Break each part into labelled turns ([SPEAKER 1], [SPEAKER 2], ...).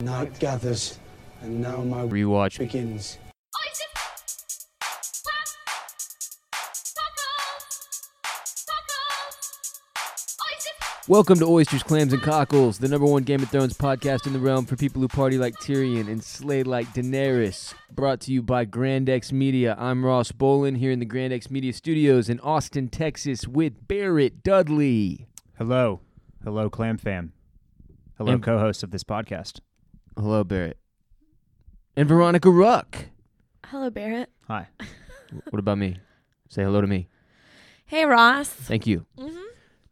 [SPEAKER 1] Night gathers, and now my
[SPEAKER 2] Rewatch.
[SPEAKER 1] begins.
[SPEAKER 2] Welcome to Oysters, Clams, and Cockles, the number one Game of Thrones podcast in the realm for people who party like Tyrion and slay like Daenerys. Brought to you by Grand X Media. I'm Ross Bolin here in the Grand X Media studios in Austin, Texas, with Barrett Dudley.
[SPEAKER 3] Hello. Hello, Clam Fam. Hello,
[SPEAKER 2] And-
[SPEAKER 3] co host of this podcast.
[SPEAKER 2] Hello, Barrett. And Veronica Ruck.
[SPEAKER 4] Hello, Barrett.
[SPEAKER 3] Hi.
[SPEAKER 2] What about me? Say hello to me.
[SPEAKER 4] Hey, Ross.
[SPEAKER 2] Thank you.
[SPEAKER 4] Mhm.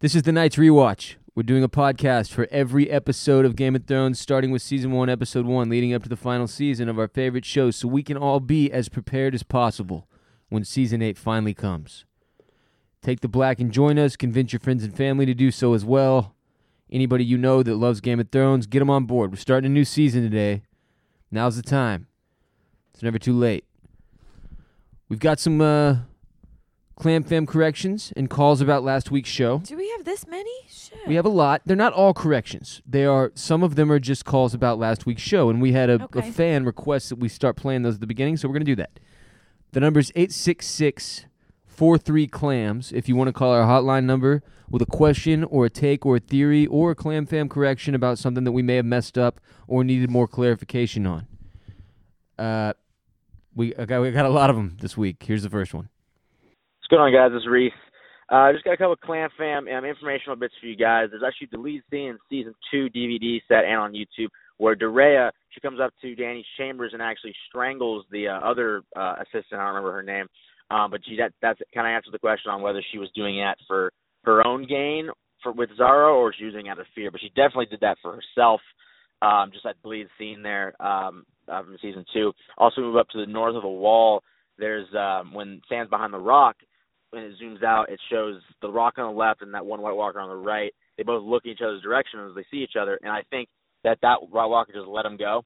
[SPEAKER 2] This is the night's rewatch. We're doing a podcast for every episode of Game of Thrones, starting with season one, episode one, leading up to the final season of our favorite show, so we can all be as prepared as possible when season eight finally comes. Take the black and join us. Convince your friends and family to do so as well. Anybody you know that loves Game of Thrones, get them on board. We're starting a new season today. Now's the time. It's never too late. We've got some uh, Clam Fam corrections and calls about last week's show.
[SPEAKER 4] Do we have this many? Sure.
[SPEAKER 2] We have a lot. They're not all corrections. They are some of them are just calls about last week's show, and we had a, a
[SPEAKER 4] Okay.
[SPEAKER 2] fan request that we start playing those at the beginning, so we're gonna do that. The number is eight six six four three clams. If you want to call our hotline number with a question or a take or a theory or a clam fam correction about something that we may have messed up or needed more clarification on. Uh, we okay, we got a lot of them this week. Here's the first one.
[SPEAKER 5] What's going on, guys? This is Reese. Uh, just got a couple of Clan Fam um, informational bits for you guys. There's actually the lead scene in season two DVD set and on YouTube where Dorea she comes up to Danny's chambers and actually strangles the uh, other uh, assistant. I don't remember her name, um, but she, that that's kind of answers the question on whether she was doing that for her own gain for with Zara or she was doing it out of fear. But she definitely did that for herself. Um, just that bleed scene there um, uh, from season two. Also move up to the north of the wall there's um, when Sam's behind the rock, when it zooms out, it shows the rock on the left and that one White Walker on the right. They both look in each other's direction as they see each other, and I think that that White Walker just let him go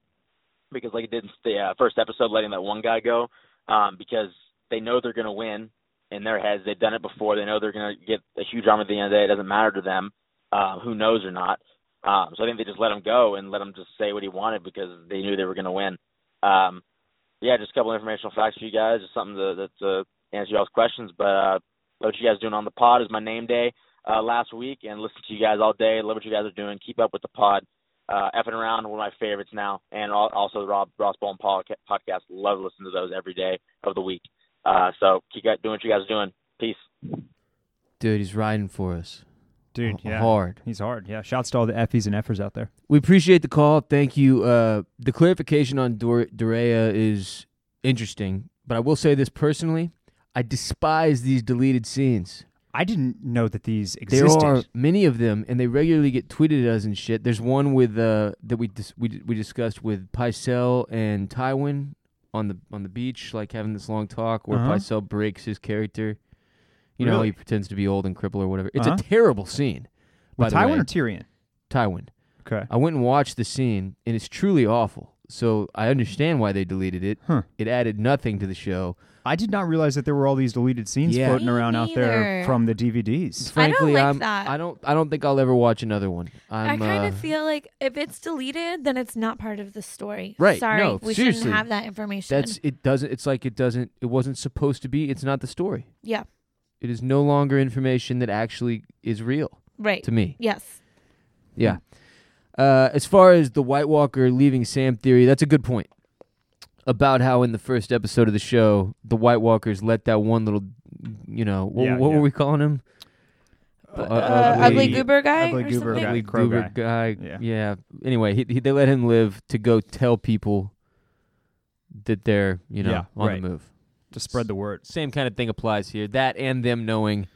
[SPEAKER 5] because, like it did in the uh, first episode, letting that one guy go um, because they know they're going to win in their heads. They've done it before. They know they're going to get a huge arm at the end of the day. It doesn't matter to them um, who knows or not. Um, so I think they just let him go and let him just say what he wanted because they knew they were going to win. Um, yeah, just a couple informational facts for you guys, just something to, that to answer y'all's questions. But uh, love what you guys are doing on the pod is my name day uh, last week, and listen to you guys all day. Love what you guys are doing. Keep up with the pod. Uh, effing around, one of my favorites now, and al- also the Rob Ross Bone podca- podcast. Love listening to those every day of the week. Uh, so keep gu- doing what you guys are doing. Peace.
[SPEAKER 2] Dude, he's riding for us.
[SPEAKER 3] Dude,
[SPEAKER 2] H-
[SPEAKER 3] yeah.
[SPEAKER 2] Hard.
[SPEAKER 3] He's hard. Yeah. Shouts to all the effies and effers out there.
[SPEAKER 2] We appreciate the call. Thank you. Uh, the clarification on Dor- Dorea is interesting, but I will say this personally: I despise these deleted scenes.
[SPEAKER 3] I didn't know that these
[SPEAKER 2] There
[SPEAKER 3] existed.
[SPEAKER 2] are many of them, and they regularly get tweeted at us and shit. There's one with uh, that we dis- we d- we discussed with Picel and Tywin on the on the beach, like having this long talk where
[SPEAKER 3] Uh-huh.
[SPEAKER 2] Picel breaks his character. You know, how he
[SPEAKER 3] Really?
[SPEAKER 2] pretends to be old and crippled or whatever. It's
[SPEAKER 3] Uh-huh.
[SPEAKER 2] a terrible scene. By
[SPEAKER 3] With
[SPEAKER 2] the
[SPEAKER 3] Tywin
[SPEAKER 2] way.
[SPEAKER 3] or Tyrion?
[SPEAKER 2] Tywin.
[SPEAKER 3] Okay.
[SPEAKER 2] I went and watched the scene, and it's truly awful. So I understand why they deleted it.
[SPEAKER 3] Huh.
[SPEAKER 2] It added nothing to the show.
[SPEAKER 3] I did not realize that there were all these deleted scenes
[SPEAKER 2] Yeah.
[SPEAKER 3] floating
[SPEAKER 4] Me
[SPEAKER 3] around out there
[SPEAKER 4] neither.
[SPEAKER 3] from the
[SPEAKER 4] I
[SPEAKER 3] DVDs.
[SPEAKER 4] don't
[SPEAKER 2] Frankly,
[SPEAKER 4] like
[SPEAKER 2] am
[SPEAKER 4] that.
[SPEAKER 2] I don't. I don't think I'll ever watch another one.
[SPEAKER 4] I
[SPEAKER 2] I'm,
[SPEAKER 4] kind of
[SPEAKER 2] uh,
[SPEAKER 4] feel like if it's deleted, then it's not part of the story.
[SPEAKER 2] Right,
[SPEAKER 4] Sorry,
[SPEAKER 2] no,
[SPEAKER 4] we
[SPEAKER 2] seriously.
[SPEAKER 4] shouldn't have that information.
[SPEAKER 2] That's it. Doesn't. It's like it doesn't. It wasn't supposed to be. It's not the story.
[SPEAKER 4] yeah,
[SPEAKER 2] It is no longer information that actually is real
[SPEAKER 4] right.
[SPEAKER 2] to me.
[SPEAKER 4] Yes.
[SPEAKER 2] Yeah. Uh, as far as the White Walker leaving Sam theory, that's a good point. About how in the first episode of the show, the White Walkers let that one little, you know, what,
[SPEAKER 3] Yeah,
[SPEAKER 2] what
[SPEAKER 3] yeah.
[SPEAKER 2] were we calling him? Uh,
[SPEAKER 4] Uh,
[SPEAKER 2] ugly-
[SPEAKER 4] ugly goober guy
[SPEAKER 3] ugly
[SPEAKER 4] or
[SPEAKER 3] goober
[SPEAKER 4] something.
[SPEAKER 3] guy.
[SPEAKER 2] ugly
[SPEAKER 3] Crow
[SPEAKER 2] goober guy. Yeah.
[SPEAKER 3] Yeah.
[SPEAKER 2] Anyway, he, he, they let him live to go tell people that they're you know
[SPEAKER 3] Yeah,
[SPEAKER 2] on
[SPEAKER 3] right.
[SPEAKER 2] the move.
[SPEAKER 3] To spread the word,
[SPEAKER 2] Same kind of thing applies here. That and them knowing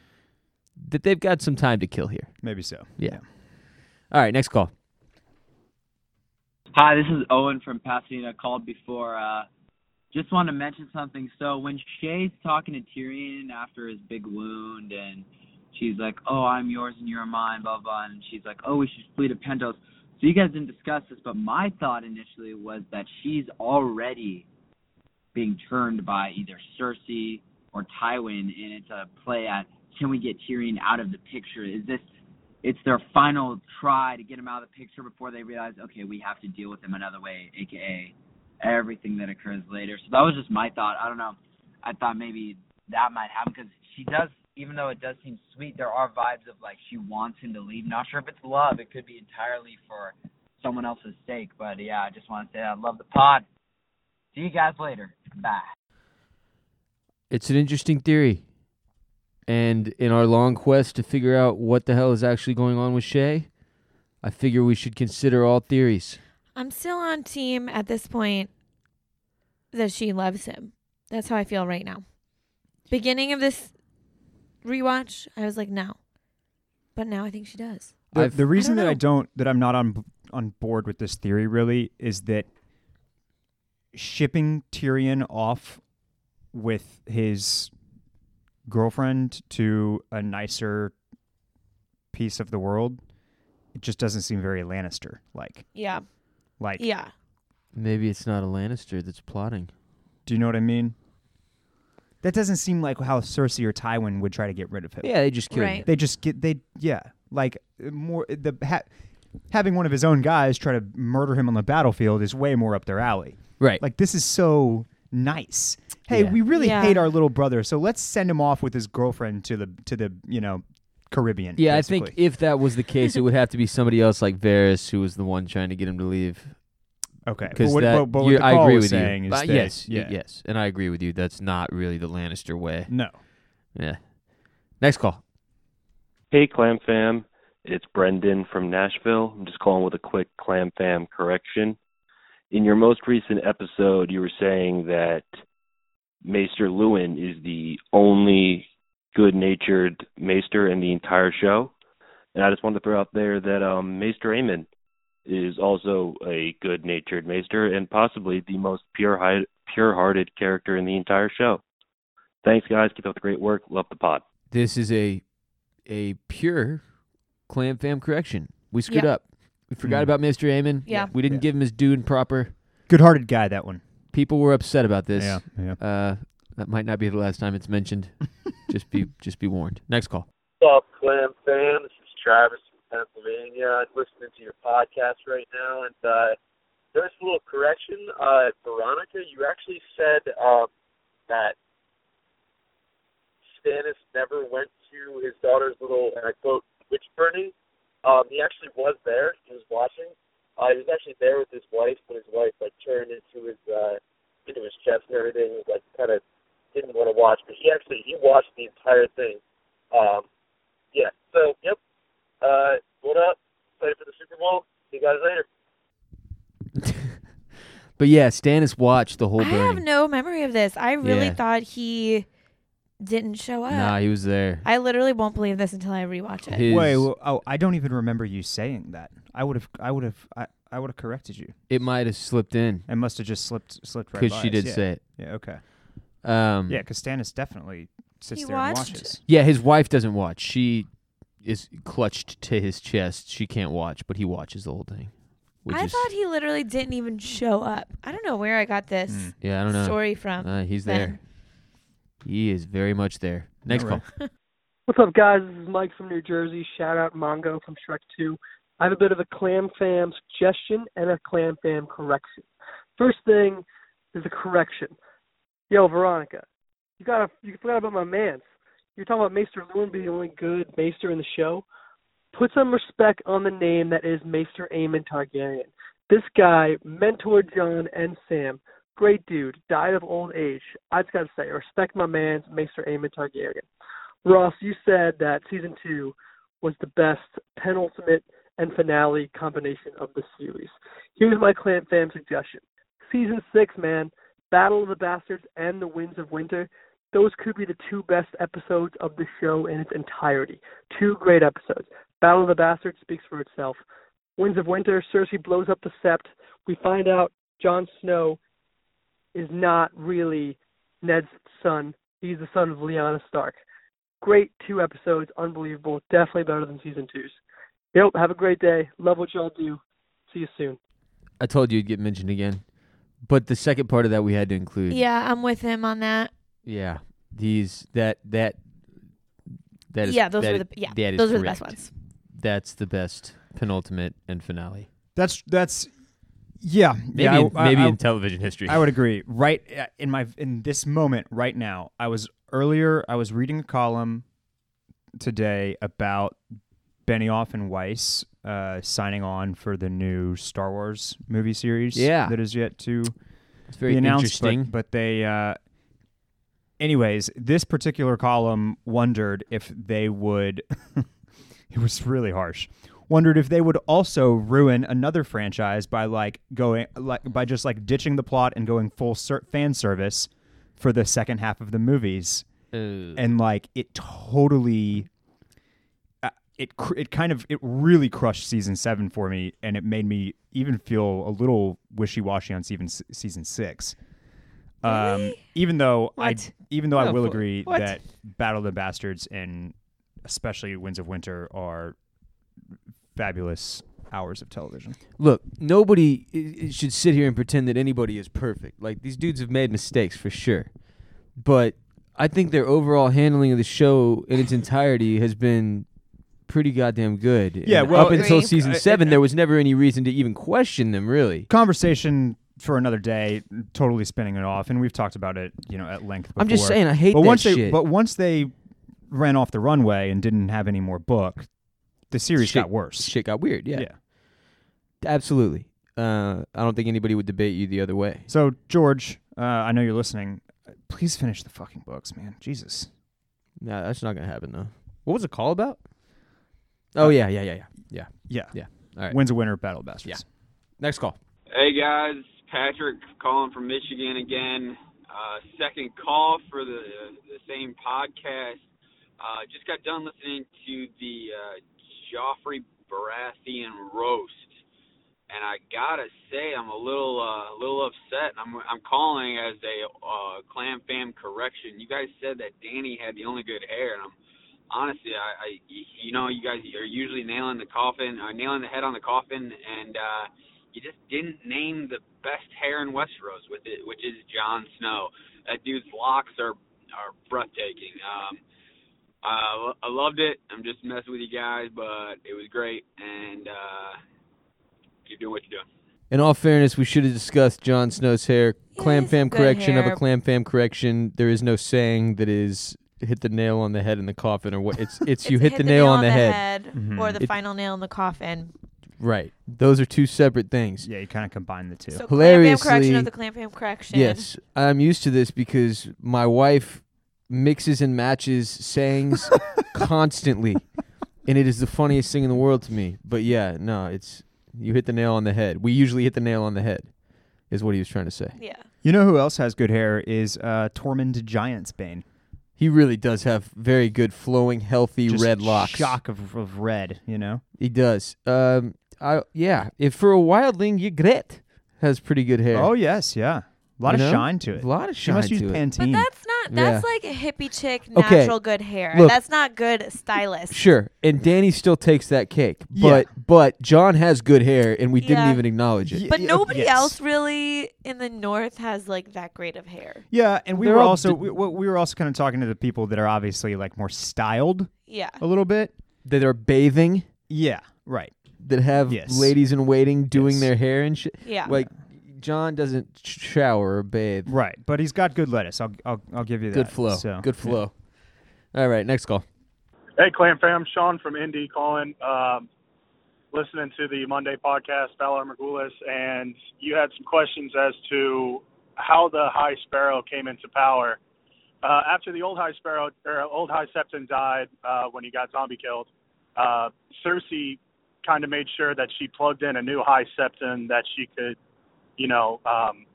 [SPEAKER 2] that they've got some time to kill here.
[SPEAKER 3] maybe so.
[SPEAKER 2] Yeah. All right, next call.
[SPEAKER 6] Hi, this is Owen from Pasadena. I called before. Uh, just wanted to mention something. So when Shay's talking to Tyrion after his big wound, and she's like, "Oh, I'm yours and you're mine," blah blah, and she's like, "Oh, we should flee to Pentos." So you guys didn't discuss this, but my thought initially was that she's already being turned by either Cersei or Tywin, and it's a play at can we get Tyrion out of the picture? Is this it's their final try to get him out of the picture before they realize, okay, we have to deal with him another way, aka everything that occurs later. So that was just my thought. I don't know. I thought maybe that might happen because she does, even though it does seem sweet, there are vibes of like she wants him to leave. Not sure if it's love. It could be entirely for someone else's sake. But yeah, I just want to say I love the pod. See you guys later. Bye.
[SPEAKER 2] It's an interesting theory. And in our long quest to figure out what the hell is actually going on with Shay, I figure we should consider all theories.
[SPEAKER 4] I'm still on team at this point that she loves him. That's how I feel right now. Beginning of this rewatch, I was like, no. But now I think she does.
[SPEAKER 3] The,
[SPEAKER 2] I've-
[SPEAKER 3] the reason
[SPEAKER 4] don't
[SPEAKER 3] that I
[SPEAKER 4] know.
[SPEAKER 3] don't that I'm not on on board with this theory really is that shipping Tyrion off with his girlfriend to a nicer piece of the world it just doesn't seem very Lannister like
[SPEAKER 4] Yeah.
[SPEAKER 3] like
[SPEAKER 4] Yeah.
[SPEAKER 2] Maybe it's not a Lannister that's plotting.
[SPEAKER 3] do you know what I mean that doesn't seem like how Cersei or Tywin would try to get rid of him
[SPEAKER 2] Yeah, they just killed
[SPEAKER 4] Right.
[SPEAKER 2] him.
[SPEAKER 3] they just get they yeah like uh, more the ha- having one of his own guys try to murder him on the battlefield is way more up their alley
[SPEAKER 2] Right.
[SPEAKER 3] like this is so nice hey
[SPEAKER 2] Yeah.
[SPEAKER 3] we really
[SPEAKER 4] Yeah.
[SPEAKER 3] hate our little brother so let's send him off with his girlfriend to the to the you know caribbean
[SPEAKER 2] yeah, I think
[SPEAKER 3] basically.
[SPEAKER 2] if that was the case, it would have to be somebody else like Varys, who was the one trying to get him to leave.
[SPEAKER 3] okay
[SPEAKER 2] Because
[SPEAKER 3] but what,
[SPEAKER 2] that,
[SPEAKER 3] but, but what
[SPEAKER 2] you're-
[SPEAKER 3] the
[SPEAKER 2] I
[SPEAKER 3] call
[SPEAKER 2] agree
[SPEAKER 3] was
[SPEAKER 2] with
[SPEAKER 3] saying
[SPEAKER 2] you.
[SPEAKER 3] is
[SPEAKER 2] But
[SPEAKER 3] that-
[SPEAKER 2] yes, y-
[SPEAKER 3] yeah
[SPEAKER 2] yes, and I agree with you. That's not really the Lannister way.
[SPEAKER 3] no
[SPEAKER 2] Yeah. Next call.
[SPEAKER 7] Hey, Clam Fam. It's Brendan from Nashville. I'm just calling with a quick Clam Fam correction. In your most recent episode, you were saying that Maester Lewin is the only good natured Maester in the entire show. And I just wanted to throw out there that um, Maester Aemon is also a good natured Maester and possibly the most pure hearted character in the entire show. Thanks, guys. Keep up the great work. Love the pod.
[SPEAKER 2] This is a a pure clam fam correction. We screwed
[SPEAKER 4] Yeah.
[SPEAKER 2] up. We forgot
[SPEAKER 3] Mm.
[SPEAKER 2] about Mr. Amon.
[SPEAKER 4] Yeah.
[SPEAKER 2] We didn't
[SPEAKER 3] Yeah.
[SPEAKER 2] give him his due and proper.
[SPEAKER 3] good hearted guy that one
[SPEAKER 2] People were upset about this.
[SPEAKER 3] yeah yeah
[SPEAKER 2] Uh, that might not be the last time it's mentioned. just be just be warned. Next call.
[SPEAKER 8] What's up, Clam Fam? This is Travis from Pennsylvania. I'm listening to your podcast right now, and uh, there's a little correction. Uh, Veronica, you actually said um, that Stannis never went to his daughter's little, and I quote, witch burning. Um, he actually was there. He was watching. Uh, he was actually there with his wife, but his wife like turned into his uh, into his chest and everything. Like kind of didn't want to watch, but he actually he watched the entire thing. Um, yeah. So, yep. Uh, what up? Excited for the Super Bowl. See you guys later.
[SPEAKER 2] But yeah, Stannis watched the whole
[SPEAKER 4] I have
[SPEAKER 2] burning.
[SPEAKER 4] no memory of this. I really
[SPEAKER 2] Yeah.
[SPEAKER 4] thought he didn't show up.
[SPEAKER 2] nah, he was there.
[SPEAKER 4] I literally won't believe this until I rewatch it.
[SPEAKER 2] His-
[SPEAKER 3] wait well, oh I don't even remember you saying that I would have I would have I, I would have corrected you
[SPEAKER 2] it might have slipped in
[SPEAKER 3] I must have just slipped slipped right
[SPEAKER 2] because she
[SPEAKER 3] by us.
[SPEAKER 2] did
[SPEAKER 3] Yeah.
[SPEAKER 2] say it.
[SPEAKER 3] yeah okay
[SPEAKER 2] Um,
[SPEAKER 3] Yeah, because Stannis definitely sits
[SPEAKER 4] He
[SPEAKER 3] there
[SPEAKER 4] watched-
[SPEAKER 3] and watches.
[SPEAKER 2] Yeah, his wife doesn't watch. She is clutched to his chest. She can't watch, but he watches the whole thing. Which
[SPEAKER 4] I
[SPEAKER 2] is,
[SPEAKER 4] thought he literally didn't even show up. I don't know where I got this
[SPEAKER 3] Mm.
[SPEAKER 2] Hmm. yeah, I don't know.
[SPEAKER 4] story from.
[SPEAKER 2] Uh, he's
[SPEAKER 4] Ben.
[SPEAKER 2] there. He is very much there. Next
[SPEAKER 3] Alright.
[SPEAKER 2] call.
[SPEAKER 9] What's up, guys? This is Mike from New Jersey. Shout out Mongo from Shrek 2. I have a bit of a Clam Fam suggestion and a Clam Fam correction. First thing is a correction. Yo, Veronica, you got you forgot about my man's. You're talking about Maester Lewin being the only good Maester in the show. Put some respect on the name that is Maester Aemon Targaryen. This guy mentored John and Sam. Great dude. Died of old age. I just gotta say, respect my man's Maester Aemon Targaryen. Ross, you said that season two was the best penultimate and finale combination of the series. Here's my Clan Fam suggestion. Season six, man, Battle of the Bastards and The Winds of Winter, those could be the two best episodes of the show in its entirety. Two great episodes. Battle of the Bastards speaks for itself. Winds of Winter, Cersei blows up the Sept. We find out Jon Snow is not really Ned's son. He's the son of Lyanna Stark great two episodes, unbelievable, definitely better than season two's. Yep, have a great day. Love what y'all do. See you soon.
[SPEAKER 2] I told you it'd get mentioned again. But the second part of that we had to include.
[SPEAKER 4] Yeah, I'm with him on that.
[SPEAKER 2] Yeah. These that that that is
[SPEAKER 4] yeah, those
[SPEAKER 2] that
[SPEAKER 4] were
[SPEAKER 2] is-
[SPEAKER 4] the yeah,
[SPEAKER 2] that is
[SPEAKER 4] those were the best
[SPEAKER 2] correct.
[SPEAKER 4] ones.
[SPEAKER 2] that's the best penultimate and finale.
[SPEAKER 3] That's that's yeah.
[SPEAKER 2] Maybe
[SPEAKER 3] yeah, I-
[SPEAKER 2] in,
[SPEAKER 3] I-
[SPEAKER 2] maybe
[SPEAKER 3] I-
[SPEAKER 2] in television history.
[SPEAKER 3] I would agree. Right uh, in my in this moment right now, I was earlier I was reading a column today about Benioff and Weiss uh, signing on for the new Star Wars movie series
[SPEAKER 2] Yeah.
[SPEAKER 3] that is yet to
[SPEAKER 2] it's very
[SPEAKER 3] be announced,
[SPEAKER 2] interesting.
[SPEAKER 3] But, but they, uh, anyways, this particular column wondered if they would. it was really harsh. Wondered if they would also ruin another franchise by like going like by just like ditching the plot and going full ser- fan service for the second half of the movies
[SPEAKER 2] Uh,
[SPEAKER 3] and like it totally uh, it cr- it kind of it really crushed season 7 for me and it made me even feel a little wishy-washy on season s- season 6 um even though
[SPEAKER 4] What?
[SPEAKER 3] I even though I
[SPEAKER 2] No,
[SPEAKER 3] will
[SPEAKER 2] for-
[SPEAKER 3] agree
[SPEAKER 2] what?
[SPEAKER 3] that Battle of the Bastards and especially Winds of Winter are fabulous hours of television.
[SPEAKER 2] Look, nobody i- i- should sit here and pretend that anybody is perfect. Like these dudes have made mistakes for sure, but I think their overall handling of the show in its entirety has been pretty goddamn good.
[SPEAKER 3] Yeah,
[SPEAKER 2] And
[SPEAKER 3] well, Uh,
[SPEAKER 2] up until
[SPEAKER 4] Agree.
[SPEAKER 2] season
[SPEAKER 3] I-
[SPEAKER 2] seven, there was never any reason to even question them, really.
[SPEAKER 3] Conversation for another day, totally spinning it off and we've talked about it, you know, at length before.
[SPEAKER 2] I'm just saying, I hate
[SPEAKER 3] but
[SPEAKER 2] that
[SPEAKER 3] once
[SPEAKER 2] shit.
[SPEAKER 3] they but once they ran off the runway and didn't have any more book, the series
[SPEAKER 2] Shit-
[SPEAKER 3] got worse.
[SPEAKER 2] shit got weird. Yeah, absolutely. Uh, I don't think anybody would debate you the other way.
[SPEAKER 3] So George, uh, I know you're listening. Please finish the fucking books, man. Jesus.
[SPEAKER 2] No, that's not gonna happen though. What was the call about? Oh yeah, yeah, yeah, yeah.
[SPEAKER 3] Yeah.
[SPEAKER 2] Yeah. All right.
[SPEAKER 3] Wins a winner, battle of bastards.
[SPEAKER 2] Yeah. Next call.
[SPEAKER 10] Hey guys, Patrick calling from Michigan again. Uh, second call for the the same podcast. Uh, just got done listening to the uh, Joffrey Baratheon roast, and I gotta say I'm a little uh, a little upset. I'm I'm calling as a uh, clam fam correction. You guys said that Danny had the only good hair, and I'm honestly I, I you know you guys are usually nailing the coffin, uh, nailing the head on the coffin, and. uh you just didn't name the best hair in Westeros with it, which is Jon Snow. That dude's locks are are breathtaking. Um, I, I loved it. I'm just messing with you guys, but it was great, and uh, keep doing what you're doing.
[SPEAKER 2] In all fairness, we should have discussed Jon Snow's hair. Clam
[SPEAKER 4] it's
[SPEAKER 2] fam
[SPEAKER 4] good
[SPEAKER 2] correction of
[SPEAKER 4] hair.
[SPEAKER 2] a clam fam correction. There is no saying that is hit the nail on the head in the coffin or what. It's it's you
[SPEAKER 4] It's
[SPEAKER 2] hit, the, nail, on the, head.
[SPEAKER 4] or the
[SPEAKER 2] It-
[SPEAKER 4] final nail in the coffin.
[SPEAKER 2] Right. Those are two separate things.
[SPEAKER 3] Yeah, you kind of combine the two.
[SPEAKER 4] So clam fam correction
[SPEAKER 2] Hilariously-
[SPEAKER 4] of the clam fam correction.
[SPEAKER 2] Yes, I'm used to this because my wife mixes and matches sayings constantly, and it is the funniest thing in the world to me. But yeah, no, it's you hit the nail on the head. We usually hit the nail on the head, is what he was trying to say.
[SPEAKER 4] Yeah.
[SPEAKER 3] you know who else has good hair is uh, Tormund Giantsbane.
[SPEAKER 2] He really does have very good, flowing, healthy
[SPEAKER 3] Just
[SPEAKER 2] red locks.
[SPEAKER 3] Shock of, of red, you know?
[SPEAKER 2] He does. Um, I yeah. If for a wildling, Ygritte has pretty good hair.
[SPEAKER 3] Oh, yes, yeah. A lot
[SPEAKER 2] You
[SPEAKER 3] of
[SPEAKER 2] know?
[SPEAKER 3] shine to it.
[SPEAKER 2] a lot of
[SPEAKER 3] she
[SPEAKER 2] shine
[SPEAKER 3] must use
[SPEAKER 2] to it.
[SPEAKER 4] But
[SPEAKER 3] Pantene.
[SPEAKER 4] that's not that's like a hippie chick
[SPEAKER 2] Hmm. Okay.
[SPEAKER 4] natural good hair.
[SPEAKER 2] Look.
[SPEAKER 4] that's not good stylist.
[SPEAKER 2] Sure, and Danny still takes that cake,
[SPEAKER 3] Yeah.
[SPEAKER 2] but but John has good hair, and we didn't
[SPEAKER 4] Yeah.
[SPEAKER 2] even acknowledge it.
[SPEAKER 3] Ye-
[SPEAKER 4] But
[SPEAKER 3] yeah,
[SPEAKER 4] nobody
[SPEAKER 3] yes.
[SPEAKER 4] else really in the north has like that great of hair.
[SPEAKER 3] Yeah, and we
[SPEAKER 2] They're
[SPEAKER 3] were
[SPEAKER 2] all
[SPEAKER 3] also
[SPEAKER 2] d-
[SPEAKER 3] we, we we were also kind of talking to the people that are obviously like more styled
[SPEAKER 4] Yeah.
[SPEAKER 3] a little bit.
[SPEAKER 2] That are bathing,
[SPEAKER 3] Yeah, right.
[SPEAKER 2] that have
[SPEAKER 3] Yes.
[SPEAKER 2] ladies in waiting doing
[SPEAKER 3] Yes.
[SPEAKER 2] their hair and shit.
[SPEAKER 4] Yeah.
[SPEAKER 2] Like John doesn't sh- shower or bathe.
[SPEAKER 3] Right, but he's got good lettuce. I'll I'll, I'll give you that.
[SPEAKER 2] Good flow.
[SPEAKER 3] So,
[SPEAKER 2] Good flow. All right, next call.
[SPEAKER 11] Hey, Clam Fam, Sean from Indy calling. Um, listening to the Monday podcast, Valor Margulis, and you had some questions as to how the High Sparrow came into power. Uh, after the old High Sparrow or old High Septon died uh, when he got zombie killed, uh, Cersei kind of made sure that she plugged in a new High Septon that she could, you know, um,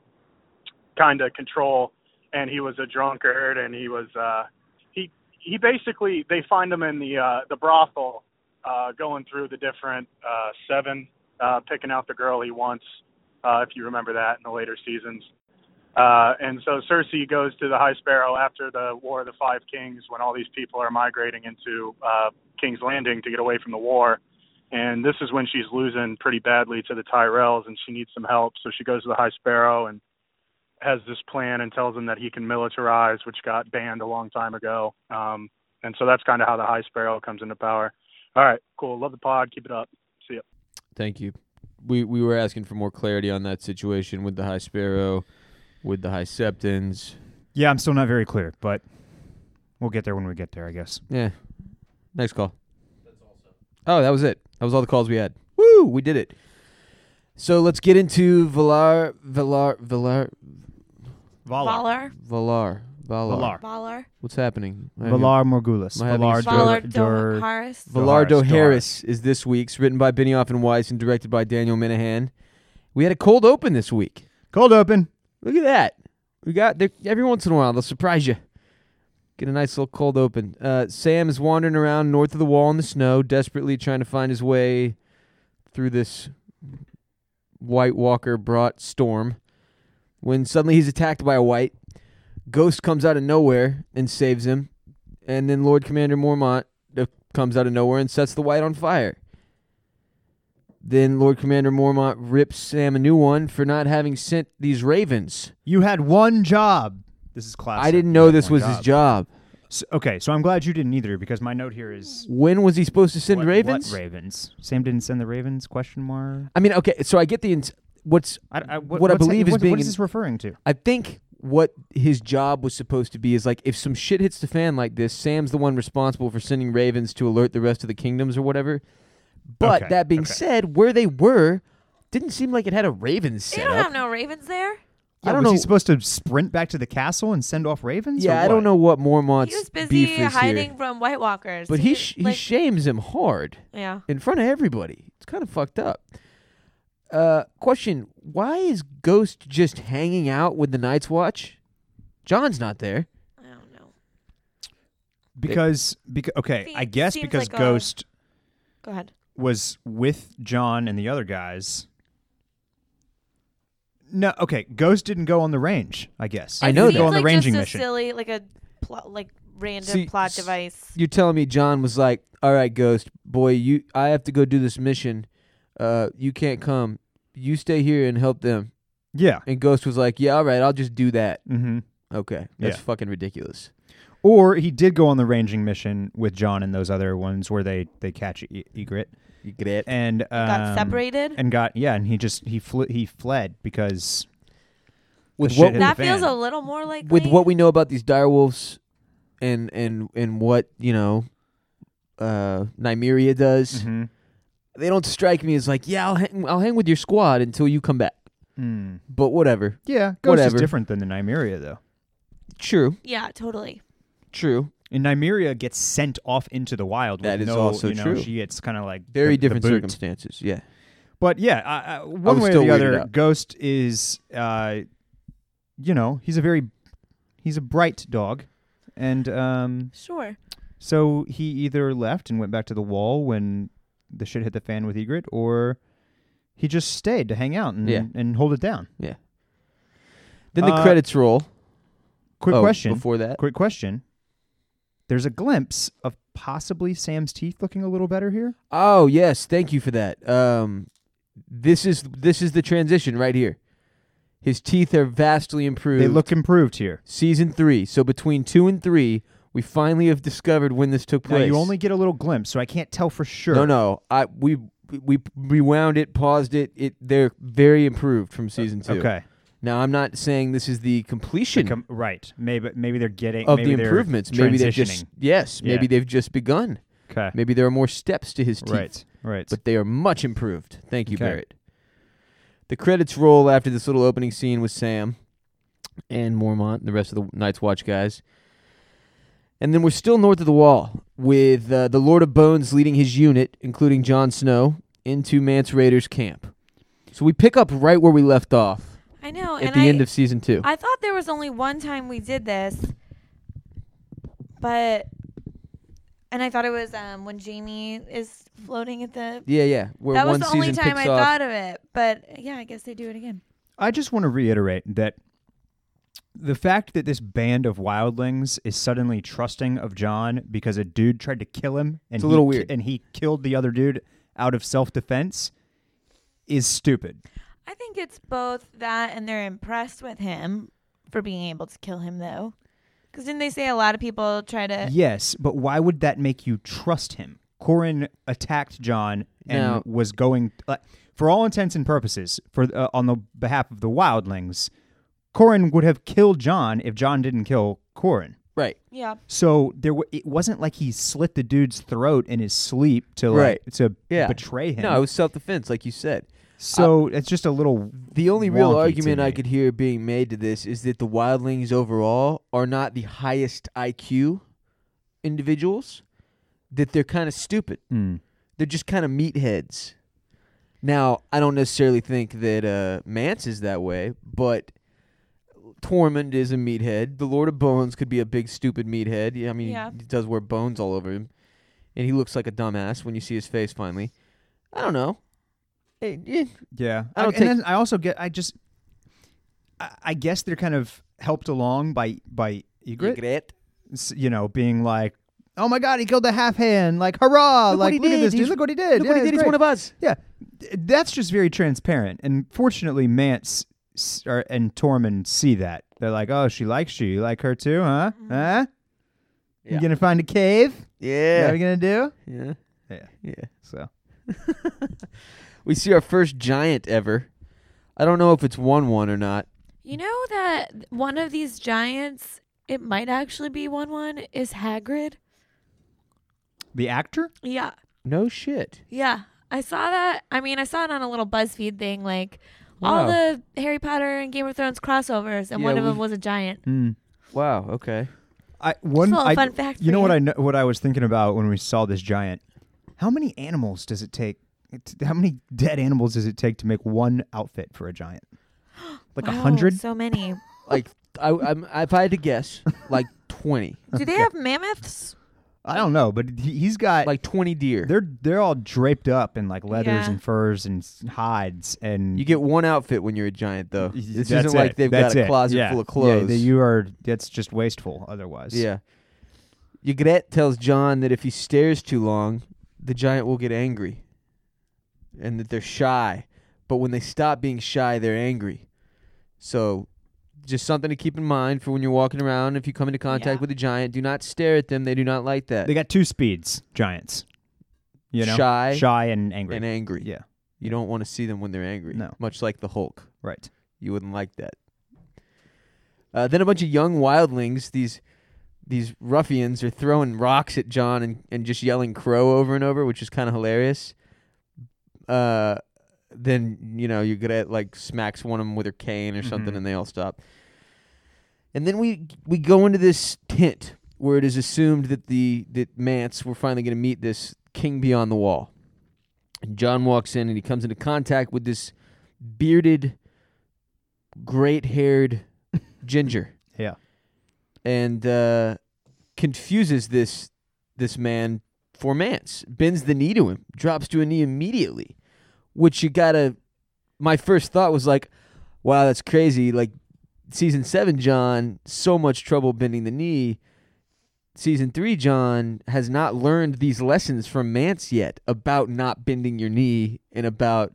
[SPEAKER 11] kind of control. And he was a drunkard, and he was uh, he he basically they find him in the uh, the brothel uh, going through the different uh, seven, uh, picking out the girl he wants, uh, if you remember that in the later seasons. Uh, and so Cersei goes to the High Sparrow after the War of the Five Kings when all these people are migrating into uh, King's Landing to get away from the war. And this is when she's losing pretty badly to the Tyrells and she needs some help. So she goes to the High Sparrow and has this plan and tells him that he can militarize, which got banned a long time ago. Um, and so that's kind of how the High Sparrow comes into power. All right, cool. Love the pod. Keep it up. See ya.
[SPEAKER 2] Thank you. We we were asking for more clarity on that situation with the high sparrow, with the high septons.
[SPEAKER 3] Yeah, I'm still not very clear, but we'll get there when we get there, I guess.
[SPEAKER 2] Yeah. Next call. Oh, that was it. That was all the calls we had. Woo, we did it. So let's get into Valar, Valar, Valar,
[SPEAKER 4] Valar.
[SPEAKER 2] Valar, Valar.
[SPEAKER 3] Valar.
[SPEAKER 4] Valar.
[SPEAKER 2] What's happening? I have-
[SPEAKER 3] Valar Morgulis.
[SPEAKER 2] Am I having
[SPEAKER 3] Valar,
[SPEAKER 2] stroke?
[SPEAKER 4] Valar
[SPEAKER 3] Dor-
[SPEAKER 4] Dor- Harris.
[SPEAKER 2] Valardo
[SPEAKER 3] Doris,
[SPEAKER 2] Harris is this week's, written by Benioff and Weiss and directed by Daniel Minahan. We had a cold open this week.
[SPEAKER 3] Cold open.
[SPEAKER 2] Look at that. We got there, every once in a while they'll surprise you. Get a nice little cold open. Uh, Sam is wandering around north of the wall in the snow, desperately trying to find his way through this White Walker brought storm. When suddenly he's attacked by a white ghost comes out of nowhere and saves him, and then Lord Commander Mormont uh, comes out of nowhere and sets the white on fire. Then Lord Commander Mormont rips Sam a new one for not having sent these ravens.
[SPEAKER 3] You had one job. This is classic.
[SPEAKER 2] I didn't
[SPEAKER 3] You
[SPEAKER 2] know
[SPEAKER 3] had
[SPEAKER 2] this
[SPEAKER 3] one
[SPEAKER 2] was his job.
[SPEAKER 3] So- okay, so I'm glad you didn't either because my note here is
[SPEAKER 2] When was he supposed to send
[SPEAKER 3] what,
[SPEAKER 2] ravens?
[SPEAKER 3] What ravens? Sam didn't send the ravens? Question mark.
[SPEAKER 2] I mean, okay, so I get the ins- what's
[SPEAKER 3] I, I, what,
[SPEAKER 2] What
[SPEAKER 3] what's
[SPEAKER 2] I
[SPEAKER 3] that-
[SPEAKER 2] believe is
[SPEAKER 3] what,
[SPEAKER 2] being
[SPEAKER 3] What is
[SPEAKER 2] in-
[SPEAKER 3] this referring to?
[SPEAKER 2] I think what his job was supposed to be is like if some shit hits the fan like this, Sam's the one responsible for sending ravens to alert the rest of the kingdoms or whatever. But
[SPEAKER 3] Okay,
[SPEAKER 2] that being
[SPEAKER 3] okay.
[SPEAKER 2] said, where they were didn't seem like it had a raven
[SPEAKER 4] They
[SPEAKER 2] set
[SPEAKER 4] don't
[SPEAKER 2] up.
[SPEAKER 4] have no ravens there.
[SPEAKER 2] I
[SPEAKER 3] Yeah,
[SPEAKER 2] don't
[SPEAKER 3] Oh, was
[SPEAKER 2] know.
[SPEAKER 3] he supposed to sprint back to the castle and send off ravens? or
[SPEAKER 2] yeah, I don't
[SPEAKER 3] what?
[SPEAKER 2] know what Mormont's
[SPEAKER 4] He was
[SPEAKER 2] beef
[SPEAKER 4] busy
[SPEAKER 2] is
[SPEAKER 4] hiding
[SPEAKER 2] here.
[SPEAKER 4] from White Walkers.
[SPEAKER 2] But he sh- he
[SPEAKER 4] like-
[SPEAKER 2] shames him hard
[SPEAKER 4] Yeah.
[SPEAKER 2] in front of everybody. It's kind of fucked up. Uh, question: Why is Ghost just hanging out with the Night's Watch? John's not there.
[SPEAKER 4] I don't know.
[SPEAKER 3] Because, because okay, I
[SPEAKER 4] Seems-
[SPEAKER 3] guess
[SPEAKER 4] seems
[SPEAKER 3] because
[SPEAKER 4] like a-
[SPEAKER 3] Ghost
[SPEAKER 4] Go ahead.
[SPEAKER 3] was with John and the other guys. No, okay, Ghost didn't go on the range. I guess
[SPEAKER 2] I
[SPEAKER 4] It
[SPEAKER 2] know
[SPEAKER 3] He didn't
[SPEAKER 4] seems
[SPEAKER 3] go on the
[SPEAKER 4] like
[SPEAKER 3] ranging
[SPEAKER 4] just
[SPEAKER 3] mission.
[SPEAKER 4] A silly, like a plot, like random
[SPEAKER 2] See,
[SPEAKER 4] plot
[SPEAKER 2] s-
[SPEAKER 4] device.
[SPEAKER 2] You're telling me John was like, "All right, Ghost boy, you I have to go do this mission. Uh, you can't come. You stay here and help them."
[SPEAKER 3] Yeah.
[SPEAKER 2] And Ghost was like, "Yeah, all right, I'll just do that."
[SPEAKER 3] hmm
[SPEAKER 2] Okay, that's
[SPEAKER 3] Yeah.
[SPEAKER 2] fucking ridiculous.
[SPEAKER 3] Or he did go on the ranging mission with John and those other ones where they they catch e- Egret
[SPEAKER 2] You get it?
[SPEAKER 3] and um,
[SPEAKER 4] Got separated.
[SPEAKER 3] and got yeah, and he just he flew he fled because
[SPEAKER 2] With
[SPEAKER 3] shit
[SPEAKER 2] what
[SPEAKER 3] hit the
[SPEAKER 2] we-
[SPEAKER 4] that feels
[SPEAKER 3] van.
[SPEAKER 4] a little more like
[SPEAKER 2] with what we know about these direwolves, and and and what you know, uh, Nymeria does,
[SPEAKER 3] Mhm.
[SPEAKER 2] they don't strike me as like, "Yeah, I'll hang, I'll hang with your squad until you come back."
[SPEAKER 3] Hmm.
[SPEAKER 2] But whatever.
[SPEAKER 3] yeah, Ghost
[SPEAKER 2] Whatever.
[SPEAKER 3] is different than the Nymeria though.
[SPEAKER 2] True.
[SPEAKER 4] Yeah, totally.
[SPEAKER 2] True.
[SPEAKER 3] And Nymeria gets sent off into the wild.
[SPEAKER 2] That
[SPEAKER 3] with
[SPEAKER 2] is
[SPEAKER 3] no,
[SPEAKER 2] also
[SPEAKER 3] you know,
[SPEAKER 2] true.
[SPEAKER 3] She gets kind of like
[SPEAKER 2] Very
[SPEAKER 3] the- the
[SPEAKER 2] different
[SPEAKER 3] boot.
[SPEAKER 2] circumstances. Yeah.
[SPEAKER 3] But yeah, I, I, one
[SPEAKER 2] was
[SPEAKER 3] way
[SPEAKER 2] still
[SPEAKER 3] or the
[SPEAKER 2] weirded
[SPEAKER 3] other,
[SPEAKER 2] out.
[SPEAKER 3] Ghost is, uh, you know, he's a very, he's a bright dog, and um,
[SPEAKER 4] Sure.
[SPEAKER 3] so he either left and went back to the wall when the shit hit the fan with Egret, or he just stayed to hang out and
[SPEAKER 2] Yeah.
[SPEAKER 3] and hold it down.
[SPEAKER 2] Then the
[SPEAKER 3] Uh,
[SPEAKER 2] credits roll.
[SPEAKER 3] Quick
[SPEAKER 2] Oh,
[SPEAKER 3] question.
[SPEAKER 2] Before that,
[SPEAKER 3] Quick question. There's a glimpse of possibly Sam's teeth looking a little better here.
[SPEAKER 2] Oh yes, thank you for that. Um, this is this is the transition right here. His teeth are vastly improved.
[SPEAKER 3] They look improved here.
[SPEAKER 2] season three. So between two and three, we finally have discovered when this took
[SPEAKER 3] Now
[SPEAKER 2] place.
[SPEAKER 3] you only get a little glimpse, so I can't tell for sure.
[SPEAKER 2] No, no. I we we rewound it, paused it. It they're very improved from season two.
[SPEAKER 3] Okay.
[SPEAKER 2] Now I'm not saying this is the completion
[SPEAKER 3] Com- right. Maybe maybe they're getting
[SPEAKER 2] of
[SPEAKER 3] maybe
[SPEAKER 2] the
[SPEAKER 3] they're
[SPEAKER 2] improvements. Maybe they've
[SPEAKER 3] transitioning.
[SPEAKER 2] just yes. Maybe
[SPEAKER 3] Yeah.
[SPEAKER 2] they've just begun.
[SPEAKER 3] okay.
[SPEAKER 2] Maybe there are more steps to his teeth.
[SPEAKER 3] Right. Right.
[SPEAKER 2] but they are much improved. Thank you,
[SPEAKER 3] Okay.
[SPEAKER 2] Barrett. The credits roll after this little opening scene with Sam and Mormont and the rest of the Night's Watch guys. And then we're still north of the wall with uh, the Lord of Bones leading his unit, including Jon Snow, into Mance Raider's camp. So we pick up right where we left off
[SPEAKER 4] I know.
[SPEAKER 2] at
[SPEAKER 4] and
[SPEAKER 2] the
[SPEAKER 4] I,
[SPEAKER 2] end of season two.
[SPEAKER 4] I thought there was only one time we did this, but and I thought it was um when Jamie is floating at the.
[SPEAKER 2] yeah, yeah. Where
[SPEAKER 4] that was
[SPEAKER 2] one
[SPEAKER 4] the
[SPEAKER 2] season
[SPEAKER 4] only time
[SPEAKER 2] picks
[SPEAKER 4] I
[SPEAKER 2] off.
[SPEAKER 4] thought of it, but yeah, I guess they do it again.
[SPEAKER 3] I just want to reiterate that the fact that this band of wildlings is suddenly trusting of John because a dude tried to kill him and
[SPEAKER 2] It's a little
[SPEAKER 3] he, ki-
[SPEAKER 2] weird.
[SPEAKER 3] and he killed the other dude out of self-defense is stupid.
[SPEAKER 4] I think it's both that and they're impressed with him for being able to kill him
[SPEAKER 2] Uh,
[SPEAKER 4] though. Cuz didn't they say a lot of people try to
[SPEAKER 3] Yes, but why would that make you trust him? Corin attacked John and
[SPEAKER 2] Now-
[SPEAKER 3] was going like, for all intents and purposes for uh, on the behalf of the wildlings. Corin would have killed John if John didn't kill Corin.
[SPEAKER 2] Right.
[SPEAKER 4] Yeah.
[SPEAKER 3] So there, w- it wasn't like he slit the dude's throat in his sleep to like,
[SPEAKER 2] Right.
[SPEAKER 3] to
[SPEAKER 2] Yeah.
[SPEAKER 3] betray him.
[SPEAKER 2] No, it was self defense, like you said.
[SPEAKER 3] so it's just a little.
[SPEAKER 2] The only real
[SPEAKER 3] wonky to
[SPEAKER 2] argument I
[SPEAKER 3] me.
[SPEAKER 2] could hear being made to this is that the wildlings overall are not the highest IQ individuals, that they're kind of stupid.
[SPEAKER 3] Hmm.
[SPEAKER 2] They're just kind of meatheads. Now, I don't necessarily think that uh, Mance is that way, but Tormund is a meathead. The Lord of Bones could be a big, stupid meathead. Yeah, I mean,
[SPEAKER 4] Yeah.
[SPEAKER 2] he does wear bones all over him, and he looks like a dumbass when you see his face finally. I don't know. Eh, eh,
[SPEAKER 3] Yeah,
[SPEAKER 2] I
[SPEAKER 3] I
[SPEAKER 2] don't
[SPEAKER 3] and
[SPEAKER 2] take-
[SPEAKER 3] then I also get. I just. I, I guess they're kind of helped along by by Ygritte,
[SPEAKER 2] regret.
[SPEAKER 3] s- you know, being like, "Oh my God, he killed the half hand! Like, hurrah!
[SPEAKER 2] Oh, Look what
[SPEAKER 3] like,
[SPEAKER 2] he
[SPEAKER 3] look at
[SPEAKER 2] did.
[SPEAKER 3] this dude!
[SPEAKER 2] He's-
[SPEAKER 3] Look what he did!
[SPEAKER 2] Look what
[SPEAKER 3] Yeah,
[SPEAKER 2] he did.
[SPEAKER 3] it's
[SPEAKER 2] He's one
[SPEAKER 3] great."
[SPEAKER 2] of us.
[SPEAKER 3] Yeah, Th- that's just very transparent. And fortunately, Mance s- or, and Tormund see that. They're like, "Oh, she likes you. You like her too, huh? Huh?
[SPEAKER 2] Mm-hmm. Yeah.
[SPEAKER 3] You gonna find a cave? Is that
[SPEAKER 2] Yeah.
[SPEAKER 3] what you gonna do?"
[SPEAKER 2] Yeah.
[SPEAKER 3] Yeah.
[SPEAKER 2] Yeah.
[SPEAKER 3] So
[SPEAKER 2] We see our first giant ever. I don't know if it's 1 1 or not.
[SPEAKER 4] You know that one of these giants, it might actually be one one, is Hagrid.
[SPEAKER 3] the actor,
[SPEAKER 4] Yeah.
[SPEAKER 2] No shit.
[SPEAKER 4] Yeah. I saw that. I mean, I saw it on a little BuzzFeed thing, like all
[SPEAKER 2] Wow.
[SPEAKER 4] the Harry Potter and Game of Thrones crossovers, and
[SPEAKER 2] Yeah,
[SPEAKER 4] one of them
[SPEAKER 2] we've-
[SPEAKER 4] was a giant.
[SPEAKER 2] Wow. Okay.
[SPEAKER 3] Hmm. I one
[SPEAKER 4] a little
[SPEAKER 3] I-
[SPEAKER 4] fun fact
[SPEAKER 3] You
[SPEAKER 4] for
[SPEAKER 3] know what
[SPEAKER 4] you.
[SPEAKER 3] I know, what I was thinking about when we saw this giant. How many animals does it take? it- How many dead animals does it take to make one outfit for a giant? Like a
[SPEAKER 4] Wow,
[SPEAKER 3] hundred?
[SPEAKER 4] So many.
[SPEAKER 2] Like, I, I'm, if I had to guess, like 20.
[SPEAKER 4] Do they have mammoths?
[SPEAKER 3] I don't know, but he- he's got
[SPEAKER 2] Like 20 deer.
[SPEAKER 3] they're they're all draped up in like leathers
[SPEAKER 4] Yeah.
[SPEAKER 3] and furs and s- hides and
[SPEAKER 2] You get one outfit when you're a giant, though. This
[SPEAKER 3] That's
[SPEAKER 2] isn't like
[SPEAKER 3] it.
[SPEAKER 2] they've
[SPEAKER 3] That's
[SPEAKER 2] got a
[SPEAKER 3] it.
[SPEAKER 2] closet
[SPEAKER 3] Yeah.
[SPEAKER 2] full of clothes.
[SPEAKER 3] Yeah, that you are that's just wasteful otherwise.
[SPEAKER 2] Yeah. Ygritte tells John that if he stares too long, the giant will get angry. And that they're shy. But when they stop being shy, they're angry. So just something to keep in mind for when you're walking around. If you come into contact
[SPEAKER 4] Yeah.
[SPEAKER 2] with a giant, do not stare at them. They do not like that.
[SPEAKER 3] They got two speeds, giants. You know?
[SPEAKER 2] Shy
[SPEAKER 3] Shy and angry.
[SPEAKER 2] and angry.
[SPEAKER 3] Yeah.
[SPEAKER 2] You don't want to see them when they're angry.
[SPEAKER 3] No.
[SPEAKER 2] Much like the Hulk.
[SPEAKER 3] Right.
[SPEAKER 2] You wouldn't like that. Uh, then a bunch of young wildlings, these these ruffians, are throwing rocks at John and, and just yelling crow over and over, which is kind of hilarious. Uh, then you know you get at like smacks one of them with her cane or something,
[SPEAKER 3] Mhm.
[SPEAKER 2] and they all stop. And then we we go into this tent where it is assumed that the that Mance we're finally going to meet this king beyond the wall. And John walks in and he comes into contact with this bearded, great-haired ginger
[SPEAKER 3] Yeah.
[SPEAKER 2] and uh, confuses this this man for Mance. Bends the knee to him, drops to a knee immediately, which you gotta. My first thought was like, "Wow, that's crazy!" Like season seven, John, so much trouble bending the knee. Season three, John has not learned these lessons from Mance yet about not bending your knee and about,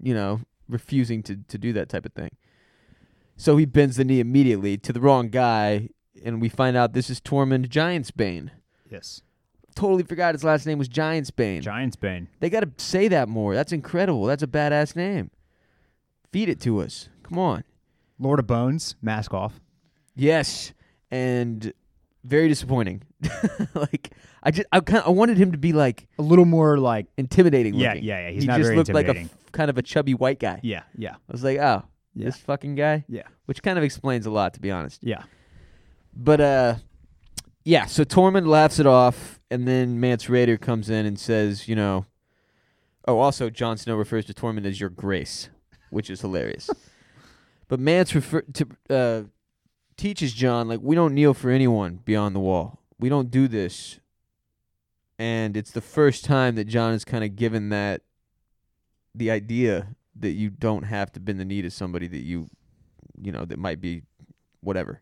[SPEAKER 2] you know, refusing to, to do that type of thing. So he bends the knee immediately to the wrong guy, and we find out this is Tormund Giantsbane.
[SPEAKER 3] Yes.
[SPEAKER 2] Totally forgot his last name was Giantsbane.
[SPEAKER 3] Giants bane.
[SPEAKER 2] they got to say that more. That's incredible. That's a badass name. Feed it to us. Come on.
[SPEAKER 3] Lord of Bones, mask off.
[SPEAKER 2] Yes, and very disappointing. like I just I kind I wanted him to be like
[SPEAKER 3] A little more like
[SPEAKER 2] intimidating
[SPEAKER 3] Yeah,
[SPEAKER 2] looking.
[SPEAKER 3] yeah, yeah. He's
[SPEAKER 2] he
[SPEAKER 3] not
[SPEAKER 2] just
[SPEAKER 3] very
[SPEAKER 2] looked like a
[SPEAKER 3] intimidating.
[SPEAKER 2] f- kind of a chubby white guy.
[SPEAKER 3] yeah, yeah,
[SPEAKER 2] I was like, oh,
[SPEAKER 3] Yeah.
[SPEAKER 2] this fucking guy,
[SPEAKER 3] yeah,
[SPEAKER 2] which kind of explains a lot, to be honest.
[SPEAKER 3] yeah.
[SPEAKER 2] But uh yeah, so Tormund laughs it off and then Mance Raider comes in and says, you know Oh, also Jon Snow refers to Tormund as your grace, which is hilarious. but Mance refer to uh teaches John like we don't kneel for anyone beyond the wall. We don't do this. And it's the first time that John is kind of given that the idea that you don't have to bend the knee to somebody that you you know that might be whatever.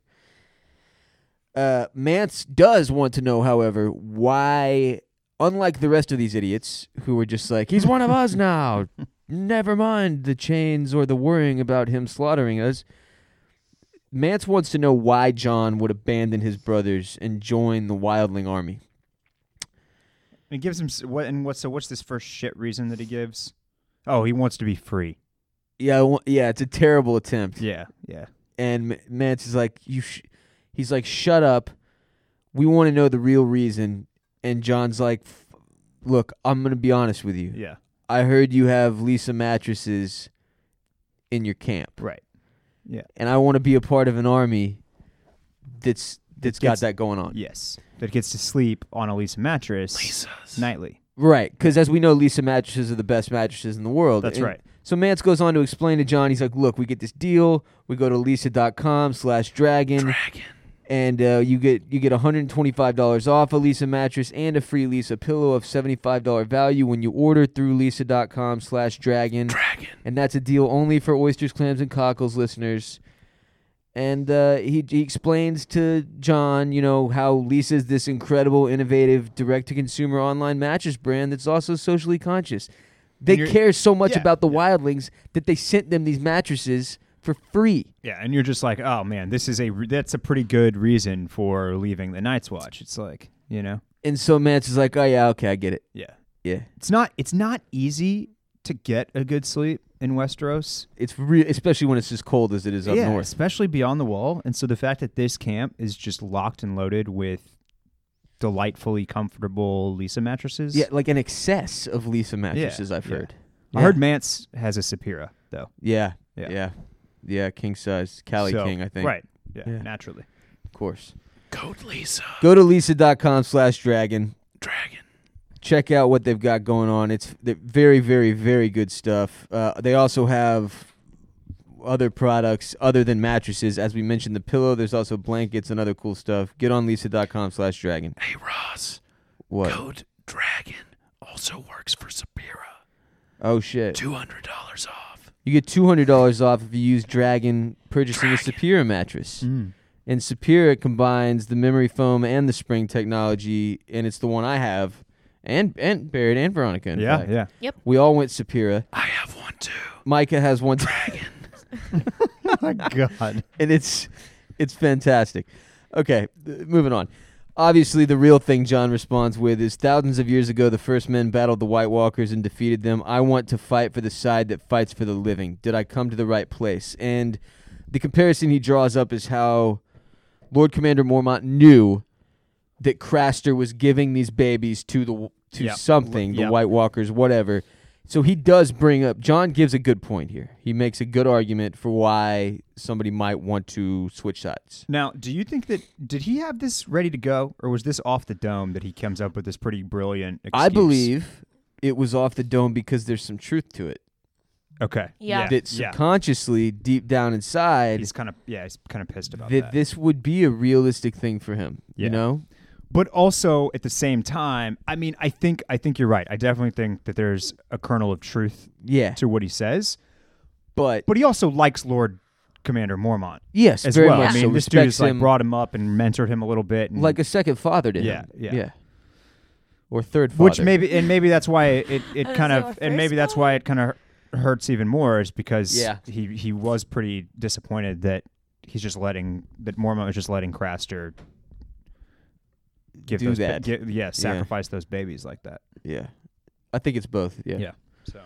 [SPEAKER 2] Uh, Mance does want to know, however, why, unlike the rest of these idiots who were just like, he's one of us now, never mind the chains or the worrying about him slaughtering us. Mance wants to know why John would abandon his brothers and join the wildling army.
[SPEAKER 3] And it gives him s- what and what? So what's this first shit reason that he gives? Oh, he wants to be free.
[SPEAKER 2] Yeah, I wa- yeah, it's a terrible attempt.
[SPEAKER 3] Yeah, yeah.
[SPEAKER 2] And M- Mance is like, you, sh-, he's like, shut up. We want to know the real reason. And John's like, "F- look, I'm gonna be honest with you.
[SPEAKER 3] Yeah.
[SPEAKER 2] I heard you have Lisa mattresses in your camp.
[SPEAKER 3] Right. Yeah.
[SPEAKER 2] And I want to be a part of an army that's that's got
[SPEAKER 3] gets-
[SPEAKER 2] that going on.
[SPEAKER 3] Yes, that gets to sleep on a Lisa mattress nightly.
[SPEAKER 2] Right, because as we know, Lisa mattresses are the best mattresses in the world.
[SPEAKER 3] That's
[SPEAKER 2] And
[SPEAKER 3] right.
[SPEAKER 2] So Mance goes on to explain to John, he's like, look, we get this deal. We go to lisa.com slash dragon. Dragon. And uh, you get you get $125 off a Lisa mattress and a free Lisa pillow of $75 value when you order through lisa.com slash dragon. Dragon. And that's a deal only for Oysters, Clams, and Cockles listeners and uh, he he explains to John, you know, how Lisa's this incredible, innovative, direct-to-consumer online mattress brand that's also socially conscious. They
[SPEAKER 3] And you're-
[SPEAKER 2] care so much
[SPEAKER 3] yeah,
[SPEAKER 2] about the wildlings that they sent them these mattresses for free.
[SPEAKER 3] Yeah, and you're just like, oh man, this is a re- that's a pretty good reason for leaving the Night's Watch. It's like you know,
[SPEAKER 2] And so Mance is like, oh yeah, okay, I get it.
[SPEAKER 3] yeah,
[SPEAKER 2] Yeah,
[SPEAKER 3] it's not it's not easy to get a good sleep in Westeros.
[SPEAKER 2] it's real, especially when it's as cold as it is up
[SPEAKER 3] yeah,
[SPEAKER 2] north.
[SPEAKER 3] especially beyond the wall. And so the fact that this camp is just locked and loaded with delightfully comfortable Lisa mattresses.
[SPEAKER 2] Yeah, like an excess of Lisa
[SPEAKER 3] Yeah,
[SPEAKER 2] mattresses. I've
[SPEAKER 3] yeah.
[SPEAKER 2] heard.
[SPEAKER 3] I heard Mance has a Sapira though.
[SPEAKER 2] Yeah, yeah,
[SPEAKER 3] Yeah.
[SPEAKER 2] yeah, yeah king size, Cali
[SPEAKER 3] So-
[SPEAKER 2] King, I think.
[SPEAKER 3] Right. Yeah,
[SPEAKER 2] Yeah.
[SPEAKER 3] naturally.
[SPEAKER 2] Of course. Go to Lisa. Go to lisa.com slash dragon. Dragon. Check out what they've got going on. It's they're very, very, very good stuff. Uh, they also have other products other than mattresses. As we mentioned, the pillow. There's also blankets and other cool stuff. Get on lisa.com slash dragon.
[SPEAKER 12] Hey Ross,
[SPEAKER 2] What?
[SPEAKER 12] code Dragon also works for Sapira.
[SPEAKER 2] Oh, shit.
[SPEAKER 12] Two hundred dollars off.
[SPEAKER 2] You get two hundred dollars off if you use Dragon purchasing a Superior mattress.
[SPEAKER 12] Mm.
[SPEAKER 2] And Superior combines the memory foam and the spring technology, and it's the one I have, and and Barrett and Veronica. In
[SPEAKER 3] Yeah,
[SPEAKER 2] fact.
[SPEAKER 3] yeah.
[SPEAKER 4] Yep.
[SPEAKER 2] We all went Superior.
[SPEAKER 12] I have one too.
[SPEAKER 2] Micah has one, too,
[SPEAKER 3] My God.
[SPEAKER 2] and it's it's fantastic. Okay, th- moving on. Obviously, the real thing John responds with is thousands of years ago, the first men battled the White Walkers and defeated them. I want to fight for the side that fights for the living. Did I come to the right place? And the comparison he draws up is how Lord Commander Mormont knew that Craster was giving these babies to the to
[SPEAKER 3] Yep.
[SPEAKER 2] something, the
[SPEAKER 3] Yep.
[SPEAKER 2] White Walkers, whatever. So he does bring up. John gives a good point here. He makes a good argument for why somebody might want to switch sides.
[SPEAKER 3] Now, do you think that did he have this ready to go, or was this off the dome that he comes up with this pretty brilliant? Excuse?
[SPEAKER 2] I believe it was off the dome because there's some truth to it.
[SPEAKER 3] Okay.
[SPEAKER 4] Yeah.
[SPEAKER 2] That
[SPEAKER 3] yeah.
[SPEAKER 2] subconsciously, deep down inside,
[SPEAKER 3] He's kind of yeah, he's kind of pissed about
[SPEAKER 2] that,
[SPEAKER 3] that.
[SPEAKER 2] this would be a realistic thing for him. You
[SPEAKER 3] Yeah.
[SPEAKER 2] know?
[SPEAKER 3] but also at the same time, I mean, I think I think you're right. I definitely think that there's a kernel of truth
[SPEAKER 2] Yeah.
[SPEAKER 3] to what he says,
[SPEAKER 2] But
[SPEAKER 3] but he also likes Lord Commander Mormont
[SPEAKER 2] yes,
[SPEAKER 3] as
[SPEAKER 2] very
[SPEAKER 3] well.
[SPEAKER 2] much.
[SPEAKER 3] I mean,
[SPEAKER 2] so
[SPEAKER 3] this dude
[SPEAKER 2] respects
[SPEAKER 3] has like
[SPEAKER 2] him
[SPEAKER 3] brought him up and mentored him a little bit, and,
[SPEAKER 2] like a second father to
[SPEAKER 3] Yeah,
[SPEAKER 2] him.
[SPEAKER 3] yeah.
[SPEAKER 2] Or third father.
[SPEAKER 3] which maybe and maybe that's why it, it
[SPEAKER 4] Oh,
[SPEAKER 3] kind
[SPEAKER 4] so
[SPEAKER 3] of
[SPEAKER 4] our
[SPEAKER 3] and
[SPEAKER 4] first
[SPEAKER 3] maybe that's why it kind of hurts even more is because
[SPEAKER 2] Yeah.
[SPEAKER 3] he he was pretty disappointed that he's just letting that Mormont was just letting Craster give
[SPEAKER 2] Do
[SPEAKER 3] those ba-
[SPEAKER 2] that.
[SPEAKER 3] gi- yeah sacrifice those babies like that
[SPEAKER 2] Yeah. I think it's both. Yeah.
[SPEAKER 3] Yeah. so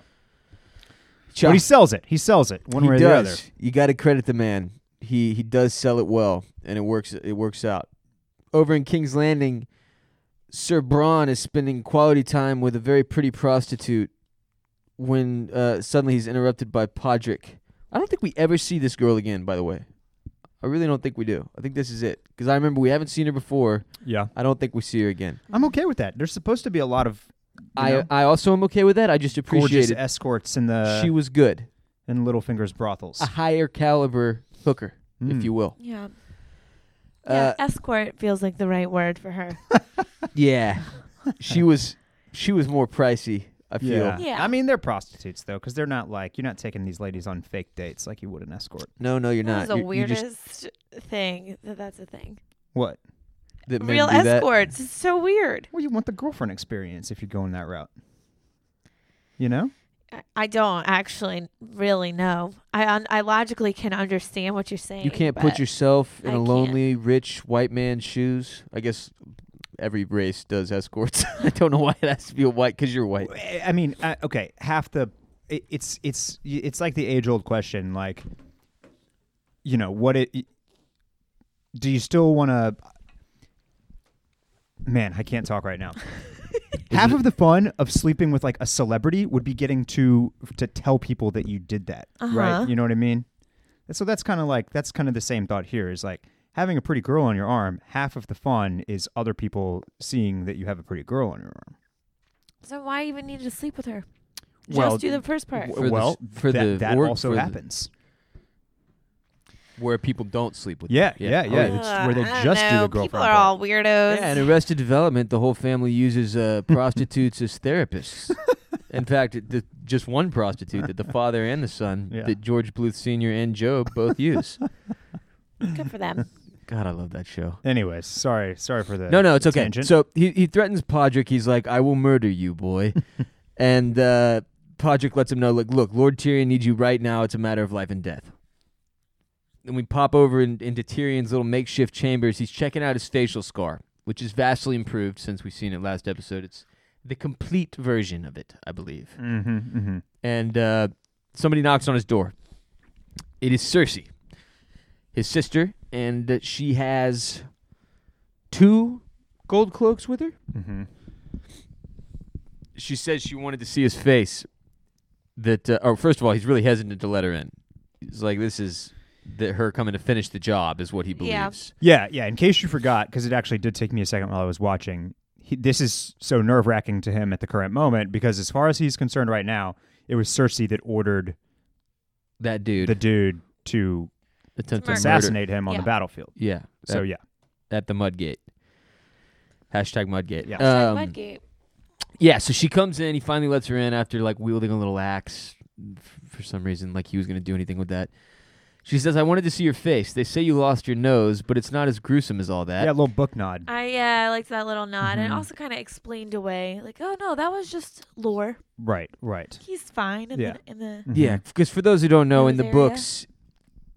[SPEAKER 2] Chuck,
[SPEAKER 3] but he sells it he sells it one
[SPEAKER 2] he
[SPEAKER 3] way or
[SPEAKER 2] does.
[SPEAKER 3] the other
[SPEAKER 2] You got to credit the man. He he does sell it well, and it works. It works out. Over in King's Landing, Sir Braun is spending quality time with a very pretty prostitute. When uh, suddenly he's interrupted by Podrick. I don't think we ever see this girl again. By the way, I really don't think we do. I think this is it because I remember we haven't seen her before.
[SPEAKER 3] yeah
[SPEAKER 2] I don't think we see her again.
[SPEAKER 3] I'm okay with that there's supposed to be a lot of you know,
[SPEAKER 2] I I also am okay with that. I just
[SPEAKER 3] gorgeous uh,
[SPEAKER 2] appreciate it.
[SPEAKER 3] escorts in the
[SPEAKER 2] she was good,
[SPEAKER 3] in Littlefinger's brothels
[SPEAKER 2] a higher caliber hooker, if
[SPEAKER 3] Mm.
[SPEAKER 2] you will.
[SPEAKER 4] Yeah. Yeah,
[SPEAKER 2] Uh,
[SPEAKER 4] escort feels like the right word for her.
[SPEAKER 2] Yeah, she was she was more pricey. I feel
[SPEAKER 3] yeah.
[SPEAKER 4] Yeah.
[SPEAKER 3] I mean they're prostitutes though, because they're not like you're not taking these ladies on fake dates like you would an escort.
[SPEAKER 2] no, no, you're
[SPEAKER 4] that
[SPEAKER 2] not.
[SPEAKER 4] was the
[SPEAKER 2] You're- you're just-
[SPEAKER 4] weirdest thing that that's a thing.
[SPEAKER 3] What?
[SPEAKER 2] that men
[SPEAKER 4] Real
[SPEAKER 2] do that.
[SPEAKER 4] escorts. It's so weird.
[SPEAKER 3] Well, you want the girlfriend experience if you're going that route. You know?
[SPEAKER 4] I- I don't actually really know. I un- I logically can understand what you're saying.
[SPEAKER 2] You can't
[SPEAKER 4] but
[SPEAKER 2] put yourself in
[SPEAKER 4] I
[SPEAKER 2] a
[SPEAKER 4] can't.
[SPEAKER 2] lonely, rich white man's shoes. I guess every race does escorts. I don't know why it has to be a white because you're white.
[SPEAKER 3] I I mean, uh, okay, half the it, it's it's it's like the age old question, like you know what it. Do you still want to? Man, I can't talk right now. half of the fun of sleeping with like a celebrity would be getting to to tell people that you did that,
[SPEAKER 13] Uh-huh.
[SPEAKER 3] right? You know what I mean? And So that's kind of like that's kind of the same thought here is like having a pretty girl on your arm. Half of the fun is other people seeing that you have a pretty girl on your arm.
[SPEAKER 4] So why even need to sleep with her?
[SPEAKER 3] Well,
[SPEAKER 4] Just do the first part.
[SPEAKER 3] w- well,
[SPEAKER 2] for
[SPEAKER 3] that-
[SPEAKER 2] the
[SPEAKER 3] that
[SPEAKER 2] work-
[SPEAKER 3] also
[SPEAKER 2] for the-
[SPEAKER 3] happens.
[SPEAKER 2] Where people don't sleep with.
[SPEAKER 3] Yeah,
[SPEAKER 2] them.
[SPEAKER 3] yeah, yeah.
[SPEAKER 2] Oh,
[SPEAKER 3] It's where they
[SPEAKER 4] I don't
[SPEAKER 3] just do
[SPEAKER 4] know.
[SPEAKER 3] the girlfriend.
[SPEAKER 4] People are all weirdos.
[SPEAKER 2] Yeah, in Arrested Development, the whole family uses uh, prostitutes as therapists. In fact, it, the, just one prostitute that the father and the son,
[SPEAKER 4] Yeah.
[SPEAKER 2] that George Bluth Sr. and Job both use.
[SPEAKER 4] Good for
[SPEAKER 2] Um,
[SPEAKER 4] them.
[SPEAKER 2] God, I love that show.
[SPEAKER 3] Anyways, sorry, sorry for the
[SPEAKER 2] No, no, it's okay.
[SPEAKER 3] tangent.
[SPEAKER 2] So he, he threatens Podrick. He's like, I will murder you, boy. and uh, Podrick lets him know, like, look, Lord Tyrion needs you right now. It's a matter of life and death. Then we pop over in, into Tyrion's little makeshift chambers. He's checking out his facial scar, which is vastly improved since we've seen it last episode. It's the complete version of it, I believe.
[SPEAKER 3] Mhm, mhm.
[SPEAKER 2] And uh, somebody knocks on his door. It is Cersei, his sister, and uh, she has two gold cloaks with her.
[SPEAKER 3] Mm-hmm.
[SPEAKER 2] She says she wanted to see his face. That, uh, or first of all, he's really hesitant to let her in. He's like, this is that her coming to finish the job is what he believes.
[SPEAKER 4] Yeah.
[SPEAKER 3] Yeah, yeah. In case you forgot, because it actually did take me a second while I was watching. He, this is so nerve wracking to him at the current moment because, as far as he's concerned, right now, it was Cersei that ordered
[SPEAKER 2] that dude,
[SPEAKER 3] the dude, to
[SPEAKER 2] attempt
[SPEAKER 3] to assassinate him on the battlefield.
[SPEAKER 2] Yeah.
[SPEAKER 3] So
[SPEAKER 2] at-
[SPEAKER 3] yeah.
[SPEAKER 2] At the Mudgate. Hashtag Mudgate. Yeah.
[SPEAKER 4] Hashtag Mudgate.
[SPEAKER 2] Yeah, so she comes in. He finally lets her in after like wielding a little axe f- for some reason, like he was going to do anything with that. She says, I wanted to see your face. They say you lost your nose, but it's not as gruesome as all that.
[SPEAKER 3] Yeah, a little book nod.
[SPEAKER 4] I yeah, I liked that little nod, and it
[SPEAKER 2] Mhm.
[SPEAKER 4] also kind of explained away, like, oh no, that was just lore.
[SPEAKER 3] Right, right.
[SPEAKER 4] He's fine. In
[SPEAKER 2] Yeah.
[SPEAKER 4] The, in the
[SPEAKER 2] Yeah, because for those who don't know, in the
[SPEAKER 4] Nose area.
[SPEAKER 2] books,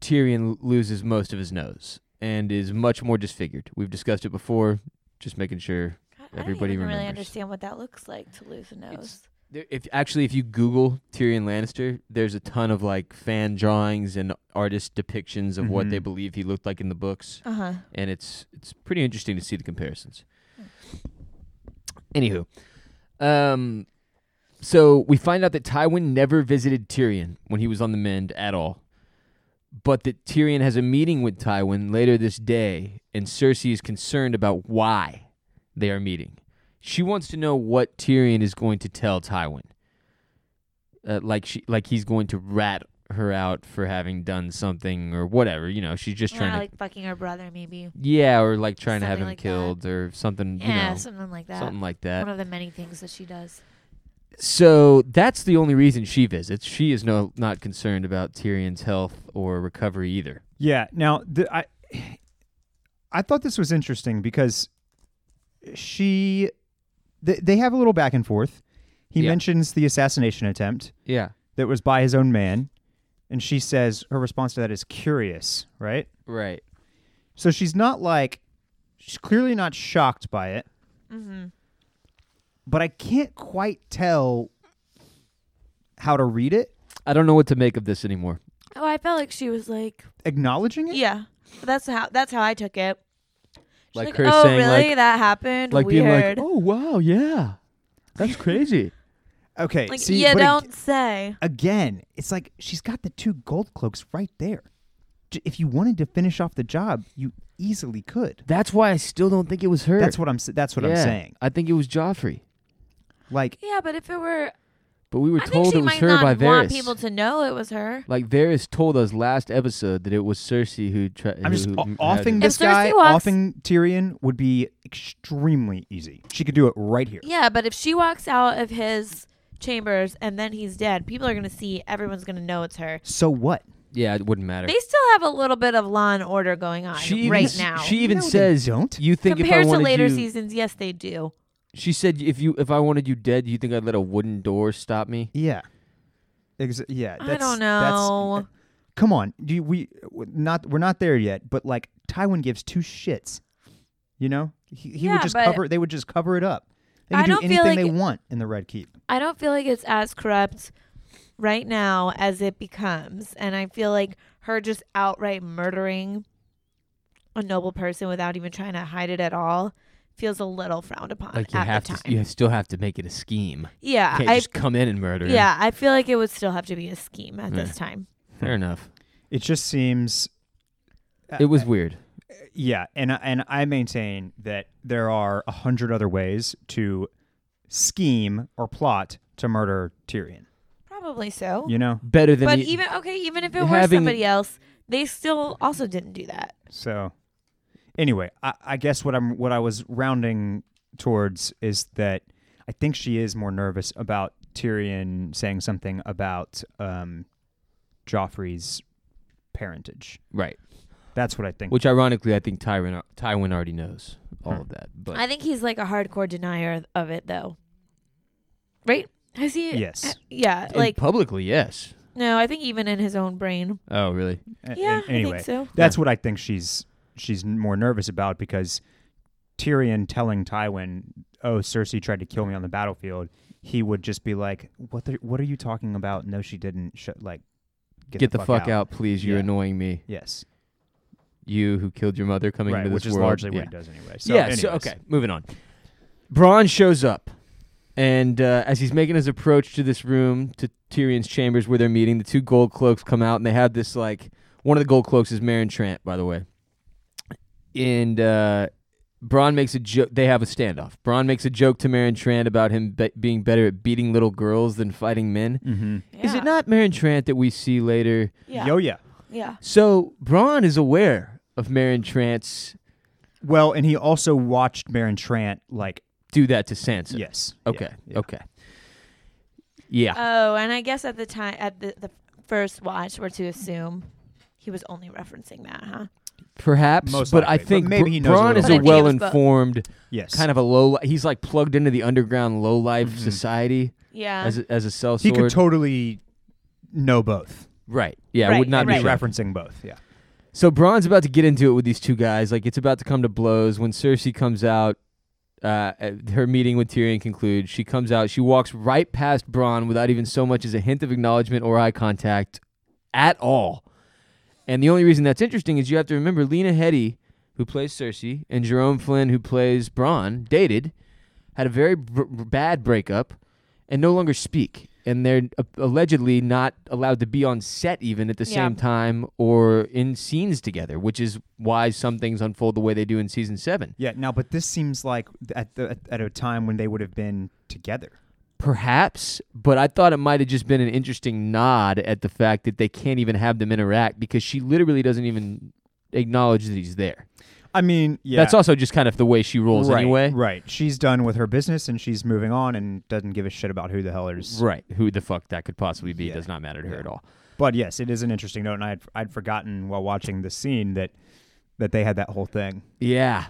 [SPEAKER 2] Tyrion l- loses most of his nose and is much more disfigured. We've discussed it before, just making sure everybody
[SPEAKER 4] I don't
[SPEAKER 2] remembers.
[SPEAKER 4] really understand what that looks like to lose a nose.
[SPEAKER 2] There- If actually, if you Google Tyrion Lannister, there's a ton of like fan drawings and artist depictions of what
[SPEAKER 3] Mhm.
[SPEAKER 2] they believe he looked like in the books,
[SPEAKER 4] Uh-huh.
[SPEAKER 2] and it's it's pretty interesting to see the comparisons. Anywho, um, so we find out that Tywin never visited Tyrion when he was on the mend at all, but that Tyrion has a meeting with Tywin later this day, and Cersei is concerned about why they are meeting. She wants to know what Tyrion is going to tell Tywin. Uh, like she, like he's going to rat her out for having done something or whatever. You know, she's just
[SPEAKER 4] Yeah,
[SPEAKER 2] trying to
[SPEAKER 4] like fucking her brother, maybe.
[SPEAKER 2] yeah, or like trying to have
[SPEAKER 4] Something
[SPEAKER 2] him
[SPEAKER 4] like that.
[SPEAKER 2] killed or something. you
[SPEAKER 4] yeah,
[SPEAKER 2] know,
[SPEAKER 4] something like that.
[SPEAKER 2] Something like that.
[SPEAKER 4] One of the many things that she does.
[SPEAKER 2] so that's the only reason she visits. She is no not concerned about Tyrion's health or recovery either.
[SPEAKER 3] Yeah. Now, the, I I thought this was interesting because she they, they have a little back and forth. He
[SPEAKER 2] Yeah.
[SPEAKER 3] mentions the assassination attempt.
[SPEAKER 2] Yeah.
[SPEAKER 3] That was by his own man, and she says her response to that is curious, right?
[SPEAKER 2] Right.
[SPEAKER 3] So she's not like she's clearly not shocked by it,
[SPEAKER 4] Mm-hmm.
[SPEAKER 3] but I can't quite tell how to read it.
[SPEAKER 2] I don't know what to make of this anymore.
[SPEAKER 4] Oh, I felt like she was like,
[SPEAKER 3] Acknowledging it?
[SPEAKER 4] yeah. That's how that's how I took it. She's
[SPEAKER 2] Like
[SPEAKER 4] like,
[SPEAKER 2] her
[SPEAKER 4] oh,
[SPEAKER 2] saying,
[SPEAKER 4] really?
[SPEAKER 2] like-
[SPEAKER 4] that happened.
[SPEAKER 2] like being like,
[SPEAKER 4] Weird.
[SPEAKER 2] "Oh wow, yeah, that's crazy."
[SPEAKER 3] Okay.
[SPEAKER 4] Like,
[SPEAKER 3] see,
[SPEAKER 4] you
[SPEAKER 3] but ag-
[SPEAKER 4] don't say.
[SPEAKER 3] Again, it's like she's got the two gold cloaks right there. J- If you wanted to finish off the job, you easily could.
[SPEAKER 2] That's why I still don't think it was her.
[SPEAKER 3] That's what I'm. s- That's what I'm
[SPEAKER 2] Yeah,
[SPEAKER 3] saying.
[SPEAKER 2] I think it was Joffrey.
[SPEAKER 3] Like,
[SPEAKER 4] Yeah, but if it were,
[SPEAKER 2] but we were
[SPEAKER 4] I think
[SPEAKER 2] told
[SPEAKER 4] she
[SPEAKER 2] it was
[SPEAKER 4] might
[SPEAKER 2] her
[SPEAKER 4] not
[SPEAKER 2] by
[SPEAKER 4] want
[SPEAKER 2] Varys.
[SPEAKER 4] people to know it was her.
[SPEAKER 2] like Varys told us last episode that it was Cersei who tried.
[SPEAKER 3] I'm just
[SPEAKER 2] who,
[SPEAKER 3] o-
[SPEAKER 2] who had
[SPEAKER 3] offing
[SPEAKER 2] it.
[SPEAKER 3] this
[SPEAKER 4] Cersei
[SPEAKER 3] guy.
[SPEAKER 4] walks-
[SPEAKER 3] offing Tyrion would be extremely easy. She could do it right here.
[SPEAKER 4] Yeah, but if she walks out of his chambers and then he's dead, people are gonna see. Everyone's gonna know it's her.
[SPEAKER 3] So what?
[SPEAKER 2] Yeah, it wouldn't matter.
[SPEAKER 4] They still have a little bit of law and order going on
[SPEAKER 2] she even,
[SPEAKER 4] right
[SPEAKER 2] s-
[SPEAKER 4] now.
[SPEAKER 2] She even says,
[SPEAKER 3] "Don't
[SPEAKER 2] you think
[SPEAKER 4] compared
[SPEAKER 2] if I
[SPEAKER 4] to
[SPEAKER 2] wanted
[SPEAKER 4] later
[SPEAKER 2] you?"
[SPEAKER 4] seasons, yes, they do.
[SPEAKER 2] She said, "If you, if I wanted you dead, you think I'd let a wooden door stop me?"
[SPEAKER 3] Yeah. Ex- yeah.
[SPEAKER 4] I
[SPEAKER 3] That's,
[SPEAKER 4] don't
[SPEAKER 3] that's-
[SPEAKER 4] know.
[SPEAKER 3] come on. Do you, we we're not we're not there yet? But like Tywin gives two shits. You know. He, he
[SPEAKER 4] Yeah,
[SPEAKER 3] would just
[SPEAKER 4] but-
[SPEAKER 3] cover. They would just cover it up. They
[SPEAKER 4] I
[SPEAKER 3] can do
[SPEAKER 4] don't feel
[SPEAKER 3] anything they
[SPEAKER 4] like-
[SPEAKER 3] want in the Red Keep.
[SPEAKER 4] I don't feel like it's as corrupt right now as it becomes. And I feel like her just outright murdering a noble person without even trying to hide it at all feels a little frowned upon
[SPEAKER 2] Like you
[SPEAKER 4] Uh, at
[SPEAKER 2] have
[SPEAKER 4] the time.
[SPEAKER 2] to, you still have to make it a scheme.
[SPEAKER 4] Yeah,
[SPEAKER 2] you can't
[SPEAKER 4] I-
[SPEAKER 2] just come in and murder. him.
[SPEAKER 4] Yeah, I feel like it would still have to be a scheme at
[SPEAKER 2] Yeah.
[SPEAKER 4] this time.
[SPEAKER 2] fair enough.
[SPEAKER 3] It just seems. uh,
[SPEAKER 2] It was weird.
[SPEAKER 3] Yeah, and I- and I maintain that there are a hundred other ways to scheme or plot to murder Tyrion.
[SPEAKER 4] Probably so.
[SPEAKER 3] You know,
[SPEAKER 2] better e-
[SPEAKER 4] but even okay, even if it were
[SPEAKER 3] having-
[SPEAKER 4] somebody else, they still also didn't do that.
[SPEAKER 3] So, anyway, I, I guess what I'm what I was rounding towards is that I think she is more nervous about Tyrion saying something about um, Joffrey's parentage.
[SPEAKER 2] Right.
[SPEAKER 3] That's what I think.
[SPEAKER 2] Which ironically, I think Tywin uh, Tywin already knows all
[SPEAKER 3] Hmm.
[SPEAKER 2] of that. But
[SPEAKER 4] I think he's like a hardcore denier of it, though. Right? Has he? uh,
[SPEAKER 2] Yes.
[SPEAKER 4] Yeah.
[SPEAKER 2] And
[SPEAKER 4] Like
[SPEAKER 2] publicly, yes.
[SPEAKER 4] no, I think even in his own brain.
[SPEAKER 2] Oh, really?
[SPEAKER 3] A-
[SPEAKER 4] Yeah, I
[SPEAKER 3] and
[SPEAKER 4] think
[SPEAKER 3] anyway,
[SPEAKER 4] so.
[SPEAKER 3] that's what I think she's she's n- more nervous about because Tyrion telling Tywin, "Oh, Cersei tried to kill me on the battlefield," he would just be like, "What? The, what are you talking about? No, she didn't. Sh- like,
[SPEAKER 2] Get, the, fuck, out. please. You're
[SPEAKER 3] Yeah.
[SPEAKER 2] annoying me.
[SPEAKER 3] Yes.
[SPEAKER 2] You who killed your mother coming
[SPEAKER 3] Right,
[SPEAKER 2] into this
[SPEAKER 3] which is
[SPEAKER 2] world.
[SPEAKER 3] largely what
[SPEAKER 2] yeah.
[SPEAKER 3] he does anyway. So
[SPEAKER 2] yeah. So
[SPEAKER 3] anyways.
[SPEAKER 2] okay, moving on. Braun shows up, and uh, as he's making his approach to this room, to Tyrion's chambers where they're meeting, the two gold cloaks come out, and they have this like one of the gold cloaks is Marin Trant, by the way. And uh, Braun makes a joke. They have a standoff. Braun makes a joke to Marin Trant about him be- being better at beating little girls than fighting men.
[SPEAKER 4] Mm-hmm.
[SPEAKER 2] Is it not Marin Trant that we see later?
[SPEAKER 4] Yeah.
[SPEAKER 3] Oh,
[SPEAKER 4] Yo-yo. Yeah.
[SPEAKER 2] So Braun is aware of Marin Trant's
[SPEAKER 3] Well, and he also watched Marin Trant like
[SPEAKER 2] do that to Sansa.
[SPEAKER 3] Yes.
[SPEAKER 2] Okay. Okay. Yeah.
[SPEAKER 4] Oh, and I guess at the time, at the, the first watch, we're to assume he was only referencing that, huh?
[SPEAKER 2] Perhaps,
[SPEAKER 3] Most
[SPEAKER 2] but I
[SPEAKER 3] likely, but
[SPEAKER 2] think
[SPEAKER 3] maybe
[SPEAKER 2] Br-
[SPEAKER 3] he knows a
[SPEAKER 2] Braun
[SPEAKER 3] little
[SPEAKER 2] is
[SPEAKER 3] bit
[SPEAKER 2] a
[SPEAKER 3] about it.
[SPEAKER 2] well-informed,
[SPEAKER 3] Yes. Mm-hmm.
[SPEAKER 2] kind of a low. He's like plugged into the underground low-life society.
[SPEAKER 4] Yeah.
[SPEAKER 2] as a, as a cell
[SPEAKER 3] He
[SPEAKER 2] sword.
[SPEAKER 3] could totally know both.
[SPEAKER 2] Right. Yeah, it would not be shocking.
[SPEAKER 3] referencing both. Yeah.
[SPEAKER 2] So Braun's about to get into it with these two guys. Like it's about to come to blows when Cersei comes out. Uh, at her meeting with Tyrion concludes. She comes out. She walks right past Braun without even so much as a hint of acknowledgement or eye contact at all. And the only reason that's interesting is you have to remember Lena Headey, who plays Cersei, and Jerome Flynn, who plays Braun, dated, had a very br- br- bad breakup, and no longer speak. And they're uh, allegedly not allowed to be on set even at the
[SPEAKER 4] Yeah.
[SPEAKER 2] same time or in scenes together, which is why some things unfold the way they do in season seven.
[SPEAKER 3] Yeah. Now, but this seems like at the at a time when they would have been together.
[SPEAKER 2] Perhaps, but I thought it might have just been an interesting nod at the fact that they can't even have them interact because she literally doesn't even acknowledge that he's there.
[SPEAKER 3] I mean, yeah.
[SPEAKER 2] That's also just kind of the way she rolls
[SPEAKER 3] right,
[SPEAKER 2] anyway.
[SPEAKER 3] Right. She's done with her business and she's moving on and doesn't give a shit about who the hell is.
[SPEAKER 2] Right. Who the fuck that could possibly be does not matter to her at all.
[SPEAKER 3] But yes, it is an interesting note, and I'd I'd forgotten while watching the scene that that they had that whole thing.
[SPEAKER 2] Yeah.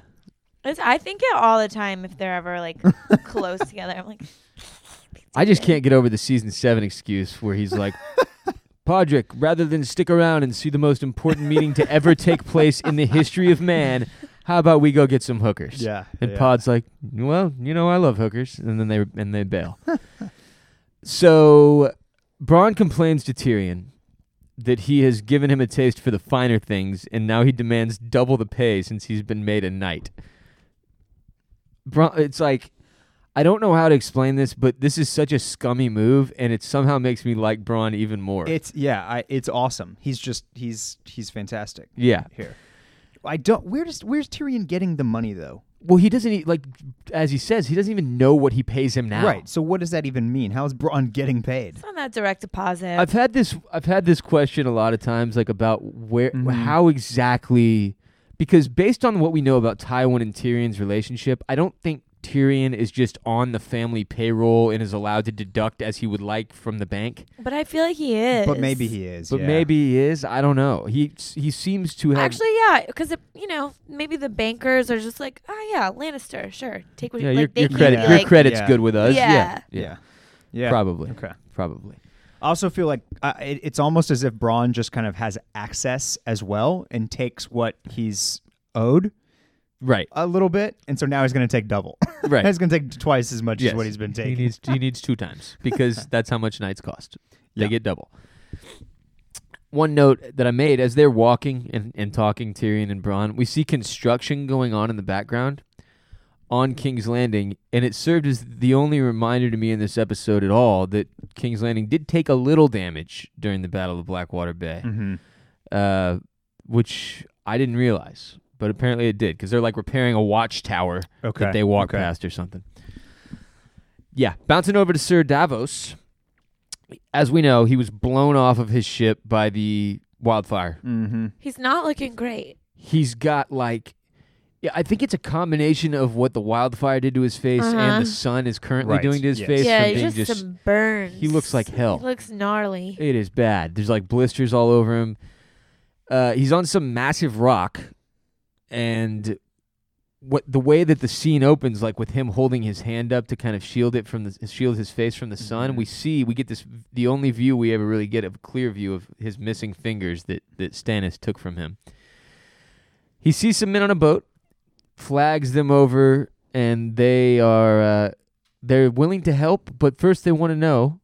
[SPEAKER 4] It's, I think it all the time if they're ever like close together. I'm like,
[SPEAKER 2] I just can't get over the season seven excuse where he's like, Podrick, rather than stick around and see the most important meeting to ever take place in the history of man, how about we go get some hookers?
[SPEAKER 3] Yeah,
[SPEAKER 2] And
[SPEAKER 3] yeah.
[SPEAKER 2] Pod's like, well, you know, I love hookers, and then they and they bail. so Braun complains to Tyrion that he has given him a taste for the finer things, and now he demands double the pay since he's been made a knight. Bron- it's like I don't know how to explain this, but this is such a scummy move, and it somehow makes me like Braun even more.
[SPEAKER 3] It's yeah, I, it's awesome. He's just he's he's fantastic.
[SPEAKER 2] Yeah.
[SPEAKER 3] Here. I don't where does where's Tyrion getting the money though?
[SPEAKER 2] well, he doesn't e- like, as he says, he doesn't even know what he pays him now.
[SPEAKER 3] Right. So what does that even mean? How is Braun getting paid?
[SPEAKER 4] it's not that direct deposit.
[SPEAKER 2] I've had this I've had this question a lot of times like about where
[SPEAKER 3] Mm-hmm.
[SPEAKER 2] how exactly because based on what we know about Tywin and Tyrion's relationship, I don't think Tyrion is just on the family payroll and is allowed to deduct as he would like from the bank.
[SPEAKER 4] but I feel like he is.
[SPEAKER 3] he is.
[SPEAKER 2] But
[SPEAKER 3] yeah.
[SPEAKER 2] maybe he is. I don't know. He he seems to have
[SPEAKER 4] Actually, yeah, because you know maybe the bankers are just like, oh yeah, Lannister, sure, take what
[SPEAKER 2] yeah,
[SPEAKER 4] you
[SPEAKER 2] your,
[SPEAKER 4] like, they
[SPEAKER 2] your
[SPEAKER 4] can
[SPEAKER 2] credit
[SPEAKER 4] be
[SPEAKER 2] your
[SPEAKER 4] like-
[SPEAKER 2] credit's good with us.
[SPEAKER 4] Yeah.
[SPEAKER 2] Yeah. Yeah.
[SPEAKER 3] Yeah. Yeah.
[SPEAKER 2] Probably.
[SPEAKER 3] Okay.
[SPEAKER 2] Probably.
[SPEAKER 3] I also feel like uh, it, it's almost as if Braun just kind of has access as well and takes what he's owed.
[SPEAKER 2] Right.
[SPEAKER 3] A little bit, and so now he's going to take double.
[SPEAKER 2] Right.
[SPEAKER 3] he's going to take twice as much
[SPEAKER 2] Yes.
[SPEAKER 3] as what he's been taking.
[SPEAKER 2] He needs he needs two times because that's how much nights cost. They get double. One note that I made as they're walking and, and talking Tyrion and Bronn, we see construction going on in the background on King's Landing, and it served as the only reminder to me in this episode at all that King's Landing did take a little damage during the Battle of Blackwater Bay,
[SPEAKER 3] Mhm.
[SPEAKER 2] uh, which I didn't realize, but apparently it did because they're like repairing a watchtower
[SPEAKER 3] Okay,
[SPEAKER 2] that they walk
[SPEAKER 3] okay.
[SPEAKER 2] past or something. Yeah, bouncing over to Sir Davos. As we know, he was blown off of his ship by the wildfire.
[SPEAKER 3] Mm-hmm.
[SPEAKER 4] He's not looking great.
[SPEAKER 2] He's got like, yeah, I think it's a combination of what the wildfire did to his face
[SPEAKER 4] Uh-huh.
[SPEAKER 2] and the sun is currently
[SPEAKER 3] Right,
[SPEAKER 2] doing to his
[SPEAKER 3] yes.
[SPEAKER 2] face.
[SPEAKER 4] yeah,
[SPEAKER 2] from
[SPEAKER 4] he's
[SPEAKER 2] being
[SPEAKER 4] just, some burns.
[SPEAKER 2] He looks like hell.
[SPEAKER 4] He looks gnarly.
[SPEAKER 2] It is bad. There's like blisters all over him. Uh, he's on some massive rock, and what the way that the scene opens, like with him holding his hand up to kind of shield it from the shield his face from the sun. We see we get this the only view we ever really get of a clear view of his missing fingers that that Stannis took from him. He sees some men on a boat, flags them over, and they are uh, they're willing to help, but first they want to know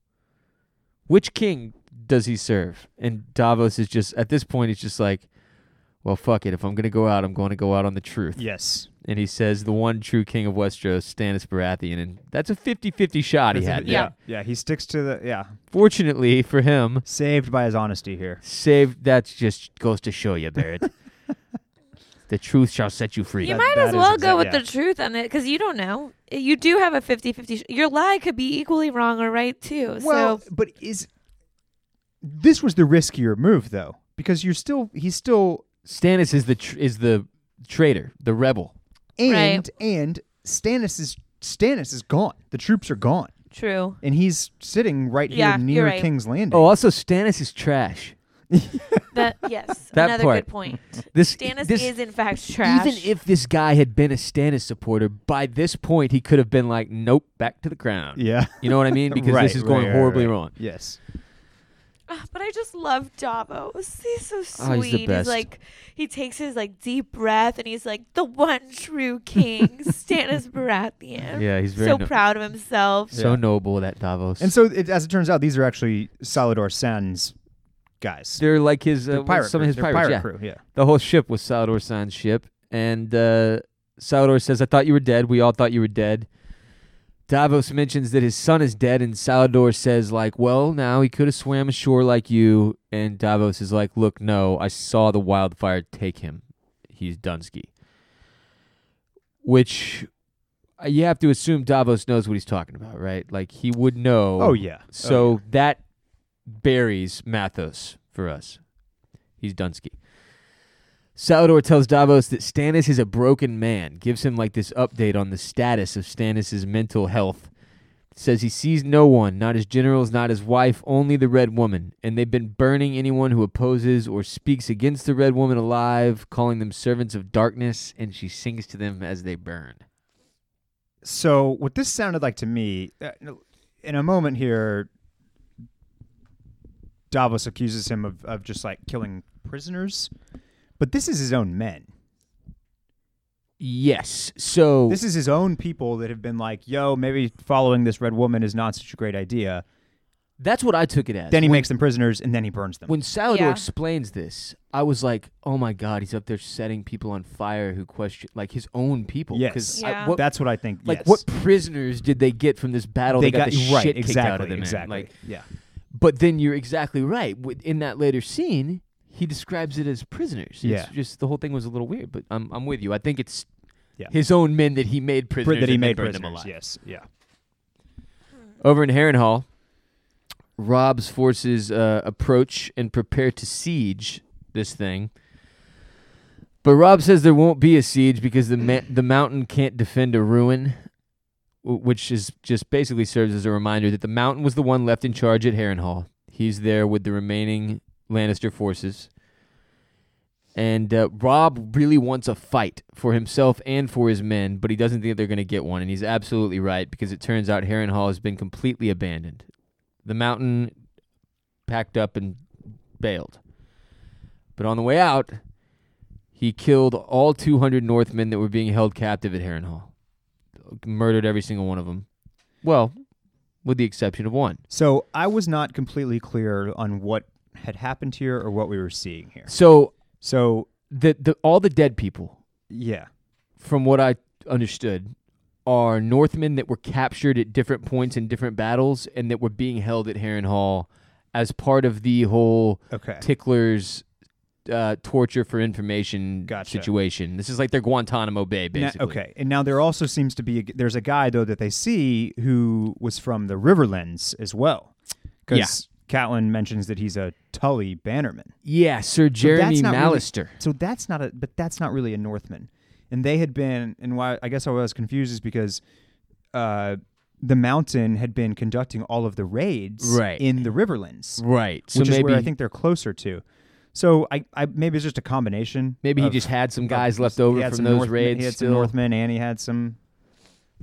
[SPEAKER 2] which king does he serve? And Davos is just at this point he's just like, well, fuck it. If I'm gonna go out, I'm going to go out on the truth.
[SPEAKER 3] Yes.
[SPEAKER 2] And he says the one true king of Westeros, Stannis Baratheon, and that's a 50-50 shot he had.
[SPEAKER 3] yeah. Yeah. He sticks to the yeah.
[SPEAKER 2] Fortunately for him,
[SPEAKER 3] Saved by his honesty here.
[SPEAKER 2] saved. That just goes to show you, Barrett. the truth shall set you free.
[SPEAKER 4] You might as well go with the truth on it because you don't know. You do have a 50 50. Sh- your lie could be equally wrong or right, too.
[SPEAKER 3] Well,
[SPEAKER 4] so,
[SPEAKER 3] but is this was the riskier move though because you're still he's still
[SPEAKER 2] Stannis is the tr- is the traitor, the rebel.
[SPEAKER 3] and
[SPEAKER 4] Right.
[SPEAKER 3] and Stannis is Stannis is gone. The troops are gone,
[SPEAKER 4] true.
[SPEAKER 3] and he's sitting right
[SPEAKER 4] Yeah,
[SPEAKER 3] here
[SPEAKER 4] you're
[SPEAKER 3] near
[SPEAKER 4] right.
[SPEAKER 3] King's Landing.
[SPEAKER 2] Oh, also Stannis is trash.
[SPEAKER 4] That, yes.
[SPEAKER 2] That
[SPEAKER 4] another
[SPEAKER 2] part.
[SPEAKER 4] good point.
[SPEAKER 2] This
[SPEAKER 4] Stannis
[SPEAKER 2] this,
[SPEAKER 4] is, in fact, trash.
[SPEAKER 2] Even if this guy had been a Stannis supporter, by this point he could have been like, "Nope, back to the crown."
[SPEAKER 3] Yeah.
[SPEAKER 2] you know what I mean? Because
[SPEAKER 3] Right,
[SPEAKER 2] this is going
[SPEAKER 3] right, right,
[SPEAKER 2] horribly
[SPEAKER 3] right.
[SPEAKER 2] wrong.
[SPEAKER 3] Yes.
[SPEAKER 4] Ah, but I just love Davos. He's so sweet.
[SPEAKER 2] Oh, he's the best.
[SPEAKER 4] like, he takes his like deep breath and he's like the one true king, Stannis Baratheon.
[SPEAKER 2] Yeah, he's very
[SPEAKER 4] so
[SPEAKER 2] no-
[SPEAKER 4] proud of himself.
[SPEAKER 2] So
[SPEAKER 3] Yeah.
[SPEAKER 2] noble that Davos.
[SPEAKER 3] And so, it, as it turns out, these are actually Salador San's guys.
[SPEAKER 2] they're like his uh,
[SPEAKER 3] They're pirate
[SPEAKER 2] some
[SPEAKER 3] crew.
[SPEAKER 2] of his
[SPEAKER 3] They're
[SPEAKER 2] pirates.
[SPEAKER 3] pirate
[SPEAKER 2] yeah.
[SPEAKER 3] crew, yeah.
[SPEAKER 2] the whole ship was Salador San's ship, and uh, Salador says, "I thought you were dead. We all thought you were dead." Davos mentions that his son is dead, and Salador says, "Like, well, now he could have swam ashore like you." And Davos is like, "Look, no, I saw the wildfire take him. He's Dunsky." Which uh, you have to assume Davos knows what he's talking about, right? Like he would know.
[SPEAKER 3] Oh, yeah. Oh,
[SPEAKER 2] So that buries Mathos for us. He's Dunsky. Salador tells Davos that Stannis is a broken man, gives him like this update on the status of Stannis' mental health. Says he sees no one, not his generals, not his wife, only the Red Woman, and they've been burning anyone who opposes or speaks against the Red Woman alive, calling them servants of darkness, and she sings to them as they burn.
[SPEAKER 3] So, what this sounded like to me, uh, in a moment here, Davos accuses him of, of just like killing prisoners, but this is his own men.
[SPEAKER 2] Yes. So
[SPEAKER 3] This is his own people that have been like, yo, maybe following this red woman is not such a great idea.
[SPEAKER 2] that's what I took it as.
[SPEAKER 3] Then he makes them prisoners and then he burns them.
[SPEAKER 2] When Salador
[SPEAKER 4] Yeah.
[SPEAKER 2] explains this, I was like, "Oh my god, he's up there setting people on fire who question like his own people." 'cause
[SPEAKER 3] yes.
[SPEAKER 4] I- Yeah.
[SPEAKER 2] what-
[SPEAKER 3] That's what I think.
[SPEAKER 2] like
[SPEAKER 3] yes.
[SPEAKER 2] what prisoners did they get from this battle? They, got, the
[SPEAKER 3] right,
[SPEAKER 2] shit kicked
[SPEAKER 3] exactly,
[SPEAKER 2] out of them. in?
[SPEAKER 3] Exactly.
[SPEAKER 2] Like,
[SPEAKER 3] yeah.
[SPEAKER 2] but then you're exactly right. Wi- In that later scene, he describes it as prisoners.
[SPEAKER 3] Yeah.
[SPEAKER 2] It's just the whole thing was a little weird. But I'm I'm with you. I think it's
[SPEAKER 3] Yeah.
[SPEAKER 2] his own men that he made prisoners.
[SPEAKER 3] that he
[SPEAKER 2] and then
[SPEAKER 3] made
[SPEAKER 2] burned
[SPEAKER 3] prisoners.
[SPEAKER 2] them alive.
[SPEAKER 3] Yes. Yeah.
[SPEAKER 2] Over in Harrenhal, Rob's forces uh, approach and prepare to siege this thing. But Rob says there won't be a siege because the ma- the mountain can't defend a ruin, w- which is just basically serves as a reminder that the mountain was the one left in charge at Harrenhal. He's there with the remaining Lannister forces. And uh, Rob really wants a fight for himself and for his men, but he doesn't think they're going to get one. And he's absolutely right because it turns out Harrenhal has been completely abandoned. The mountain packed up and bailed. But on the way out, He killed all 200 Northmen that were being held captive at Harrenhal. Murdered every single one of them. Well, with the exception of one.
[SPEAKER 3] So I was not completely clear on what had happened here or what we were seeing here.
[SPEAKER 2] So
[SPEAKER 3] so
[SPEAKER 2] the the all the dead people.
[SPEAKER 3] Yeah.
[SPEAKER 2] From what I understood, are Northmen that were captured at different points in different battles and that were being held at Harrenhal as part of the whole
[SPEAKER 3] Okay.
[SPEAKER 2] Tickler's uh, torture for information
[SPEAKER 3] Gotcha.
[SPEAKER 2] situation. This is like their Guantanamo Bay,
[SPEAKER 3] Na-
[SPEAKER 2] basically.
[SPEAKER 3] okay, and now there also seems to be a, there's a guy though that they see who was from the Riverlands as well, because Catlin mentions that he's a Tully bannerman.
[SPEAKER 2] Yeah, Sir
[SPEAKER 3] So that's
[SPEAKER 2] Jeremy
[SPEAKER 3] not really-
[SPEAKER 2] Mallister.
[SPEAKER 3] so that's not a, but that's not really a Northman. And they had been, and why I guess I was confused is because uh, the Mountain had been conducting all of the raids
[SPEAKER 2] Right.
[SPEAKER 3] in the Riverlands,
[SPEAKER 2] Right. So
[SPEAKER 3] which is where I
[SPEAKER 2] maybe-
[SPEAKER 3] think they're closer to. So I, I maybe it's just a combination.
[SPEAKER 2] Maybe he
[SPEAKER 3] of-
[SPEAKER 2] just had some
[SPEAKER 3] of-
[SPEAKER 2] guys left over
[SPEAKER 3] he had
[SPEAKER 2] from
[SPEAKER 3] some
[SPEAKER 2] those
[SPEAKER 3] Northmen-
[SPEAKER 2] raids
[SPEAKER 3] He had
[SPEAKER 2] still.
[SPEAKER 3] some Northmen and he had some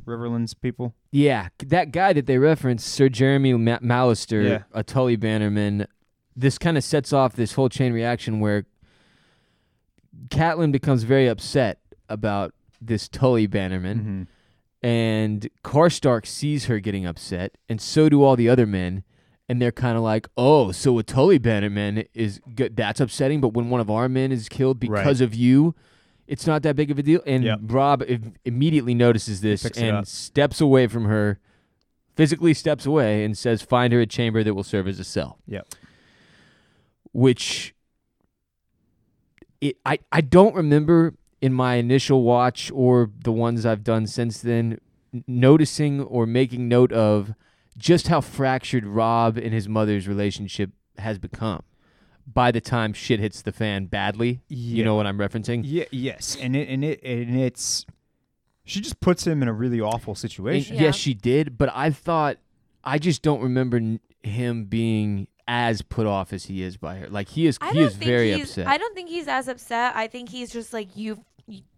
[SPEAKER 3] Riverlands people.
[SPEAKER 2] Yeah, that guy that they referenced, Sir Jeremy Ma- Mallister,
[SPEAKER 3] Yeah.
[SPEAKER 2] a Tully bannerman, this kind of sets off this whole chain reaction where Catelyn becomes very upset about this Tully bannerman,
[SPEAKER 3] Mm-hmm.
[SPEAKER 2] and Karstark sees her getting upset, and so do all the other men. And they're kind of like, oh, so a Tully bannerman is good. That's upsetting, but when one of our men is killed because of you, it's not that big of a deal. And
[SPEAKER 3] Yep.
[SPEAKER 2] Rob i- immediately notices this
[SPEAKER 3] picks it
[SPEAKER 2] and
[SPEAKER 3] up.
[SPEAKER 2] steps away from her, physically steps away and says, "Find her a chamber that will serve as a cell."
[SPEAKER 3] Yep.
[SPEAKER 2] Which it I I don't remember in my initial watch or the ones I've done since then n- noticing or making note of just how fractured Rob and his mother's relationship has become by the time shit hits the fan badly. You know
[SPEAKER 3] Yeah.
[SPEAKER 2] what I'm referencing?
[SPEAKER 3] Yeah, yes, and it and it and it's she just puts him in a really awful
[SPEAKER 2] And
[SPEAKER 3] situation.
[SPEAKER 2] Yes, she did, but I thought I just don't remember n- him being as put off as he is by her. Like he is,
[SPEAKER 4] I
[SPEAKER 2] he
[SPEAKER 4] don't
[SPEAKER 2] is
[SPEAKER 4] think
[SPEAKER 2] very
[SPEAKER 4] he's,
[SPEAKER 2] upset.
[SPEAKER 4] I don't think he's as upset. I think he's just like you.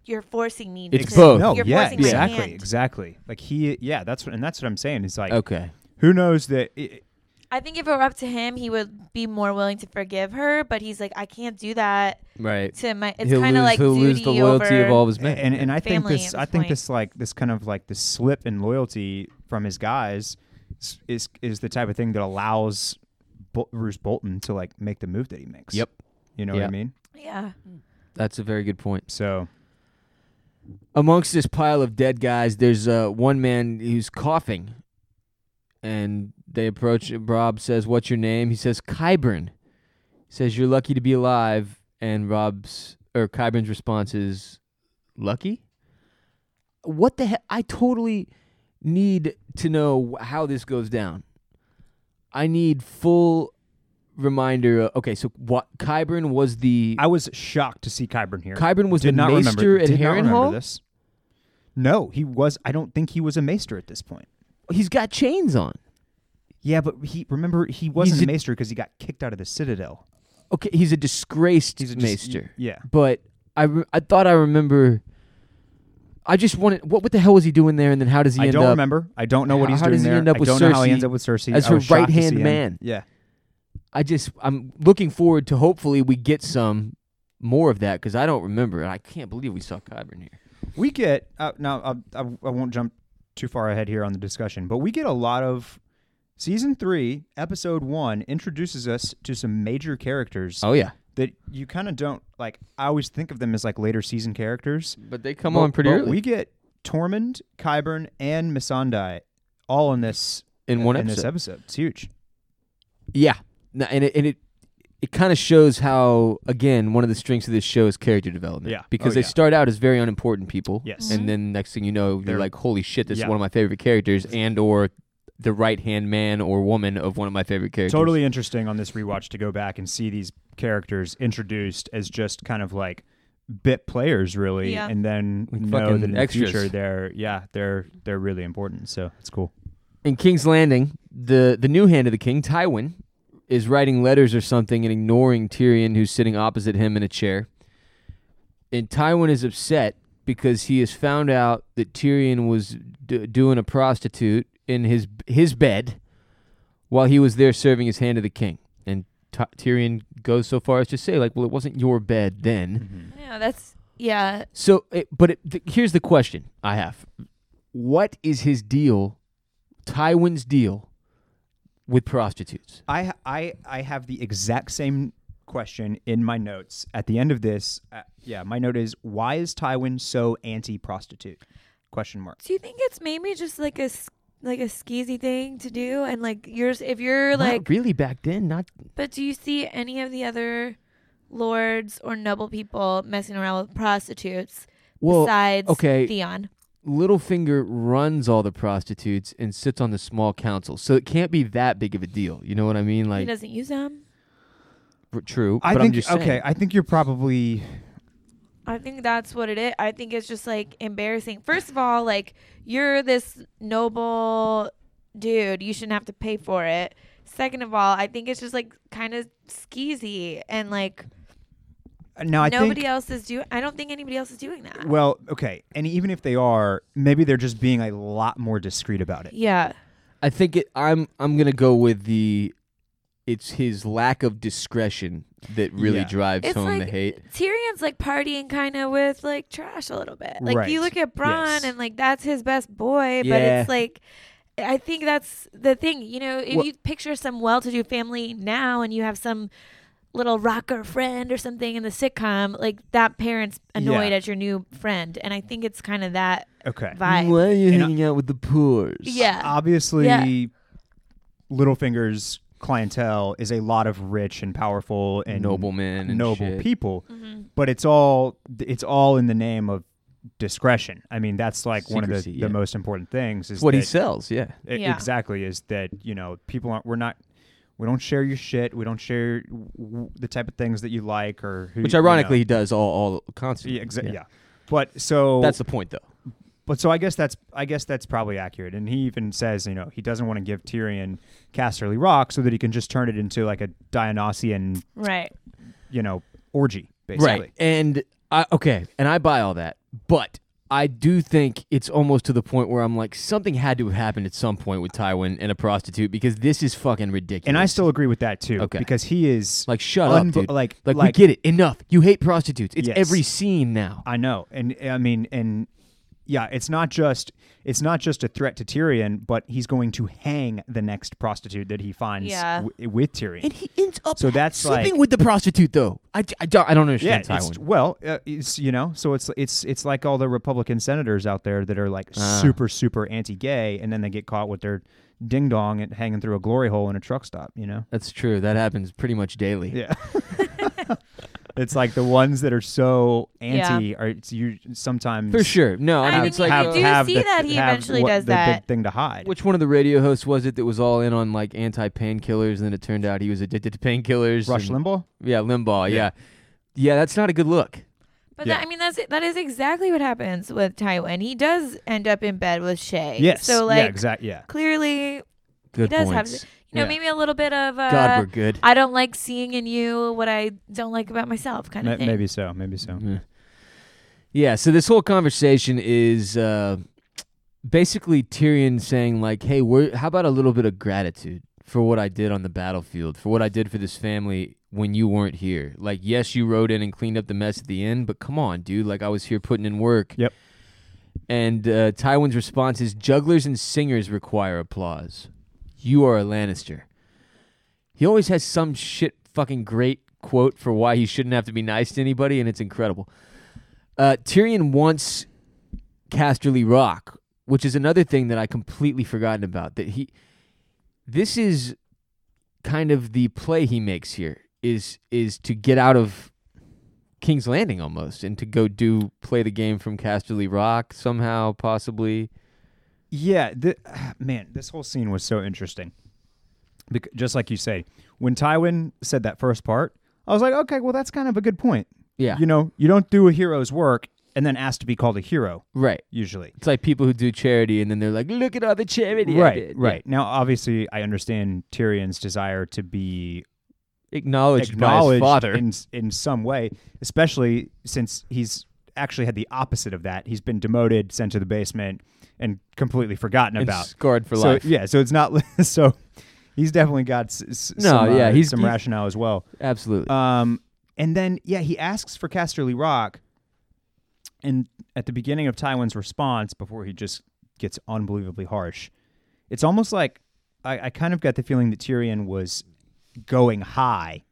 [SPEAKER 4] You're forcing me.
[SPEAKER 2] It's
[SPEAKER 4] to,
[SPEAKER 2] both.
[SPEAKER 3] No,
[SPEAKER 4] You're
[SPEAKER 3] yeah,
[SPEAKER 4] forcing my
[SPEAKER 3] exactly,
[SPEAKER 4] hand.
[SPEAKER 3] exactly. Like he, yeah, that's what, and that's what I'm saying. It's like,
[SPEAKER 2] Okay.
[SPEAKER 3] who knows that? It,
[SPEAKER 4] I think if it were up to him, he would be more willing to forgive her. But he's like, I can't do that.
[SPEAKER 2] Right.
[SPEAKER 4] To my, it's
[SPEAKER 2] He'll
[SPEAKER 4] kind of
[SPEAKER 2] lose-
[SPEAKER 4] like
[SPEAKER 2] he'll lose
[SPEAKER 4] duty
[SPEAKER 2] the loyalty of
[SPEAKER 4] over-
[SPEAKER 2] all of his men.
[SPEAKER 3] and and I think
[SPEAKER 4] Family
[SPEAKER 3] this,
[SPEAKER 4] at
[SPEAKER 3] I
[SPEAKER 4] this
[SPEAKER 3] think
[SPEAKER 4] point.
[SPEAKER 3] this like this kind of like this slip in loyalty from his guys is is, is the type of thing that allows Bol- Bruce Bolton to like make the move that he makes.
[SPEAKER 2] Yep.
[SPEAKER 3] You know what
[SPEAKER 2] Yeah.
[SPEAKER 3] I mean?
[SPEAKER 4] Yeah.
[SPEAKER 2] That's a very good point.
[SPEAKER 3] So,
[SPEAKER 2] amongst this pile of dead guys, there's uh, one man who's coughing, and they approach. Rob says, "What's your name?" He says, "Kyburn." He says, "You're lucky to be alive." And Rob's or Kyburn's response is, "Lucky." What the heck? I totally need to know wh- how this goes down. I need full reminder. uh, Okay, so what? Kyburn was the
[SPEAKER 3] I was shocked to see Kyburn here.
[SPEAKER 2] Kyburn was
[SPEAKER 3] Did
[SPEAKER 2] the
[SPEAKER 3] not remember-
[SPEAKER 2] maester at
[SPEAKER 3] did not remember
[SPEAKER 2] Harrenhal?
[SPEAKER 3] This. No, he was. I don't think he was a maester at this point.
[SPEAKER 2] he's got chains on.
[SPEAKER 3] Yeah, but he remember he wasn't
[SPEAKER 2] He's
[SPEAKER 3] a
[SPEAKER 2] a-
[SPEAKER 3] maester because he got kicked out of the citadel.
[SPEAKER 2] Okay, he's a disgraced
[SPEAKER 3] He's a dis-
[SPEAKER 2] maester.
[SPEAKER 3] yeah.
[SPEAKER 2] but I re- I thought I remember. I just wanted what what the hell was he doing there, and then how does he
[SPEAKER 3] I
[SPEAKER 2] end
[SPEAKER 3] don't
[SPEAKER 2] up?
[SPEAKER 3] remember. I don't know what
[SPEAKER 2] how
[SPEAKER 3] he's
[SPEAKER 2] how
[SPEAKER 3] doing
[SPEAKER 2] does he
[SPEAKER 3] there.
[SPEAKER 2] End up
[SPEAKER 3] I
[SPEAKER 2] with
[SPEAKER 3] don't
[SPEAKER 2] Cersei
[SPEAKER 3] know how he ends up with Cersei
[SPEAKER 2] as
[SPEAKER 3] I
[SPEAKER 2] her
[SPEAKER 3] was shocked
[SPEAKER 2] right
[SPEAKER 3] to see
[SPEAKER 2] hand
[SPEAKER 3] him.
[SPEAKER 2] man.
[SPEAKER 3] Yeah,
[SPEAKER 2] I just I'm looking forward to hopefully we get some more of that because I don't remember. and I can't believe we saw Kyburn here.
[SPEAKER 3] we get uh, now. I, I, I won't jump too far ahead here on the discussion, but we get a lot of season three, episode one introduces us to some major characters.
[SPEAKER 2] Oh, yeah.
[SPEAKER 3] that you kind of don't like. I always think of them as like later season characters,
[SPEAKER 2] But they come
[SPEAKER 3] But-
[SPEAKER 2] on pretty
[SPEAKER 3] but
[SPEAKER 2] early.
[SPEAKER 3] We get Tormund, Kyburn, and Missandei all in this
[SPEAKER 2] In one
[SPEAKER 3] in this
[SPEAKER 2] episode.
[SPEAKER 3] episode. It's huge.
[SPEAKER 2] Yeah, No, and it and it it kind of shows how again one of the strengths of this show is character development.
[SPEAKER 3] Yeah.
[SPEAKER 2] because
[SPEAKER 3] Oh,
[SPEAKER 2] they
[SPEAKER 3] yeah.
[SPEAKER 2] start out as very unimportant people.
[SPEAKER 3] Yes.
[SPEAKER 2] and then next thing you know, you're
[SPEAKER 3] They're-
[SPEAKER 2] like, holy shit, this is
[SPEAKER 3] Yeah.
[SPEAKER 2] one of my favorite characters, and or the right hand man or woman of one of my favorite characters.
[SPEAKER 3] Totally interesting on this rewatch to go back and see these characters introduced as just kind of like bit players really
[SPEAKER 4] Yeah.
[SPEAKER 3] and then
[SPEAKER 2] Like
[SPEAKER 3] know
[SPEAKER 2] fucking
[SPEAKER 3] that in the
[SPEAKER 2] extras.
[SPEAKER 3] future they're yeah they're they're really important so it's cool
[SPEAKER 2] in King's Landing, the the new hand of the king, Tywin, is writing letters or something and ignoring Tyrion, who's sitting opposite him in a chair. And Tywin is upset because he has found out that Tyrion was d- doing a prostitute in his his bed while he was there serving his hand of the king. And Ty Tyrion goes so far as to say, like, well, it wasn't your bed then.
[SPEAKER 4] Yeah. No, that's yeah.
[SPEAKER 2] So, it, but it, th- here's the question I have: What is his deal, Tywin's deal, with prostitutes?
[SPEAKER 3] I I I have the exact same question in my notes at the end of this. Uh, yeah, my note is why is Tywin so anti-prostitute? Question mark.
[SPEAKER 4] Do you think it's maybe just like a s- like a skeezy thing to do, and like yours if you're
[SPEAKER 2] Not
[SPEAKER 4] like
[SPEAKER 2] really back then, not
[SPEAKER 4] But do you see any of the other lords or noble people messing around with prostitutes
[SPEAKER 2] Well,
[SPEAKER 4] besides
[SPEAKER 2] okay.
[SPEAKER 4] Theon?
[SPEAKER 2] Littlefinger runs all the prostitutes and sits on the small council, so it can't be that big of a deal. You know what I mean?
[SPEAKER 4] he
[SPEAKER 2] Like,
[SPEAKER 4] doesn't use them.
[SPEAKER 2] r- true.
[SPEAKER 3] I
[SPEAKER 2] but
[SPEAKER 3] think
[SPEAKER 2] I'm just saying.
[SPEAKER 3] okay. I think you're probably
[SPEAKER 4] I think that's what it is. I think it's just like embarrassing. First of all, like you're this noble dude, you shouldn't have to pay for it. Second of all, I think it's just like kind of skeezy and like
[SPEAKER 3] no. Uh, I
[SPEAKER 4] nobody
[SPEAKER 3] think
[SPEAKER 4] else is doing. I don't think anybody else is doing that.
[SPEAKER 3] well, okay. And even if they are, maybe they're just being a lot more discreet about it.
[SPEAKER 4] Yeah.
[SPEAKER 2] I think it. I'm I'm gonna go with the. It's his lack of discretion that really
[SPEAKER 3] Yeah.
[SPEAKER 2] drives
[SPEAKER 4] It's
[SPEAKER 2] home the
[SPEAKER 4] like-
[SPEAKER 2] hate.
[SPEAKER 4] Tyrion's like partying kind of with like trash a little bit. Like
[SPEAKER 2] Right.
[SPEAKER 4] you look at Bronn
[SPEAKER 2] Yes.
[SPEAKER 4] and like that's his best boy, but
[SPEAKER 2] Yeah.
[SPEAKER 4] it's like I think that's the thing. You know, if
[SPEAKER 2] Well-
[SPEAKER 4] you picture some well-to-do family now and you have some little rocker friend or something in the sitcom, like that parent's annoyed
[SPEAKER 2] Yeah.
[SPEAKER 4] at your new friend, and I think it's kind of that.
[SPEAKER 3] Okay.
[SPEAKER 4] Vibe.
[SPEAKER 2] Why are you
[SPEAKER 3] And I-
[SPEAKER 2] hanging out with the poors?
[SPEAKER 4] Yeah.
[SPEAKER 3] Obviously,
[SPEAKER 4] Yeah.
[SPEAKER 3] Littlefinger's clientele is a lot of rich and powerful and
[SPEAKER 2] Noblemen and
[SPEAKER 3] noble
[SPEAKER 2] shit.
[SPEAKER 3] people,
[SPEAKER 4] Mm-hmm.
[SPEAKER 3] but it's all it's all in the name of discretion. I mean, that's like one of the,
[SPEAKER 2] Secrecy,
[SPEAKER 3] the
[SPEAKER 2] yeah.
[SPEAKER 3] most important things is
[SPEAKER 2] It's what he
[SPEAKER 3] that-
[SPEAKER 2] sells, yeah.
[SPEAKER 3] E-
[SPEAKER 2] Yeah.
[SPEAKER 3] Exactly is that, you know, people aren't we're not we don't share your shit. We don't share w- w- the type of things that you like or who
[SPEAKER 2] Which
[SPEAKER 3] you know.
[SPEAKER 2] ironically he does all all constantly.
[SPEAKER 3] Yeah, exa- yeah. But so
[SPEAKER 2] That's the point, though.
[SPEAKER 3] But so I guess that's I guess that's probably accurate. And he even says, you know, he doesn't want to give Tyrion Casterly Rock so that he can just turn it into like a Dionysian,
[SPEAKER 4] Right.
[SPEAKER 3] you know, orgy basically.
[SPEAKER 2] Right. And I okay, and I buy all that, but I do think it's almost to the point where I'm like something had to have happened at some point with Tywin and a prostitute because this is fucking ridiculous.
[SPEAKER 3] And I still agree with that too,
[SPEAKER 2] Okay.
[SPEAKER 3] because he is
[SPEAKER 2] like shut
[SPEAKER 3] unbe-
[SPEAKER 2] up, dude.
[SPEAKER 3] Like,
[SPEAKER 2] like, we get it. Enough. You hate prostitutes. It's
[SPEAKER 3] Yes.
[SPEAKER 2] every scene now.
[SPEAKER 3] I know, and I mean, and yeah, it's not just it's not just a threat to Tyrion, but he's going to hang the next prostitute that he finds
[SPEAKER 2] Yeah.
[SPEAKER 3] w- with Tyrion.
[SPEAKER 2] And he ends up
[SPEAKER 3] so that's
[SPEAKER 2] Sleeping
[SPEAKER 3] like
[SPEAKER 2] with the prostitute though. I, I don't I don't
[SPEAKER 3] yeah,
[SPEAKER 2] understand
[SPEAKER 3] it's,
[SPEAKER 2] Tywin.
[SPEAKER 3] well, uh, it's you know, so it's it's it's like all the Republican senators out there that are like
[SPEAKER 2] Ah.
[SPEAKER 3] super super anti-gay, and then they get caught with their ding dong and hanging through a glory hole in a truck stop. You know,
[SPEAKER 2] That's true. That happens pretty much daily.
[SPEAKER 3] Yeah. it's like the ones that are so anti
[SPEAKER 2] Yeah.
[SPEAKER 3] are it's you sometimes
[SPEAKER 2] For sure. No, I mean,
[SPEAKER 3] have-
[SPEAKER 2] it's like,
[SPEAKER 3] have,
[SPEAKER 2] I do
[SPEAKER 3] have
[SPEAKER 4] see
[SPEAKER 3] the-
[SPEAKER 4] that he
[SPEAKER 3] have
[SPEAKER 4] eventually
[SPEAKER 3] what-
[SPEAKER 4] does
[SPEAKER 3] the big
[SPEAKER 4] that.
[SPEAKER 3] thing to hide.
[SPEAKER 2] Which one of the radio hosts was it that was all in on like anti painkillers, and then it turned out he was addicted to painkillers?
[SPEAKER 3] Rush
[SPEAKER 2] and-
[SPEAKER 3] Limbaugh?
[SPEAKER 2] Yeah, Limbaugh.
[SPEAKER 3] Yeah.
[SPEAKER 2] Yeah, yeah, that's not a good look.
[SPEAKER 4] But that, I mean, that's that is exactly what happens with Tywin. He does end up in bed with Shay.
[SPEAKER 2] Yes. Yeah,
[SPEAKER 4] So like,
[SPEAKER 2] exact- yeah.
[SPEAKER 4] Clearly, he
[SPEAKER 2] Good
[SPEAKER 4] does
[SPEAKER 2] points.
[SPEAKER 4] have. You know,
[SPEAKER 2] Yeah.
[SPEAKER 4] maybe a little bit of. Uh,
[SPEAKER 2] God, we're good.
[SPEAKER 4] I don't like seeing in you what I don't like about myself, kind
[SPEAKER 3] Ma-
[SPEAKER 4] of thing.
[SPEAKER 3] maybe so, maybe so.
[SPEAKER 2] Yeah. So this whole conversation is uh, basically Tyrion saying like, "Hey, we're, how about a little bit of gratitude for what I did on the battlefield, for what I did for this family when you weren't here? Like, yes, you rode in and cleaned up the mess at the end, but come on, dude. Like, I was here putting in work.
[SPEAKER 3] Yep.
[SPEAKER 2] And uh, Tywin's response is jugglers and singers require applause. You are a Lannister. He always has some shit fucking great quote for why he shouldn't have to be nice to anybody, and it's incredible. Uh, Tyrion wants Casterly Rock, which is another thing that I completely forgotten about. That he, this is kind of the play he makes here is is to get out of King's Landing almost and to go do play the game from Casterly Rock somehow possibly.
[SPEAKER 3] Yeah, the, man, this whole scene was so interesting. Bec- just like you say, when Tywin said that first part, I was like, okay, well, that's kind of a good point.
[SPEAKER 2] Yeah.
[SPEAKER 3] you know, you don't do a hero's work and then ask to be called a hero,
[SPEAKER 2] Right.
[SPEAKER 3] Usually,
[SPEAKER 2] it's like people who do charity and then they're like, "Look at all the charity I
[SPEAKER 3] right?
[SPEAKER 2] did."
[SPEAKER 3] Right now, obviously, I understand Tyrion's desire to be
[SPEAKER 2] Acknowledged, by his
[SPEAKER 3] acknowledged
[SPEAKER 2] father.
[SPEAKER 3] in in some way, especially since he's actually had the opposite of that. He's been demoted, sent to the basement, and completely forgotten
[SPEAKER 2] And
[SPEAKER 3] about,
[SPEAKER 2] scarred for
[SPEAKER 3] So,
[SPEAKER 2] life.
[SPEAKER 3] Yeah, so it's not so. He's definitely got s- s-
[SPEAKER 2] No,
[SPEAKER 3] some, uh,
[SPEAKER 2] yeah, he's-
[SPEAKER 3] some
[SPEAKER 2] he's-
[SPEAKER 3] rationale as well.
[SPEAKER 2] Absolutely.
[SPEAKER 3] Um, And then, yeah, he asks for Casterly Rock. And at the beginning of Tywin's response, before he just gets unbelievably harsh, it's almost like I, I kind of got the feeling that Tyrion was going high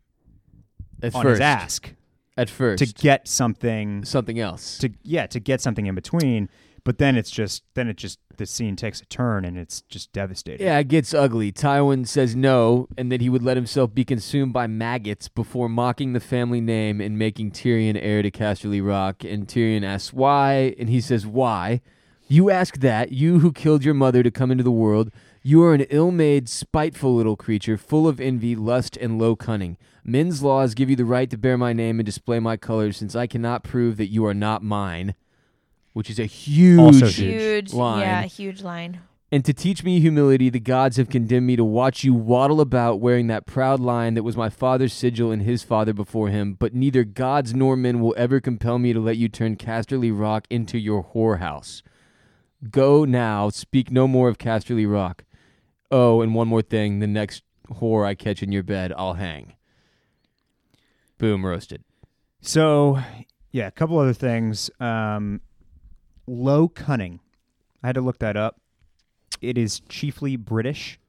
[SPEAKER 2] At
[SPEAKER 3] on his
[SPEAKER 2] first.
[SPEAKER 3] ask
[SPEAKER 2] At
[SPEAKER 3] to
[SPEAKER 2] first.
[SPEAKER 3] get something
[SPEAKER 2] something else
[SPEAKER 3] to yeah to get something in between. But then it's just then it just the scene takes a turn and it's just devastating.
[SPEAKER 2] Yeah, it gets ugly. Tywin says no, and that he would let himself be consumed by maggots before mocking the family name and making Tyrion heir to Casterly Rock. And Tyrion asks why, and he says, Why? You ask that, you who killed your mother to come into the world. You are an ill made, spiteful little creature, full of envy, lust, and low cunning. Men's laws give you the right to bear my name and display my colors, since I cannot prove that you are not mine. Which is a huge,
[SPEAKER 3] Also
[SPEAKER 4] Huge,
[SPEAKER 2] line.
[SPEAKER 4] yeah, huge line.
[SPEAKER 2] And to teach me humility, the gods have condemned me to watch you waddle about wearing that proud lion that was my father's sigil and his father before him. But neither gods nor men will ever compel me to let you turn Casterly Rock into your whorehouse. Go now, speak no more of Casterly Rock. Oh, and one more thing the next whore I catch in your bed, I'll hang. Boom, roasted.
[SPEAKER 3] So, yeah, a couple other things. Um, low cunning. I had to look that up. It is chiefly British,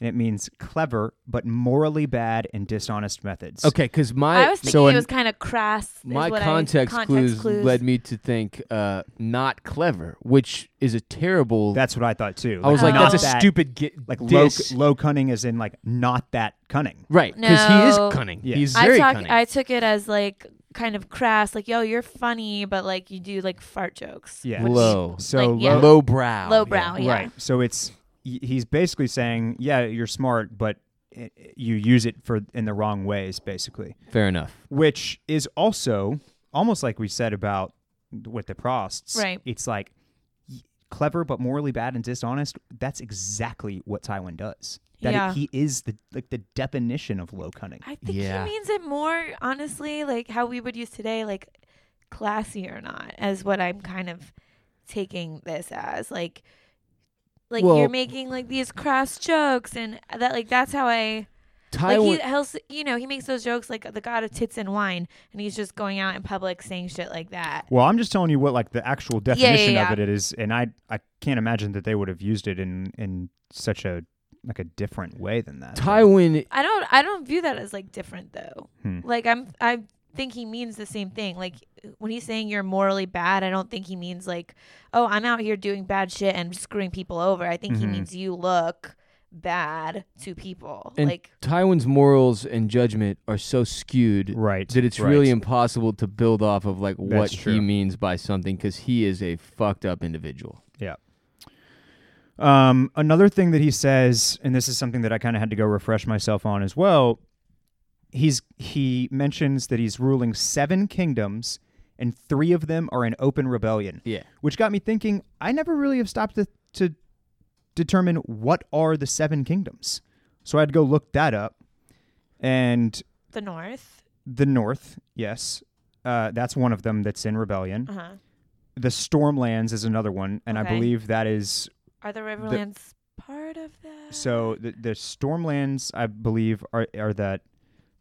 [SPEAKER 3] and it means clever but morally bad and dishonest methods.
[SPEAKER 2] Okay, because my.
[SPEAKER 4] I was thinking
[SPEAKER 2] so
[SPEAKER 4] it
[SPEAKER 2] in-
[SPEAKER 4] was kind of crass. is
[SPEAKER 2] my
[SPEAKER 4] what I-
[SPEAKER 2] context, clues,
[SPEAKER 4] clues.
[SPEAKER 2] led me to think uh, not clever, which is a terrible.
[SPEAKER 3] That's what I thought too.
[SPEAKER 2] I was like,
[SPEAKER 3] not
[SPEAKER 2] that's a
[SPEAKER 3] that-
[SPEAKER 2] stupid gi-
[SPEAKER 3] like
[SPEAKER 2] diss.
[SPEAKER 3] low low cunning, as in like not that cunning.
[SPEAKER 2] Right, because he is
[SPEAKER 4] No.
[SPEAKER 2] cunning.
[SPEAKER 3] Yeah.
[SPEAKER 2] He's
[SPEAKER 4] I
[SPEAKER 2] very
[SPEAKER 4] talk-
[SPEAKER 2] cunning.
[SPEAKER 4] I took it as like kind of crass, like yo, you're funny, but like you do like fart jokes.
[SPEAKER 3] Yeah.
[SPEAKER 4] which-
[SPEAKER 2] Low.
[SPEAKER 3] So
[SPEAKER 4] like, yeah.
[SPEAKER 3] low,
[SPEAKER 2] Low brow.
[SPEAKER 4] Lowbrow, yeah.
[SPEAKER 3] Right. So it's he- he's basically saying, yeah, you're smart, but i- you use it for in the wrong ways, basically.
[SPEAKER 2] Fair enough.
[SPEAKER 3] Which is also almost like we said about with the Prosts.
[SPEAKER 4] Right.
[SPEAKER 3] It's like y- clever but morally bad and dishonest. That's exactly what Tywin does. That it-
[SPEAKER 4] Yeah.
[SPEAKER 3] he is the like the definition of low cunning.
[SPEAKER 4] I think
[SPEAKER 2] Yeah.
[SPEAKER 4] he means it more honestly, like how we would use today, like classy or not, as what I'm kind of taking this as, like. Like
[SPEAKER 2] Well-
[SPEAKER 4] you're making like these crass jokes, and that like that's how I
[SPEAKER 2] Tywin.
[SPEAKER 4] like he, he'll s- you know he makes those jokes like the god of tits and wine, and he's just going out in public saying shit like that.
[SPEAKER 3] Well, I'm just telling you what like the actual
[SPEAKER 4] Yeah, yeah,
[SPEAKER 3] definition
[SPEAKER 4] yeah.
[SPEAKER 3] of it is, and I I can't imagine that they would have used it in in such a like a different way than that.
[SPEAKER 2] Tywin.
[SPEAKER 4] I don't I don't view that as like different though.
[SPEAKER 3] Hmm.
[SPEAKER 4] Like I'm I think he means the same thing. Like when he's saying you're morally bad, I don't think he means like, oh, I'm out here doing bad shit and screwing people over. I think he
[SPEAKER 3] Mhm.
[SPEAKER 4] means you look bad to people.
[SPEAKER 2] And
[SPEAKER 4] like
[SPEAKER 2] Tywin's morals and judgment are so skewed
[SPEAKER 3] Right.
[SPEAKER 2] that it's
[SPEAKER 3] right.
[SPEAKER 2] really impossible to build off of like what
[SPEAKER 3] That's
[SPEAKER 2] he
[SPEAKER 3] true.
[SPEAKER 2] means by something because he is a fucked up individual.
[SPEAKER 3] Yeah. Um, another thing that he says, and this is something that I kind of had to go refresh myself on as well. He's he mentions that he's ruling seven kingdoms, and three of them are in open rebellion.
[SPEAKER 2] Yeah.
[SPEAKER 3] which got me thinking. I never really have stopped to, to determine what are the seven kingdoms. So I had to go look that up, and
[SPEAKER 4] the North.
[SPEAKER 3] the North, yes, uh, that's one of them that's in rebellion.
[SPEAKER 4] Uh huh.
[SPEAKER 3] The Stormlands is another one, and I
[SPEAKER 4] Okay.
[SPEAKER 3] believe that is
[SPEAKER 4] Are the Riverlands part of that?
[SPEAKER 3] So the, the Stormlands, I believe, are are that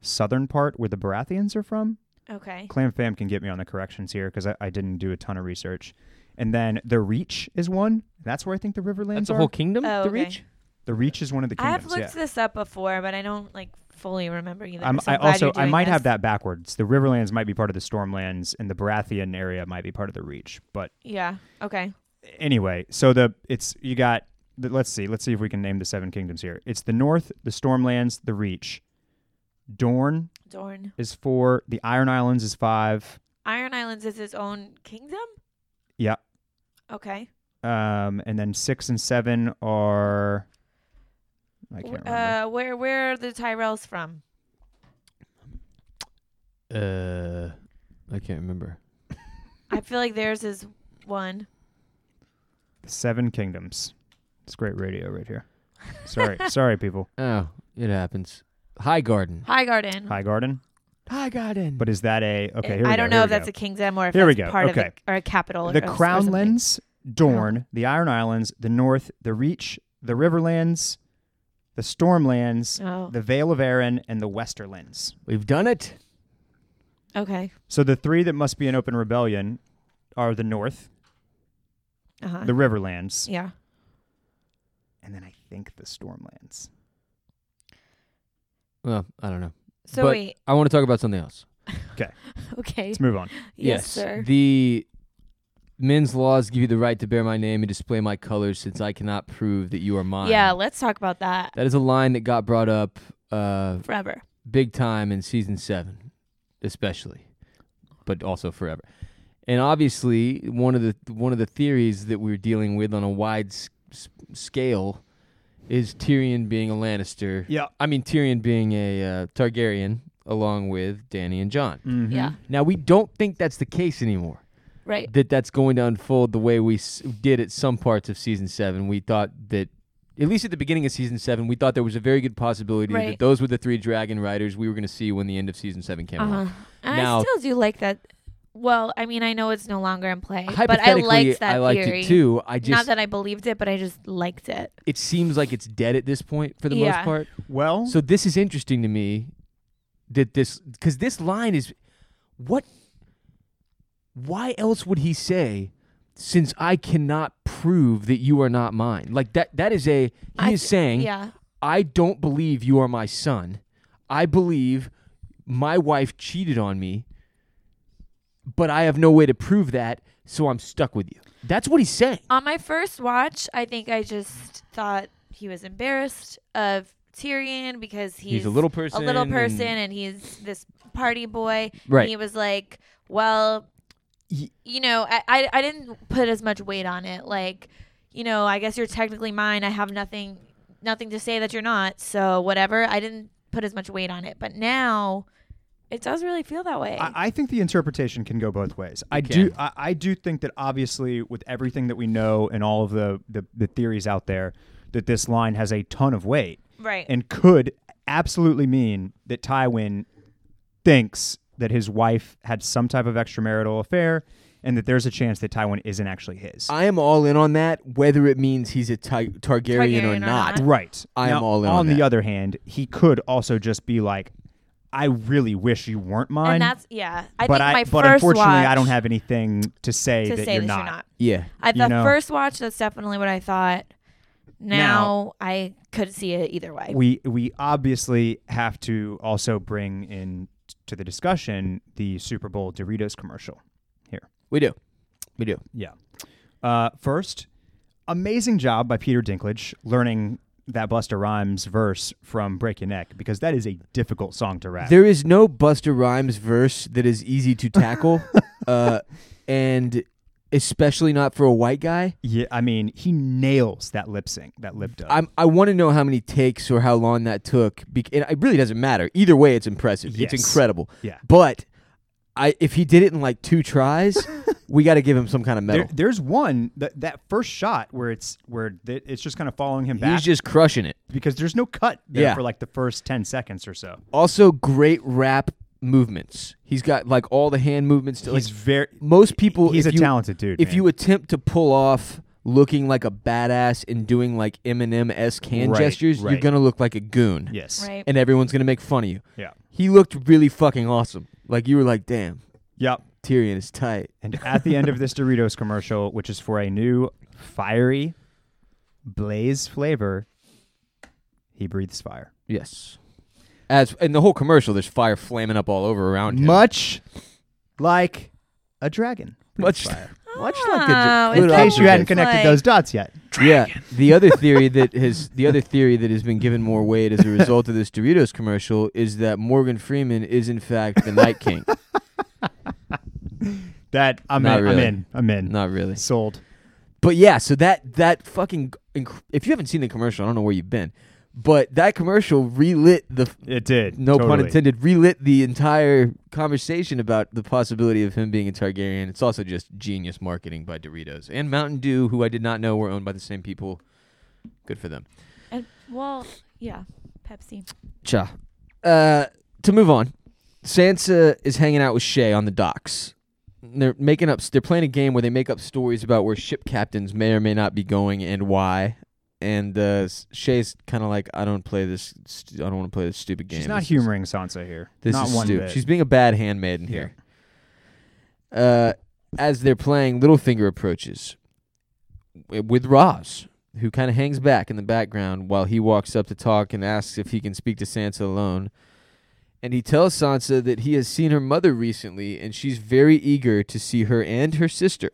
[SPEAKER 3] southern part where the Baratheons are from.
[SPEAKER 4] Okay.
[SPEAKER 3] Clam Fam can get me on the corrections here because I, I didn't do a ton of research. And then the Reach is one. That's where I think the Riverlands
[SPEAKER 2] That's a
[SPEAKER 3] are.
[SPEAKER 2] whole kingdom.
[SPEAKER 4] Oh,
[SPEAKER 2] the
[SPEAKER 4] okay.
[SPEAKER 2] reach.
[SPEAKER 3] the Reach is one of the
[SPEAKER 4] I've
[SPEAKER 3] kingdoms.
[SPEAKER 4] looked
[SPEAKER 3] yeah.
[SPEAKER 4] this up before, but I don't like fully remember either.
[SPEAKER 3] I'm,
[SPEAKER 4] so
[SPEAKER 3] I
[SPEAKER 4] I'm glad
[SPEAKER 3] also
[SPEAKER 4] you're
[SPEAKER 3] I
[SPEAKER 4] doing
[SPEAKER 3] might
[SPEAKER 4] this.
[SPEAKER 3] have that backwards. The Riverlands might be part of the Stormlands, and the Baratheon area might be part of the Reach. But
[SPEAKER 4] Yeah. Okay.
[SPEAKER 3] anyway, so the it's you got. the- Let's see. Let's see if we can name the seven kingdoms here. It's the North, the Stormlands, the Reach, Dorne,
[SPEAKER 4] Dorn.
[SPEAKER 3] is four. The Iron Islands is five.
[SPEAKER 4] Iron Islands is its own kingdom?
[SPEAKER 3] Yeah.
[SPEAKER 4] Okay.
[SPEAKER 3] Um, and then six and seven are. I can't
[SPEAKER 4] W-
[SPEAKER 3] remember.
[SPEAKER 4] Uh, where where are the Tyrells from?
[SPEAKER 2] Uh, I can't remember.
[SPEAKER 4] I feel like theirs is one.
[SPEAKER 3] The Seven Kingdoms. It's great radio right here. Sorry, sorry, people.
[SPEAKER 2] Oh, it happens. High Garden.
[SPEAKER 4] High Garden. Eh,
[SPEAKER 3] High Garden.
[SPEAKER 2] High Garden.
[SPEAKER 3] But is that a okay? Here we
[SPEAKER 4] I don't
[SPEAKER 3] go, here
[SPEAKER 4] know
[SPEAKER 3] we
[SPEAKER 4] if that's
[SPEAKER 3] go.
[SPEAKER 4] a kingdom or if
[SPEAKER 3] Here we
[SPEAKER 4] that's
[SPEAKER 3] go,
[SPEAKER 4] part of
[SPEAKER 3] okay.
[SPEAKER 4] a, or a capital.
[SPEAKER 3] The
[SPEAKER 4] or, or something. Oh.
[SPEAKER 3] Crownlands, Dorne, the Iron Islands, the North, the Reach, the Riverlands, the Stormlands,
[SPEAKER 4] Oh.
[SPEAKER 3] the Vale of Arryn, and the Westerlands.
[SPEAKER 2] We've done it.
[SPEAKER 4] Okay.
[SPEAKER 3] So the three that must be in open rebellion are the North,
[SPEAKER 4] Uh-huh.
[SPEAKER 3] the Riverlands,
[SPEAKER 4] Yeah.
[SPEAKER 3] and then I think the Stormlands.
[SPEAKER 2] Well, I don't know.
[SPEAKER 4] So
[SPEAKER 2] But
[SPEAKER 4] wait.
[SPEAKER 2] I want to talk about something else.
[SPEAKER 3] Okay.
[SPEAKER 4] Okay.
[SPEAKER 3] Let's move on.
[SPEAKER 4] Yes, sir.
[SPEAKER 2] The men's laws give you the right to bear my name and display my colors since I cannot prove that you are mine.
[SPEAKER 4] Yeah, let's talk about that
[SPEAKER 2] That is a line that got brought up uh,
[SPEAKER 4] forever.
[SPEAKER 2] big time in season seven, especially, but also forever. And obviously, one of the one of the theories that we're dealing with on a wide s- s- scale is Tyrion being a Lannister.
[SPEAKER 3] Yeah.
[SPEAKER 2] I mean Tyrion being a uh, Targaryen, along with Danny and John.
[SPEAKER 3] Mhm.
[SPEAKER 4] Yeah.
[SPEAKER 2] Now we don't think that's the case anymore.
[SPEAKER 4] Right.
[SPEAKER 2] That that's going to unfold the way we s- did at some parts of season seven. We thought that. At least at the beginning of season seven, we thought there was a very good possibility
[SPEAKER 4] Right.
[SPEAKER 2] that those were the three dragon riders we were going to see when the end of season seven came
[SPEAKER 4] Uh-huh.
[SPEAKER 2] out.
[SPEAKER 4] And
[SPEAKER 2] now,
[SPEAKER 4] I still do like that. Well, I mean, I know it's no longer in play, but I liked
[SPEAKER 2] Hypothetically,
[SPEAKER 4] that
[SPEAKER 2] I liked it
[SPEAKER 4] theory.
[SPEAKER 2] too. I
[SPEAKER 4] not
[SPEAKER 2] just-
[SPEAKER 4] that I believed it, but I just liked it.
[SPEAKER 2] it seems like it's dead at this point for the
[SPEAKER 4] Yeah.
[SPEAKER 2] most part.
[SPEAKER 3] Well,
[SPEAKER 2] so this is interesting to me that this because this line is what? Why else would he say? Since I cannot prove that you are not mine, like that—that is a he
[SPEAKER 4] I
[SPEAKER 2] is
[SPEAKER 4] th-
[SPEAKER 2] saying,
[SPEAKER 4] yeah.
[SPEAKER 2] I don't believe you are my son. I believe my wife cheated on me, but I have no way to prove that, so I'm stuck with you. That's what he's saying.
[SPEAKER 4] On my first watch, I think I just thought he was embarrassed of Tyrion because he's,
[SPEAKER 2] a little
[SPEAKER 4] a little
[SPEAKER 2] person
[SPEAKER 4] person,
[SPEAKER 2] and-
[SPEAKER 4] and, he's this party boy.
[SPEAKER 2] Right.
[SPEAKER 4] And he was like, well, you know, I, I I didn't put as much weight on it. Like, you know, I guess you're technically mine. I have nothing nothing to say that you're not. So whatever. I didn't put as much weight on it, but now it does really feel that way.
[SPEAKER 3] I, I think the interpretation can go both ways. I
[SPEAKER 2] It
[SPEAKER 3] do.
[SPEAKER 2] can.
[SPEAKER 3] I, I do think that obviously, with everything that we know and all of the, the the theories out there, that this line has a ton of weight,
[SPEAKER 4] Right.
[SPEAKER 3] And could absolutely mean that Tywin thinks that his wife had some type of extramarital affair, and that there's a chance that Tywin isn't actually his.
[SPEAKER 2] I am all in on that, whether it means he's a Ty- Targaryen, or, not.
[SPEAKER 3] Right.
[SPEAKER 2] I am
[SPEAKER 3] Now,
[SPEAKER 2] all in on,
[SPEAKER 3] On the
[SPEAKER 2] that.
[SPEAKER 3] other hand, he could also just be like, "I really wish you weren't mine."
[SPEAKER 4] and that's yeah. I
[SPEAKER 3] but
[SPEAKER 4] think
[SPEAKER 3] I,
[SPEAKER 4] my
[SPEAKER 3] but
[SPEAKER 4] first
[SPEAKER 3] unfortunately,
[SPEAKER 4] watch
[SPEAKER 3] I don't have anything to say
[SPEAKER 4] to
[SPEAKER 3] that,
[SPEAKER 4] say
[SPEAKER 3] you're,
[SPEAKER 4] that
[SPEAKER 3] not.
[SPEAKER 4] you're not.
[SPEAKER 2] Yeah.
[SPEAKER 4] At
[SPEAKER 3] You
[SPEAKER 4] the
[SPEAKER 3] know?
[SPEAKER 4] first watch, that's definitely what I thought. Now,
[SPEAKER 3] Now-
[SPEAKER 4] I could see it either way.
[SPEAKER 3] we we obviously have to also bring in t- to the discussion the Super Bowl Doritos commercial here.
[SPEAKER 2] We do. We do.
[SPEAKER 3] Yeah. Uh, first, amazing job by Peter Dinklage learning that Busta Rhymes verse from Break Your Neck because that is a difficult song to rap.
[SPEAKER 2] There is no Buster Rhymes verse that is easy to tackle, uh, and especially not for a white guy.
[SPEAKER 3] yeah, I mean, he nails that lip sync, that lip dub.
[SPEAKER 2] I'm, I want to know how many takes or how long that took. Bec- and it really doesn't matter. Either way, it's impressive.
[SPEAKER 3] Yes.
[SPEAKER 2] It's incredible.
[SPEAKER 3] Yeah.
[SPEAKER 2] But I, if he did it in like two tries, we got to give him some kind of medal.
[SPEAKER 3] There, there's one that that first shot where it's where th- it's just kind of following him back
[SPEAKER 2] He's just crushing it.
[SPEAKER 3] because there's no cut there
[SPEAKER 2] Yeah.
[SPEAKER 3] for like the first 10 seconds or so.
[SPEAKER 2] Also, great rap movements. He's got like all the hand movements. To, like,
[SPEAKER 3] He's very-
[SPEAKER 2] Most people.
[SPEAKER 3] he's
[SPEAKER 2] if
[SPEAKER 3] a
[SPEAKER 2] you-
[SPEAKER 3] talented dude,
[SPEAKER 2] If
[SPEAKER 3] man.
[SPEAKER 2] you attempt to pull off looking like a badass and doing like Eminem esque hand
[SPEAKER 3] Right,
[SPEAKER 2] gestures,
[SPEAKER 3] right.
[SPEAKER 2] you're gonna look like a goon.
[SPEAKER 3] Yes.
[SPEAKER 4] Right.
[SPEAKER 2] And everyone's gonna make fun of you.
[SPEAKER 3] Yeah.
[SPEAKER 2] He looked really fucking awesome. Like you were like, damn,
[SPEAKER 3] Yep.
[SPEAKER 2] Tyrion is tight.
[SPEAKER 3] And at the end of this Doritos commercial, which is for a new fiery blaze flavor, he breathes fire.
[SPEAKER 2] Yes. As in the whole commercial, there's fire flaming up all over around him.
[SPEAKER 3] Much like a dragon.
[SPEAKER 2] much, much like a dra-
[SPEAKER 4] Oh,
[SPEAKER 2] good
[SPEAKER 3] In
[SPEAKER 4] it's
[SPEAKER 3] case you hadn't
[SPEAKER 2] observation.
[SPEAKER 3] connected
[SPEAKER 4] like-
[SPEAKER 3] those dots yet.
[SPEAKER 2] Yeah. The other theory that has the other theory that has been given more weight as a result of this Doritos commercial is that Morgan Freeman is in fact the Night King.
[SPEAKER 3] That I'm
[SPEAKER 2] Not
[SPEAKER 3] in.
[SPEAKER 2] really.
[SPEAKER 3] I'm in. I'm in.
[SPEAKER 2] Not really.
[SPEAKER 3] Sold.
[SPEAKER 2] But yeah, so that that fucking inc- if you haven't seen the commercial, I don't know where you've been. But that commercial relit the f-
[SPEAKER 3] It did.
[SPEAKER 2] no pun
[SPEAKER 3] Totally.
[SPEAKER 2] intended relit the entire conversation about the possibility of him being a Targaryen. It's also just genius marketing by Doritos and Mountain Dew, who I did not know were owned by the same people. Good for them.
[SPEAKER 4] And, well, yeah, Pepsi.
[SPEAKER 2] Cha. Uh, to move on, Sansa is hanging out with Shay on the docks. They're making up. They're playing a game where they make up stories about where ship captains may or may not be going and why. and uh, S- Shay's kind of like, I don't play this. St- I don't want to play this stupid game.
[SPEAKER 3] She's not
[SPEAKER 2] This is-
[SPEAKER 3] humoring Sansa here.
[SPEAKER 2] This
[SPEAKER 3] Not
[SPEAKER 2] is
[SPEAKER 3] one
[SPEAKER 2] stupid.
[SPEAKER 3] bit.
[SPEAKER 2] She's being a bad handmaiden here. Uh, as they're playing, Littlefinger approaches w- with Roz, who kind of hangs back in the background while he walks up to talk and asks if he can speak to Sansa alone. And he tells Sansa that he has seen her mother recently, and she's very eager to see her and her sister.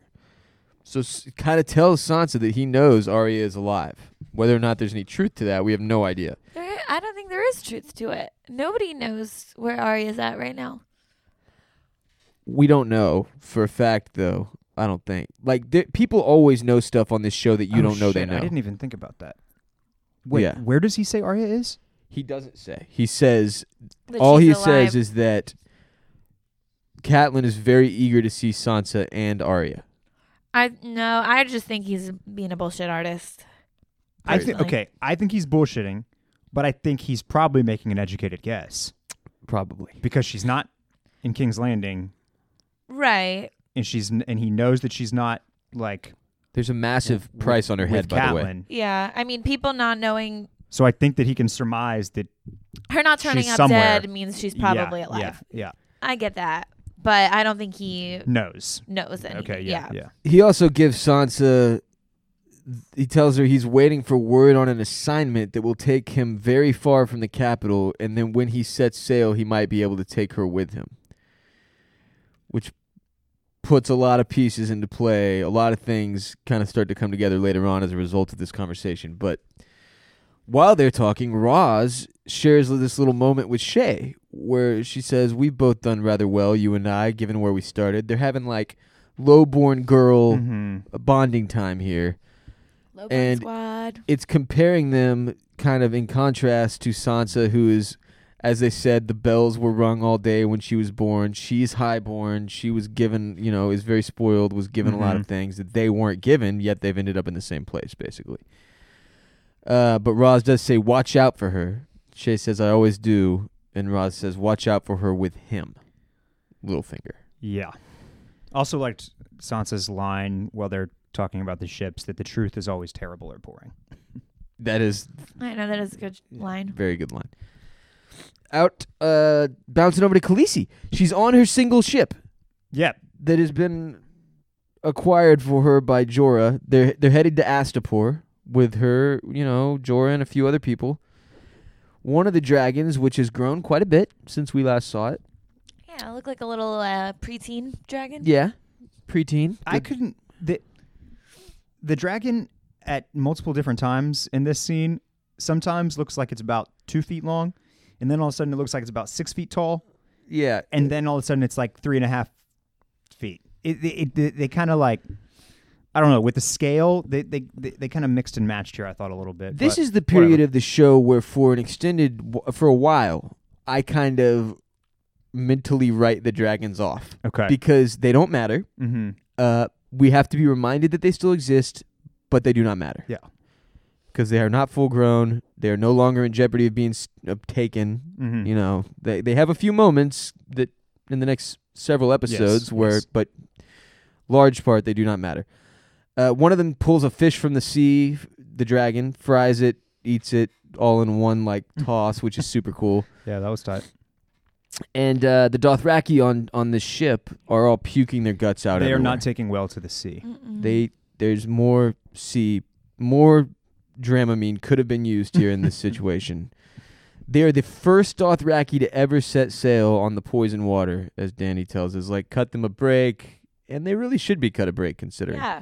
[SPEAKER 2] So, kind of tells Sansa that he knows Arya is alive. Whether or not there's any truth to that, we have no idea.
[SPEAKER 4] There, I don't think there is truth to it. Nobody knows where Arya's at right now.
[SPEAKER 2] we don't know for a fact though i don't think like th- people always know stuff on this show that you
[SPEAKER 3] Oh,
[SPEAKER 2] don't know they
[SPEAKER 3] shit,
[SPEAKER 2] know
[SPEAKER 3] I didn't even think about that. Wait,
[SPEAKER 2] Yeah.
[SPEAKER 3] where does he say Arya is?
[SPEAKER 2] He doesn't say. he says
[SPEAKER 4] That
[SPEAKER 2] all he
[SPEAKER 4] she's
[SPEAKER 2] says
[SPEAKER 4] alive.
[SPEAKER 2] is that Catelyn is very eager to see Sansa and Arya.
[SPEAKER 4] I no, I just think he's being a bullshit artist.
[SPEAKER 3] I think
[SPEAKER 4] Personally.
[SPEAKER 3] okay. I think he's bullshitting, but I think he's probably making an educated guess.
[SPEAKER 2] Probably
[SPEAKER 3] because she's not in King's Landing,
[SPEAKER 4] Right.
[SPEAKER 3] and she's n- and he knows that she's not like.
[SPEAKER 2] There's a massive price on her head,
[SPEAKER 3] with
[SPEAKER 2] by the way.
[SPEAKER 3] Catelyn.
[SPEAKER 4] Yeah. I mean, people not knowing
[SPEAKER 3] So I think that he can surmise that
[SPEAKER 4] her not turning
[SPEAKER 3] she's
[SPEAKER 4] up
[SPEAKER 3] somewhere.
[SPEAKER 4] dead means she's
[SPEAKER 3] Yeah,
[SPEAKER 4] probably alive.
[SPEAKER 3] Yeah,
[SPEAKER 4] I get that, but I don't think he
[SPEAKER 3] Knows.
[SPEAKER 4] knows anything.
[SPEAKER 3] Okay,
[SPEAKER 4] Yeah.
[SPEAKER 3] yeah, yeah.
[SPEAKER 2] He also gives Sansa. He tells her he's waiting for word on an assignment that will take him very far from the capital, and then when he sets sail, he might be able to take her with him. Which puts a lot of pieces into play. A lot of things kind of start to come together later on as a result of this conversation. But while they're talking, Roz shares this little moment with Shay where she says, We've both done rather well, you and I, given where we started. They're having like lowborn girl bonding time here.
[SPEAKER 4] Lowborn
[SPEAKER 2] and
[SPEAKER 4] squad.
[SPEAKER 2] it's comparing them kind of in contrast to Sansa, who is, as they said, the bells were rung all day when she was born. She's highborn. She was given, you know, is very spoiled, was given a lot of
[SPEAKER 3] Mhm.
[SPEAKER 2] things that they weren't given, yet they've ended up in the same place, basically. Uh, but Roz does say, watch out for her. Shay says, I always do. And Roz says, watch out for her with him. Littlefinger.
[SPEAKER 3] yeah. Also liked Sansa's line while they're talking about the ships that the truth is always terrible or boring.
[SPEAKER 2] That is
[SPEAKER 4] I know that is a good line.
[SPEAKER 2] Very good line. Out, uh, bouncing over to Khaleesi. She's on her single ship.
[SPEAKER 3] Yeah.
[SPEAKER 2] That has been acquired for her by Jorah. They're they're headed to Astapor with her, you know, Jorah and a few other people. One of the dragons, which has grown quite a bit since we last saw it.
[SPEAKER 4] Yeah, I look like a little uh, preteen dragon.
[SPEAKER 2] Yeah, preteen.
[SPEAKER 3] I couldn't. The, the dragon at multiple different times in this scene sometimes looks like it's about two feet long, and then all of a sudden it looks like it's about six feet tall.
[SPEAKER 2] Yeah.
[SPEAKER 3] And then all of a sudden it's like three and a half feet. It, it, it, they kind of like. I don't know. With the scale, they they, they, they kind of mixed and matched here. I thought a little bit.
[SPEAKER 2] This
[SPEAKER 3] but
[SPEAKER 2] is the
[SPEAKER 3] whatever.
[SPEAKER 2] period of the show where, for an extended, w- for a while, I kind of mentally write the dragons off.
[SPEAKER 3] Okay.
[SPEAKER 2] Because they don't matter.
[SPEAKER 3] Mhm.
[SPEAKER 2] Uh, we have to be reminded that they still exist, but they do not matter.
[SPEAKER 3] Yeah.
[SPEAKER 2] Because they are not full grown. They are no longer in jeopardy of being s- of taken.
[SPEAKER 3] Mhm.
[SPEAKER 2] You know, they they have a few moments that in the next several episodes where,
[SPEAKER 3] yes.
[SPEAKER 2] but large part they do not matter. Uh, one of them pulls a fish from the sea, f- the dragon fries it, eats it all in one like toss, which is super cool.
[SPEAKER 3] Yeah, that was tight.
[SPEAKER 2] And uh, the Dothraki on on the ship are all puking their guts out.
[SPEAKER 3] They are
[SPEAKER 2] everywhere.
[SPEAKER 3] not taking well to the sea.
[SPEAKER 2] They there's more sea, more Dramamine could have been used here in this situation. They are the first Dothraki to ever set sail on the poison water, as Danny tells us. Like, cut them a break, and they really should be cut a break, considering.
[SPEAKER 4] Yeah.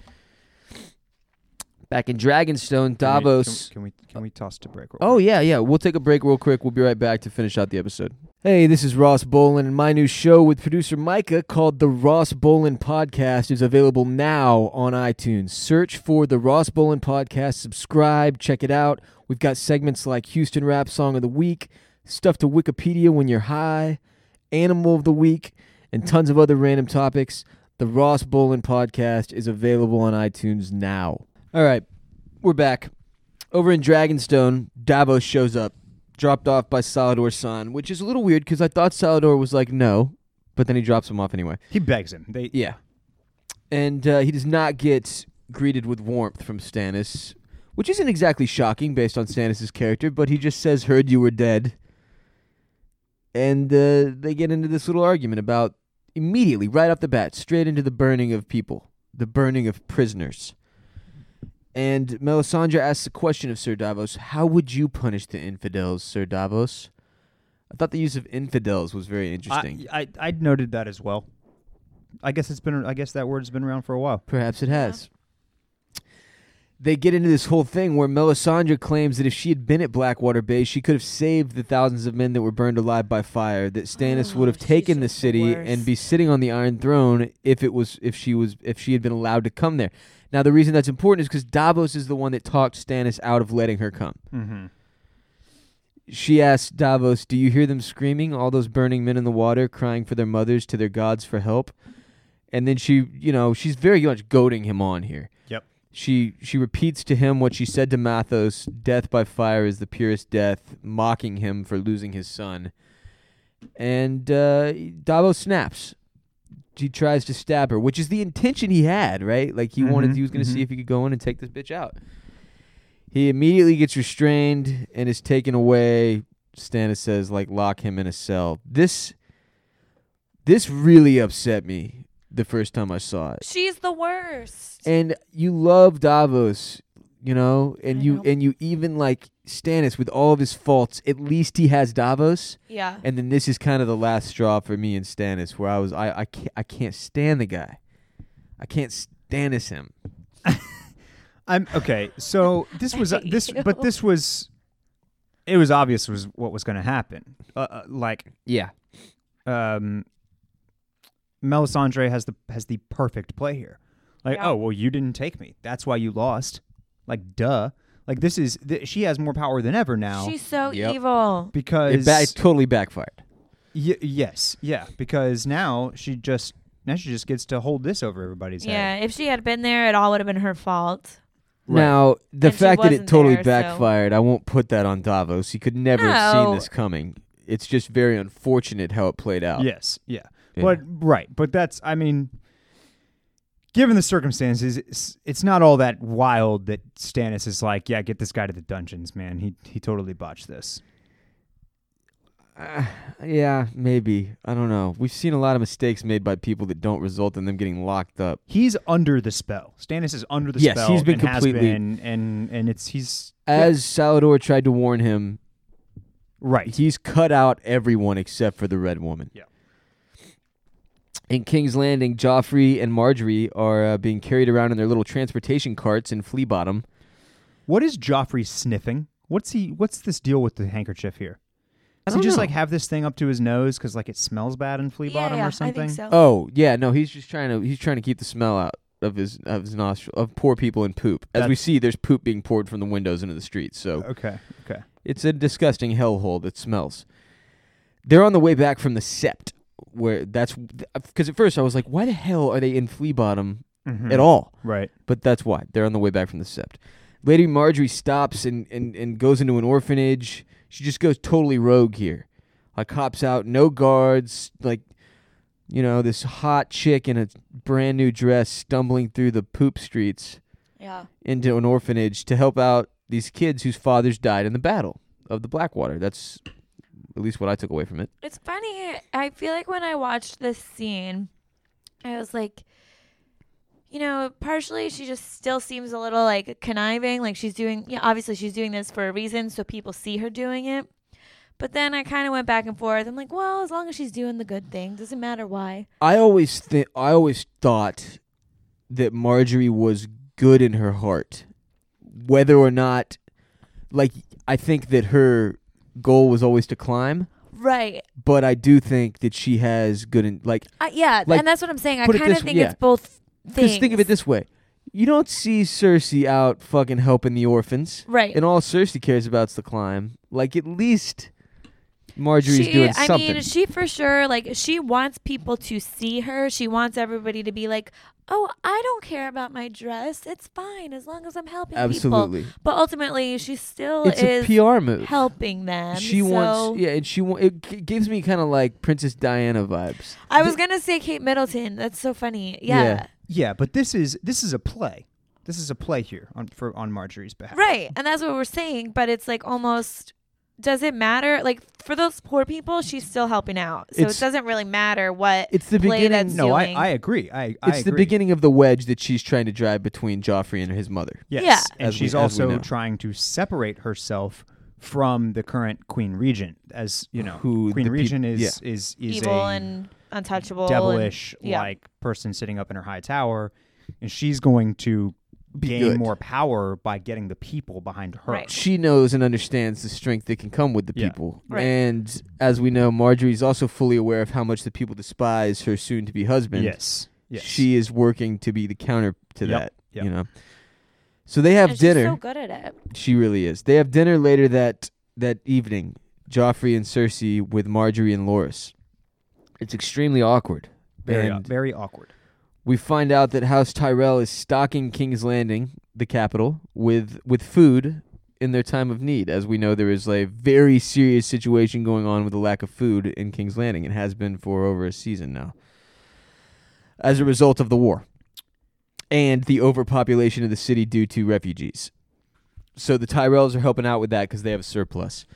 [SPEAKER 2] Back in Dragonstone,
[SPEAKER 3] Can we- can we-
[SPEAKER 2] Davos.
[SPEAKER 3] Can we can we, toss to break? real
[SPEAKER 2] Oh yeah, yeah. We'll take a break real quick. We'll be right back to finish out the episode. Hey, this is Ross Bolin, and my new show with producer Micah called the Ross Bolin Podcast is available now on iTunes. Search for the Ross Bolin Podcast, subscribe, check it out. We've got segments like Houston Rap Song of the Week, stuff to Wikipedia when you're high, Animal of the Week, and tons of other random topics. The Ross Bolin Podcast is available on iTunes now. All right, we're back. Over in Dragonstone, Davos shows up, dropped off by Salador's son, which is a little weird because I thought Salador was like, no, but then he drops him off anyway.
[SPEAKER 3] He begs him. They
[SPEAKER 2] yeah. And uh, he does not get greeted with warmth from Stannis, which isn't exactly shocking based on Stannis' character, but he just says, "Heard you were dead," and uh, they get into this little argument about immediately, right off the bat, straight into the burning of people, the burning of prisoners. And Melisandre asks the question of Sir Davos, "How would you punish the infidels, Sir Davos?" I thought the use of infidels was very interesting.
[SPEAKER 3] I, I I noted that as well. I guess it's been. I guess that word's been around for a while.
[SPEAKER 2] Perhaps it has. They get into this whole thing where Melisandre claims that if she had been at Blackwater Bay, she could have saved the thousands of men that were burned alive by fire. That Stannis would have taken the city and be sitting on the Iron Throne if it was if she was if she had been allowed to come there. Now the reason that's important is because Davos is the one that talked Stannis out of letting her come.
[SPEAKER 3] Mm-hmm.
[SPEAKER 2] She asked Davos, Do you hear them screaming, all those burning men in the water, crying for their mothers to their gods for help? And then she, you know, she's very much goading him on here.
[SPEAKER 3] Yep.
[SPEAKER 2] She she repeats to him what she said to Mathos, death by fire is the purest death, mocking him for losing his son. And uh, Davos snaps. He tries to stab her, which is the intention he had, right? Like he wanted
[SPEAKER 3] Mhm,
[SPEAKER 2] he was gonna
[SPEAKER 3] mhm.
[SPEAKER 2] see if he could go in and take this bitch out. He immediately gets restrained and is taken away. Stannis says, like, lock him in a cell. This this really upset me the first time I saw it.
[SPEAKER 4] She's the worst.
[SPEAKER 2] And you love Davos, you know, and you and you even like Stannis with all of his faults. At least he has Davos.
[SPEAKER 4] Yeah.
[SPEAKER 2] And then this is kind of the last straw for me and Stannis, where I was I I can't I can't stand the guy. I can't Stannis him.
[SPEAKER 3] I'm okay. So Oh, this was uh, this, but this was, it was obvious was what was going to happen. Uh, uh, like
[SPEAKER 2] yeah,
[SPEAKER 3] um, Melisandre has the has the perfect play here. Like,
[SPEAKER 12] Yeah.
[SPEAKER 3] oh well, you didn't take me. That's why you lost. Like, duh. Like this is th- she has more power than ever now.
[SPEAKER 4] She's so evil.
[SPEAKER 3] because
[SPEAKER 2] it back, totally backfired.
[SPEAKER 3] Y- yes, yeah, because now she just now she just gets to hold this over everybody's head.
[SPEAKER 4] Yeah, if she had been there, it all would have been her fault.
[SPEAKER 2] Now the
[SPEAKER 4] And she
[SPEAKER 2] fact that it
[SPEAKER 4] wasn't
[SPEAKER 2] totally
[SPEAKER 4] there, so-
[SPEAKER 2] backfired, I won't put that on Davos. He could never have
[SPEAKER 4] No.
[SPEAKER 2] seen this coming. It's just very unfortunate how it played out.
[SPEAKER 3] Yes, yeah.
[SPEAKER 2] Yeah.
[SPEAKER 3] But right, but that's I mean given the circumstances it's, it's not all that wild that Stannis is like, yeah, get this guy to the dungeons, man. He he totally botched this.
[SPEAKER 2] Yeah, maybe. I don't know. We've seen a lot of mistakes made by people that don't result in them getting locked up.
[SPEAKER 3] He's under the spell. Stannis is under the
[SPEAKER 2] Yes,
[SPEAKER 3] spell.
[SPEAKER 2] he's been
[SPEAKER 3] and
[SPEAKER 2] completely-
[SPEAKER 3] has been, and and it's he's
[SPEAKER 2] As Salador tried to warn him,
[SPEAKER 3] right.
[SPEAKER 2] He's cut out everyone except for the red woman.
[SPEAKER 3] Yeah.
[SPEAKER 2] In King's Landing, Joffrey and Marjorie are uh, being carried around in their little transportation carts in Flea Bottom.
[SPEAKER 3] What is Joffrey sniffing? What's he what's this deal with the handkerchief here?
[SPEAKER 2] I
[SPEAKER 3] Does he
[SPEAKER 2] don't
[SPEAKER 3] just
[SPEAKER 2] know.
[SPEAKER 3] like have this thing up to his nose because like it smells bad in flea bottom
[SPEAKER 4] yeah, I
[SPEAKER 3] or
[SPEAKER 4] think
[SPEAKER 3] something?
[SPEAKER 4] so.
[SPEAKER 2] Oh yeah, no, he's just trying to he's trying to keep the smell out of his of his nostril of poor people and poop. As we
[SPEAKER 3] That's-
[SPEAKER 2] see, there's poop being poured from the windows into the streets. So
[SPEAKER 3] Okay, okay.
[SPEAKER 2] It's a disgusting hellhole that smells. They're on the way back from the sept, where that's because at first I was like, why the hell are they in Flea Bottom
[SPEAKER 3] Mhm.
[SPEAKER 2] at all?
[SPEAKER 3] Right.
[SPEAKER 2] But that's why they're on the way back from the sept. Lady Marjorie stops and, and, and goes into an orphanage. She just goes totally rogue here. Like hops out, no guards, like you know, this hot chick in a brand new dress stumbling through the poop streets
[SPEAKER 4] Yeah.
[SPEAKER 2] into an orphanage to help out these kids whose fathers died in the battle of the Blackwater. That's at least what I took away from it.
[SPEAKER 4] It's funny. I feel like when I watched this scene, I was like, you know, partially she just still seems a little like conniving. Like she's doing, yeah, obviously she's doing this for a reason so people see her doing it. But then I kind of went back and forth. I'm like, well, as long as she's doing the good thing, doesn't matter why.
[SPEAKER 2] I always think I always thought that Marjorie was good in her heart, whether or not, like I think that her goal was always to climb.
[SPEAKER 4] Right.
[SPEAKER 2] But I do think that she has good in like
[SPEAKER 4] Uh, yeah,
[SPEAKER 2] Like,
[SPEAKER 4] and that's what I'm saying. I
[SPEAKER 2] put it
[SPEAKER 4] kind of
[SPEAKER 2] this-
[SPEAKER 4] think
[SPEAKER 2] yeah.
[SPEAKER 4] it's both
[SPEAKER 2] Because
[SPEAKER 4] things.
[SPEAKER 2] think of it this way. You don't see Cersei out fucking helping the orphans.
[SPEAKER 4] Right.
[SPEAKER 2] And all Cersei cares about is the climb. Like, at least Marjorie's doing
[SPEAKER 4] I
[SPEAKER 2] something.
[SPEAKER 4] mean, she for sure like she wants people to see her. She wants everybody to be like, "Oh, I don't care about my dress. It's fine as long as I'm helping
[SPEAKER 2] Absolutely.
[SPEAKER 4] people." But ultimately, she still
[SPEAKER 2] It's a
[SPEAKER 4] is
[SPEAKER 2] PR move.
[SPEAKER 4] helping them.
[SPEAKER 2] she
[SPEAKER 4] so-
[SPEAKER 2] wants, yeah, and she wa- it g- gives me kind of like Princess Diana vibes.
[SPEAKER 4] I was gonna say Kate Middleton. That's so funny. Yeah.
[SPEAKER 3] Yeah, but this is this is a play. This is a play here on for on Marjorie's behalf.
[SPEAKER 4] Right. And that's what we're saying, but it's like almost does it matter? Like for those poor people, she's still helping out. So
[SPEAKER 2] It's-
[SPEAKER 4] it doesn't really matter what
[SPEAKER 2] It's the
[SPEAKER 4] play
[SPEAKER 2] beginning-
[SPEAKER 4] that's
[SPEAKER 2] No, I-
[SPEAKER 4] doing.
[SPEAKER 3] I agree. I, I
[SPEAKER 2] it's the
[SPEAKER 3] agree.
[SPEAKER 2] beginning of the wedge that she's trying to drive between Joffrey and his mother.
[SPEAKER 3] Yes. And
[SPEAKER 2] As we-
[SPEAKER 3] she's
[SPEAKER 2] as we
[SPEAKER 3] also
[SPEAKER 2] know.
[SPEAKER 3] trying to separate herself from the current Queen Regent, as you know,
[SPEAKER 2] Who
[SPEAKER 3] Queen
[SPEAKER 2] the peop-
[SPEAKER 3] Regent is,
[SPEAKER 2] yeah.
[SPEAKER 3] is is
[SPEAKER 4] evil
[SPEAKER 3] a
[SPEAKER 4] and untouchable. and-
[SPEAKER 3] devilish
[SPEAKER 4] yeah.
[SPEAKER 3] like person sitting up in her high tower, and she's going to gain
[SPEAKER 2] good.
[SPEAKER 3] more power by getting the people behind her.
[SPEAKER 2] She knows and understands the strength that can come with the
[SPEAKER 3] Yeah.
[SPEAKER 2] people.
[SPEAKER 3] Right.
[SPEAKER 2] And as we know, Marjorie's also fully aware of how much the people despise her soon to be husband.
[SPEAKER 3] Yes. Yes.
[SPEAKER 2] She is working to be the counter to
[SPEAKER 3] Yep.
[SPEAKER 2] that.
[SPEAKER 3] Yep.
[SPEAKER 2] You know. So they have
[SPEAKER 4] And she's
[SPEAKER 2] dinner.
[SPEAKER 4] so good at it.
[SPEAKER 2] She really is. They have dinner later that that evening. Joffrey and Cersei with Marjorie and Loras. It's extremely awkward.
[SPEAKER 3] Very au-
[SPEAKER 2] and
[SPEAKER 3] very awkward.
[SPEAKER 2] We find out that House Tyrell is stocking King's Landing, the capital, with with food in their time of need. As we know, there is a very serious situation going on with the lack of food in King's Landing. It has been for over a season now. As a result of the war and the overpopulation of the city due to refugees. So the Tyrells are helping out with that because they have a surplus.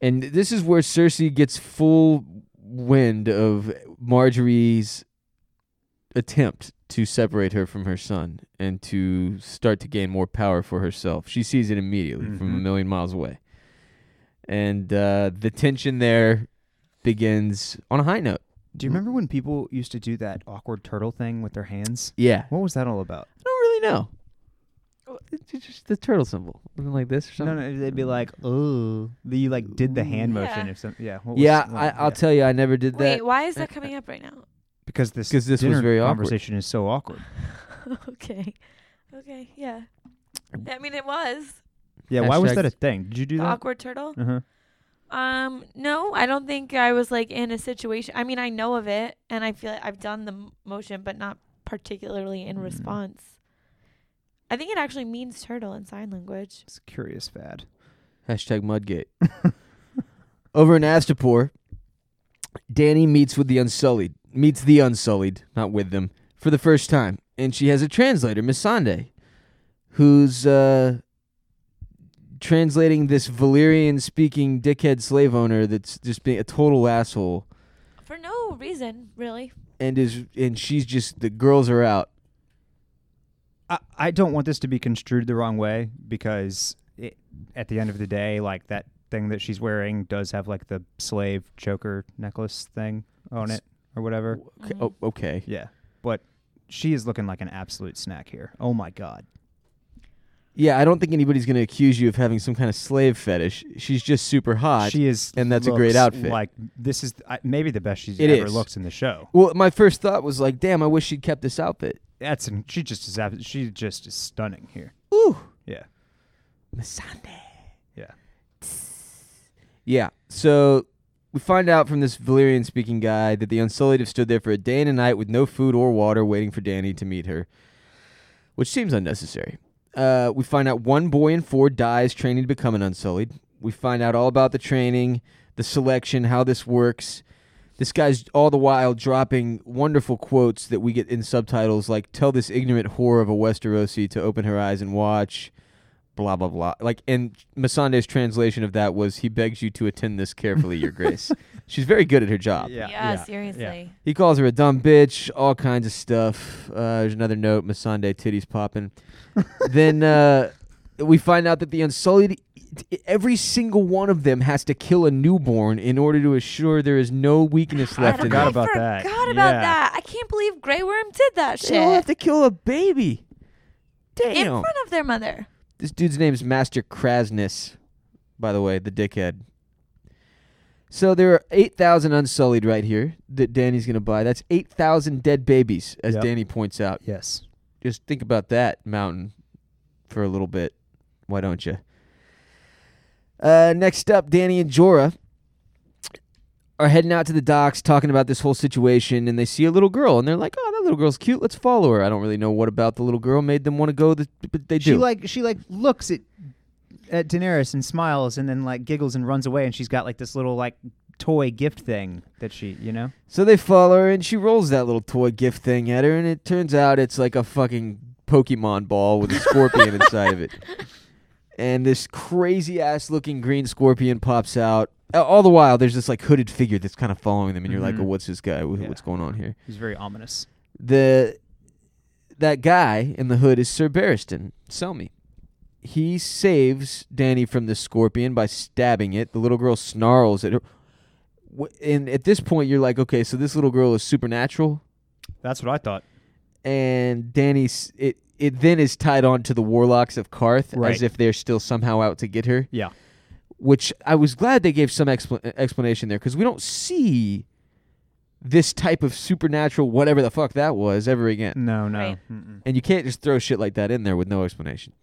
[SPEAKER 2] And this is where Cersei gets full wind of Marjorie's attempt to separate her from her son and to start to gain more power for herself. She sees it immediately from a
[SPEAKER 3] Mhm.
[SPEAKER 2] million miles away. And uh, the tension there begins on a high note.
[SPEAKER 3] Do you remember when people used to do that awkward turtle thing with their hands?
[SPEAKER 2] Yeah.
[SPEAKER 3] What was that all about?
[SPEAKER 2] I don't really know.
[SPEAKER 4] Oh.
[SPEAKER 2] It's just the turtle symbol. Wasn't it like this or
[SPEAKER 3] No,
[SPEAKER 2] something?
[SPEAKER 3] no, they'd be like, "Oh, you like did the hand motion if some, yeah, what was-
[SPEAKER 2] yeah,
[SPEAKER 3] what-
[SPEAKER 2] I, I'll tell you, I never did that.
[SPEAKER 4] Wait, why is that coming up right now?
[SPEAKER 3] because this
[SPEAKER 2] 'Cause this was
[SPEAKER 3] dinner
[SPEAKER 2] very awkward.
[SPEAKER 3] conversation is so awkward.
[SPEAKER 4] okay. Okay, yeah. I mean it was.
[SPEAKER 3] Yeah, why was
[SPEAKER 2] Hashtag-
[SPEAKER 3] that a thing? Did you do
[SPEAKER 4] The
[SPEAKER 3] that?
[SPEAKER 4] awkward turtle?
[SPEAKER 3] Uh-huh.
[SPEAKER 4] Um, no, I don't think I was like in a situation. I mean, I know of it, and I feel like I've done the m- motion, but not particularly
[SPEAKER 3] Mm.
[SPEAKER 4] in response. I think it actually means turtle in sign language.
[SPEAKER 3] It's a curious fad.
[SPEAKER 2] Hashtag Mudgate. Over in Astapor, Danny meets with the Unsullied, meets the Unsullied, not with them, for the first time, and she has a translator, Missande, who's uh, translating this Valyrian-speaking dickhead slave owner that's just being a total asshole,
[SPEAKER 4] For no reason, really.
[SPEAKER 2] and is and she's just the girls are out.
[SPEAKER 3] I, I don't want this to be construed the wrong way because it, at the end of the day, like that thing that she's wearing does have like the slave choker necklace thing on it or whatever.
[SPEAKER 2] Okay, oh, okay.
[SPEAKER 3] Yeah, but she is looking like an absolute snack here. Oh my god.
[SPEAKER 2] Yeah, I don't think anybody's going to accuse you of having some kind of slave fetish. She's just super hot.
[SPEAKER 3] She is,
[SPEAKER 2] and that's a great
[SPEAKER 3] looks
[SPEAKER 2] outfit.
[SPEAKER 3] Like this is I, maybe the best she's
[SPEAKER 2] It
[SPEAKER 3] ever
[SPEAKER 2] is.
[SPEAKER 3] looks in the show.
[SPEAKER 2] well, my first thought was like, damn, I wish she'd kept this outfit.
[SPEAKER 3] That's an, she just is ab- she just is stunning here.
[SPEAKER 2] Ooh,
[SPEAKER 3] Yeah,
[SPEAKER 2] Masande.
[SPEAKER 3] yeah.
[SPEAKER 2] Yeah. So we find out from this Valyrian speaking guy that the Unsullied have stood there for a day and a night with no food or water, waiting for Danny to meet her, which seems unnecessary. Uh, we find out one boy in four dies training to become an Unsullied. We find out all about the training, the selection, how this works. This guy's all the while dropping wonderful quotes that we get in subtitles, like "Tell this ignorant whore of a Westerosi to open her eyes and watch." blah blah blah. Like, and Masande's translation of that was, "He begs you to attend this carefully, Your Grace." She's very good at her job.
[SPEAKER 4] Yeah, seriously.
[SPEAKER 2] He calls her a dumb bitch, all kinds of stuff. Uh, there's another note: Masande titties popping. then uh, we find out that the Unsullied, every single one of them has to kill a newborn in order to assure there is no weakness left in
[SPEAKER 3] forgot
[SPEAKER 2] them.
[SPEAKER 3] about
[SPEAKER 4] I
[SPEAKER 3] that.
[SPEAKER 4] forgot about
[SPEAKER 3] Yeah.
[SPEAKER 4] that. I can't believe Grey Worm did that
[SPEAKER 2] They all have
[SPEAKER 4] shit
[SPEAKER 2] to kill a baby. Damn.
[SPEAKER 4] in front of their mother.
[SPEAKER 2] This dude's name's Master Krasnus, by the way, the dickhead. So there are 8,000 unsullied right here that Danny's going to buy. That's 8,000 dead babies, as
[SPEAKER 3] Yep.
[SPEAKER 2] Danny points out.
[SPEAKER 3] Yes.
[SPEAKER 2] Just think about that mountain for a little bit. Why don't you? Uh, next up, Danny and Jorah are heading out to the docks talking about this whole situation, and they see a little girl, and they're like, oh, that little girl's cute. Let's follow her. I don't really know what about the little girl made them want to go, the, but they
[SPEAKER 3] She
[SPEAKER 2] do.
[SPEAKER 3] like she like looks at at Daenerys and smiles and then like giggles and runs away and she's got like this little like toy gift thing that she you know
[SPEAKER 2] So they follow her, and she rolls that little toy gift thing at her, and it turns out it's like a fucking Pokemon ball with a scorpion inside of it. And this crazy ass looking green scorpion pops out. A- All the while, there's this like hooded figure that's kind of following them, and you're like,
[SPEAKER 3] Mhm.
[SPEAKER 2] "Oh, what's this guy? Wh- What's going on here?"
[SPEAKER 3] He's very ominous.
[SPEAKER 2] the that guy in the hood is Sir Barristan Selmy. He saves Danny from the scorpion by stabbing it. The little girl snarls at her. Wh- And at this point, you're like, okay, so this little girl is supernatural,
[SPEAKER 3] That's what I thought.
[SPEAKER 2] and Danny's it. It then is tied on to the warlocks of Karth
[SPEAKER 3] Right.
[SPEAKER 2] as if they're still somehow out to get her.
[SPEAKER 3] Yeah.
[SPEAKER 2] Which I was glad they gave some expl- explanation there because we don't see this type of supernatural whatever the fuck that was ever again.
[SPEAKER 3] No, no.
[SPEAKER 4] Right.
[SPEAKER 3] Mm-mm.
[SPEAKER 2] And you can't just throw shit like that in there with no explanation.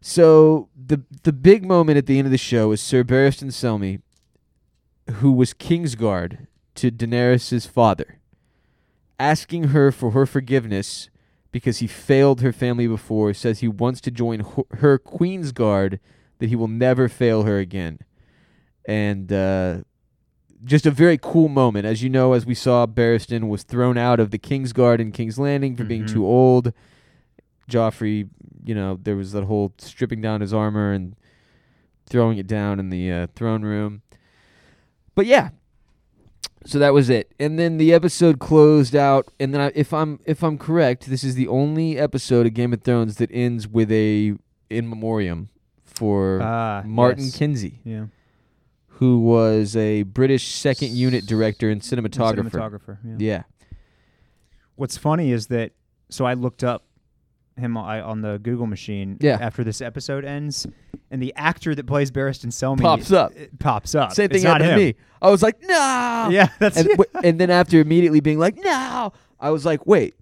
[SPEAKER 2] So the the big moment at the end of the show is Sir Barristan Selmy, who was Kingsguard to Daenerys' father, asking her for her forgiveness because he failed her family before, says he wants to join ho- her Queen's Guard, that he will never fail her again. And uh, just a very cool moment. As you know, as we saw, Barristan was thrown out of the King's Guard in King's Landing for being
[SPEAKER 3] Mhm.
[SPEAKER 2] too old. Joffrey, you know, there was that whole stripping down his armor and throwing it down in the uh, throne room. But yeah, so that was it. And then the episode closed out. And then I, if I'm if I'm correct, this is the only episode of Game of Thrones that ends with a in memoriam for
[SPEAKER 3] Ah,
[SPEAKER 2] Martin
[SPEAKER 3] yes.
[SPEAKER 2] Kinsey
[SPEAKER 3] Yeah.
[SPEAKER 2] who was a British second unit director and cinematographer.
[SPEAKER 3] Cinematographer, yeah.
[SPEAKER 2] yeah.
[SPEAKER 3] What's funny is that so I looked up him on, I, on the Google machine
[SPEAKER 2] Yeah.
[SPEAKER 3] after this episode ends, and the actor that plays Barristan Selmy
[SPEAKER 2] Pops up.
[SPEAKER 3] it pops up.
[SPEAKER 2] Same
[SPEAKER 3] It's
[SPEAKER 2] thing
[SPEAKER 3] not
[SPEAKER 2] happened
[SPEAKER 3] him.
[SPEAKER 2] to me. I was like, no.
[SPEAKER 3] Yeah, that's
[SPEAKER 2] Oh. and, w- and then after immediately being like, no, I was like, wait,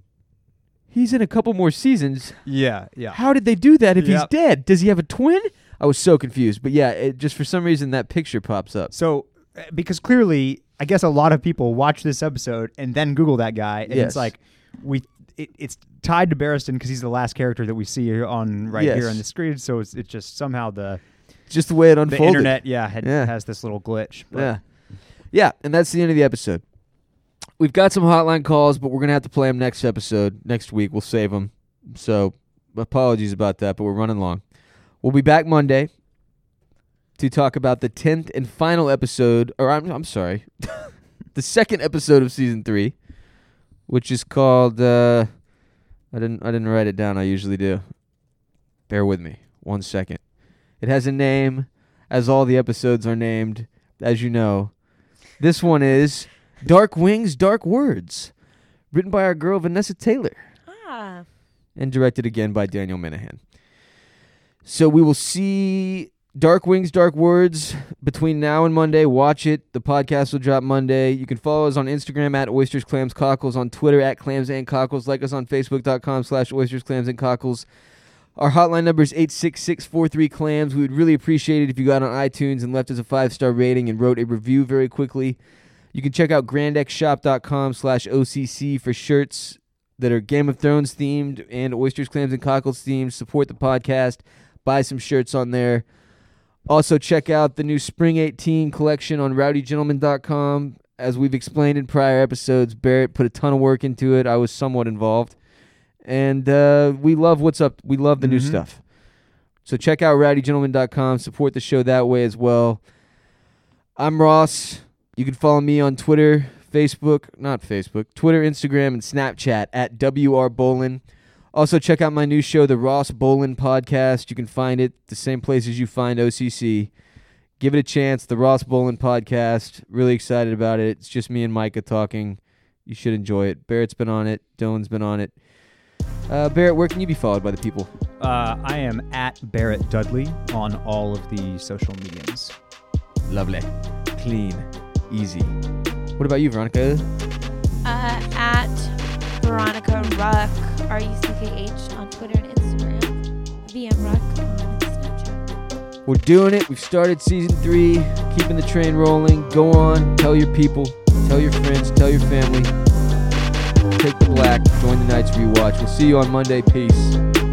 [SPEAKER 2] he's in a couple more seasons.
[SPEAKER 3] Yeah, yeah.
[SPEAKER 2] How did they do that if he's
[SPEAKER 3] Yep.
[SPEAKER 2] dead? Does he have a twin? I was so confused. But yeah, it, just for some reason that picture pops up.
[SPEAKER 3] So, uh, because clearly, I guess a lot of people watch this episode and then Google that guy, and
[SPEAKER 2] Yes.
[SPEAKER 3] it's like we it, it's tied to Barristan because he's the last character that we see here on right
[SPEAKER 2] Yes.
[SPEAKER 3] here on the screen. So it's, it's just somehow the
[SPEAKER 2] Just the way it
[SPEAKER 3] the
[SPEAKER 2] unfolded.
[SPEAKER 3] internet, yeah, had,
[SPEAKER 2] Yeah.
[SPEAKER 3] has this little glitch. But
[SPEAKER 2] Yeah. Yeah, and that's the end of the episode. We've got some hotline calls, but we're going to have to play them next episode, next week. We'll save them. So apologies about that, but we're running long. We'll be back Monday to talk about the 10th and final episode, or I'm, I'm sorry, the second episode of season three, which is called, uh, I didn't, I didn't write it down. I usually do. Bear with me one second. It has a name, as all the episodes are named, as you know. This one is Dark Wings, Dark Words, written by our girl Vanessa Taylor
[SPEAKER 4] Ah,
[SPEAKER 2] and directed again by Daniel Minahan. So we will see Dark Wings, Dark Words between now and Monday. Watch it. The podcast will drop Monday. You can follow us on Instagram at Oysters, Clams, Cockles, on Twitter at Clams and Cockles. Like us on Facebook.com slash Oysters, Clams, and Cockles. Our hotline number is 866-43-CLAMS. We would really appreciate it if you got on iTunes and left us a five-star rating and wrote a review very quickly. You can check out grandexshop.com slash OCC for shirts that are Game of Thrones themed and Oysters, Clams, and Cockles themed. Support the podcast. Buy some shirts on there. Also, check out the new Spring 18 collection on rowdygentleman.com. As we've explained in prior episodes, Barrett put a ton of work into it. I was somewhat involved. And uh, we love what's up. We love the new
[SPEAKER 3] Mhm.
[SPEAKER 2] stuff. So check out rowdygentleman.com. Support the show that way as well. I'm Ross. You can follow me on Twitter, Facebook, not Facebook, Twitter, Instagram, and Snapchat at WR Bolin. Also, check out my new show, the Ross Bolin Podcast. You can find it the same places you find OCC. Give it a chance, the Ross Bolin Podcast. Really excited about it. It's just me and Micah talking. You should enjoy it. Barrett's been on it, Dylan's been on it. Uh, Barrett, where can you be followed by the people?
[SPEAKER 3] Uh, I am at Barrett Dudley on all of the social mediums.
[SPEAKER 2] Lovely, clean, easy. What about you, Veronica?
[SPEAKER 4] uh, at Veronica Ruck, R U C K H on Twitter and Instagram. VM Ruck on Snapchat.
[SPEAKER 2] We're doing it. We've started season three, keeping the train rolling. Go on, tell your people, tell your friends, tell your family. Take the black, join the Knights Rewatch. We'll see you on Monday. Peace.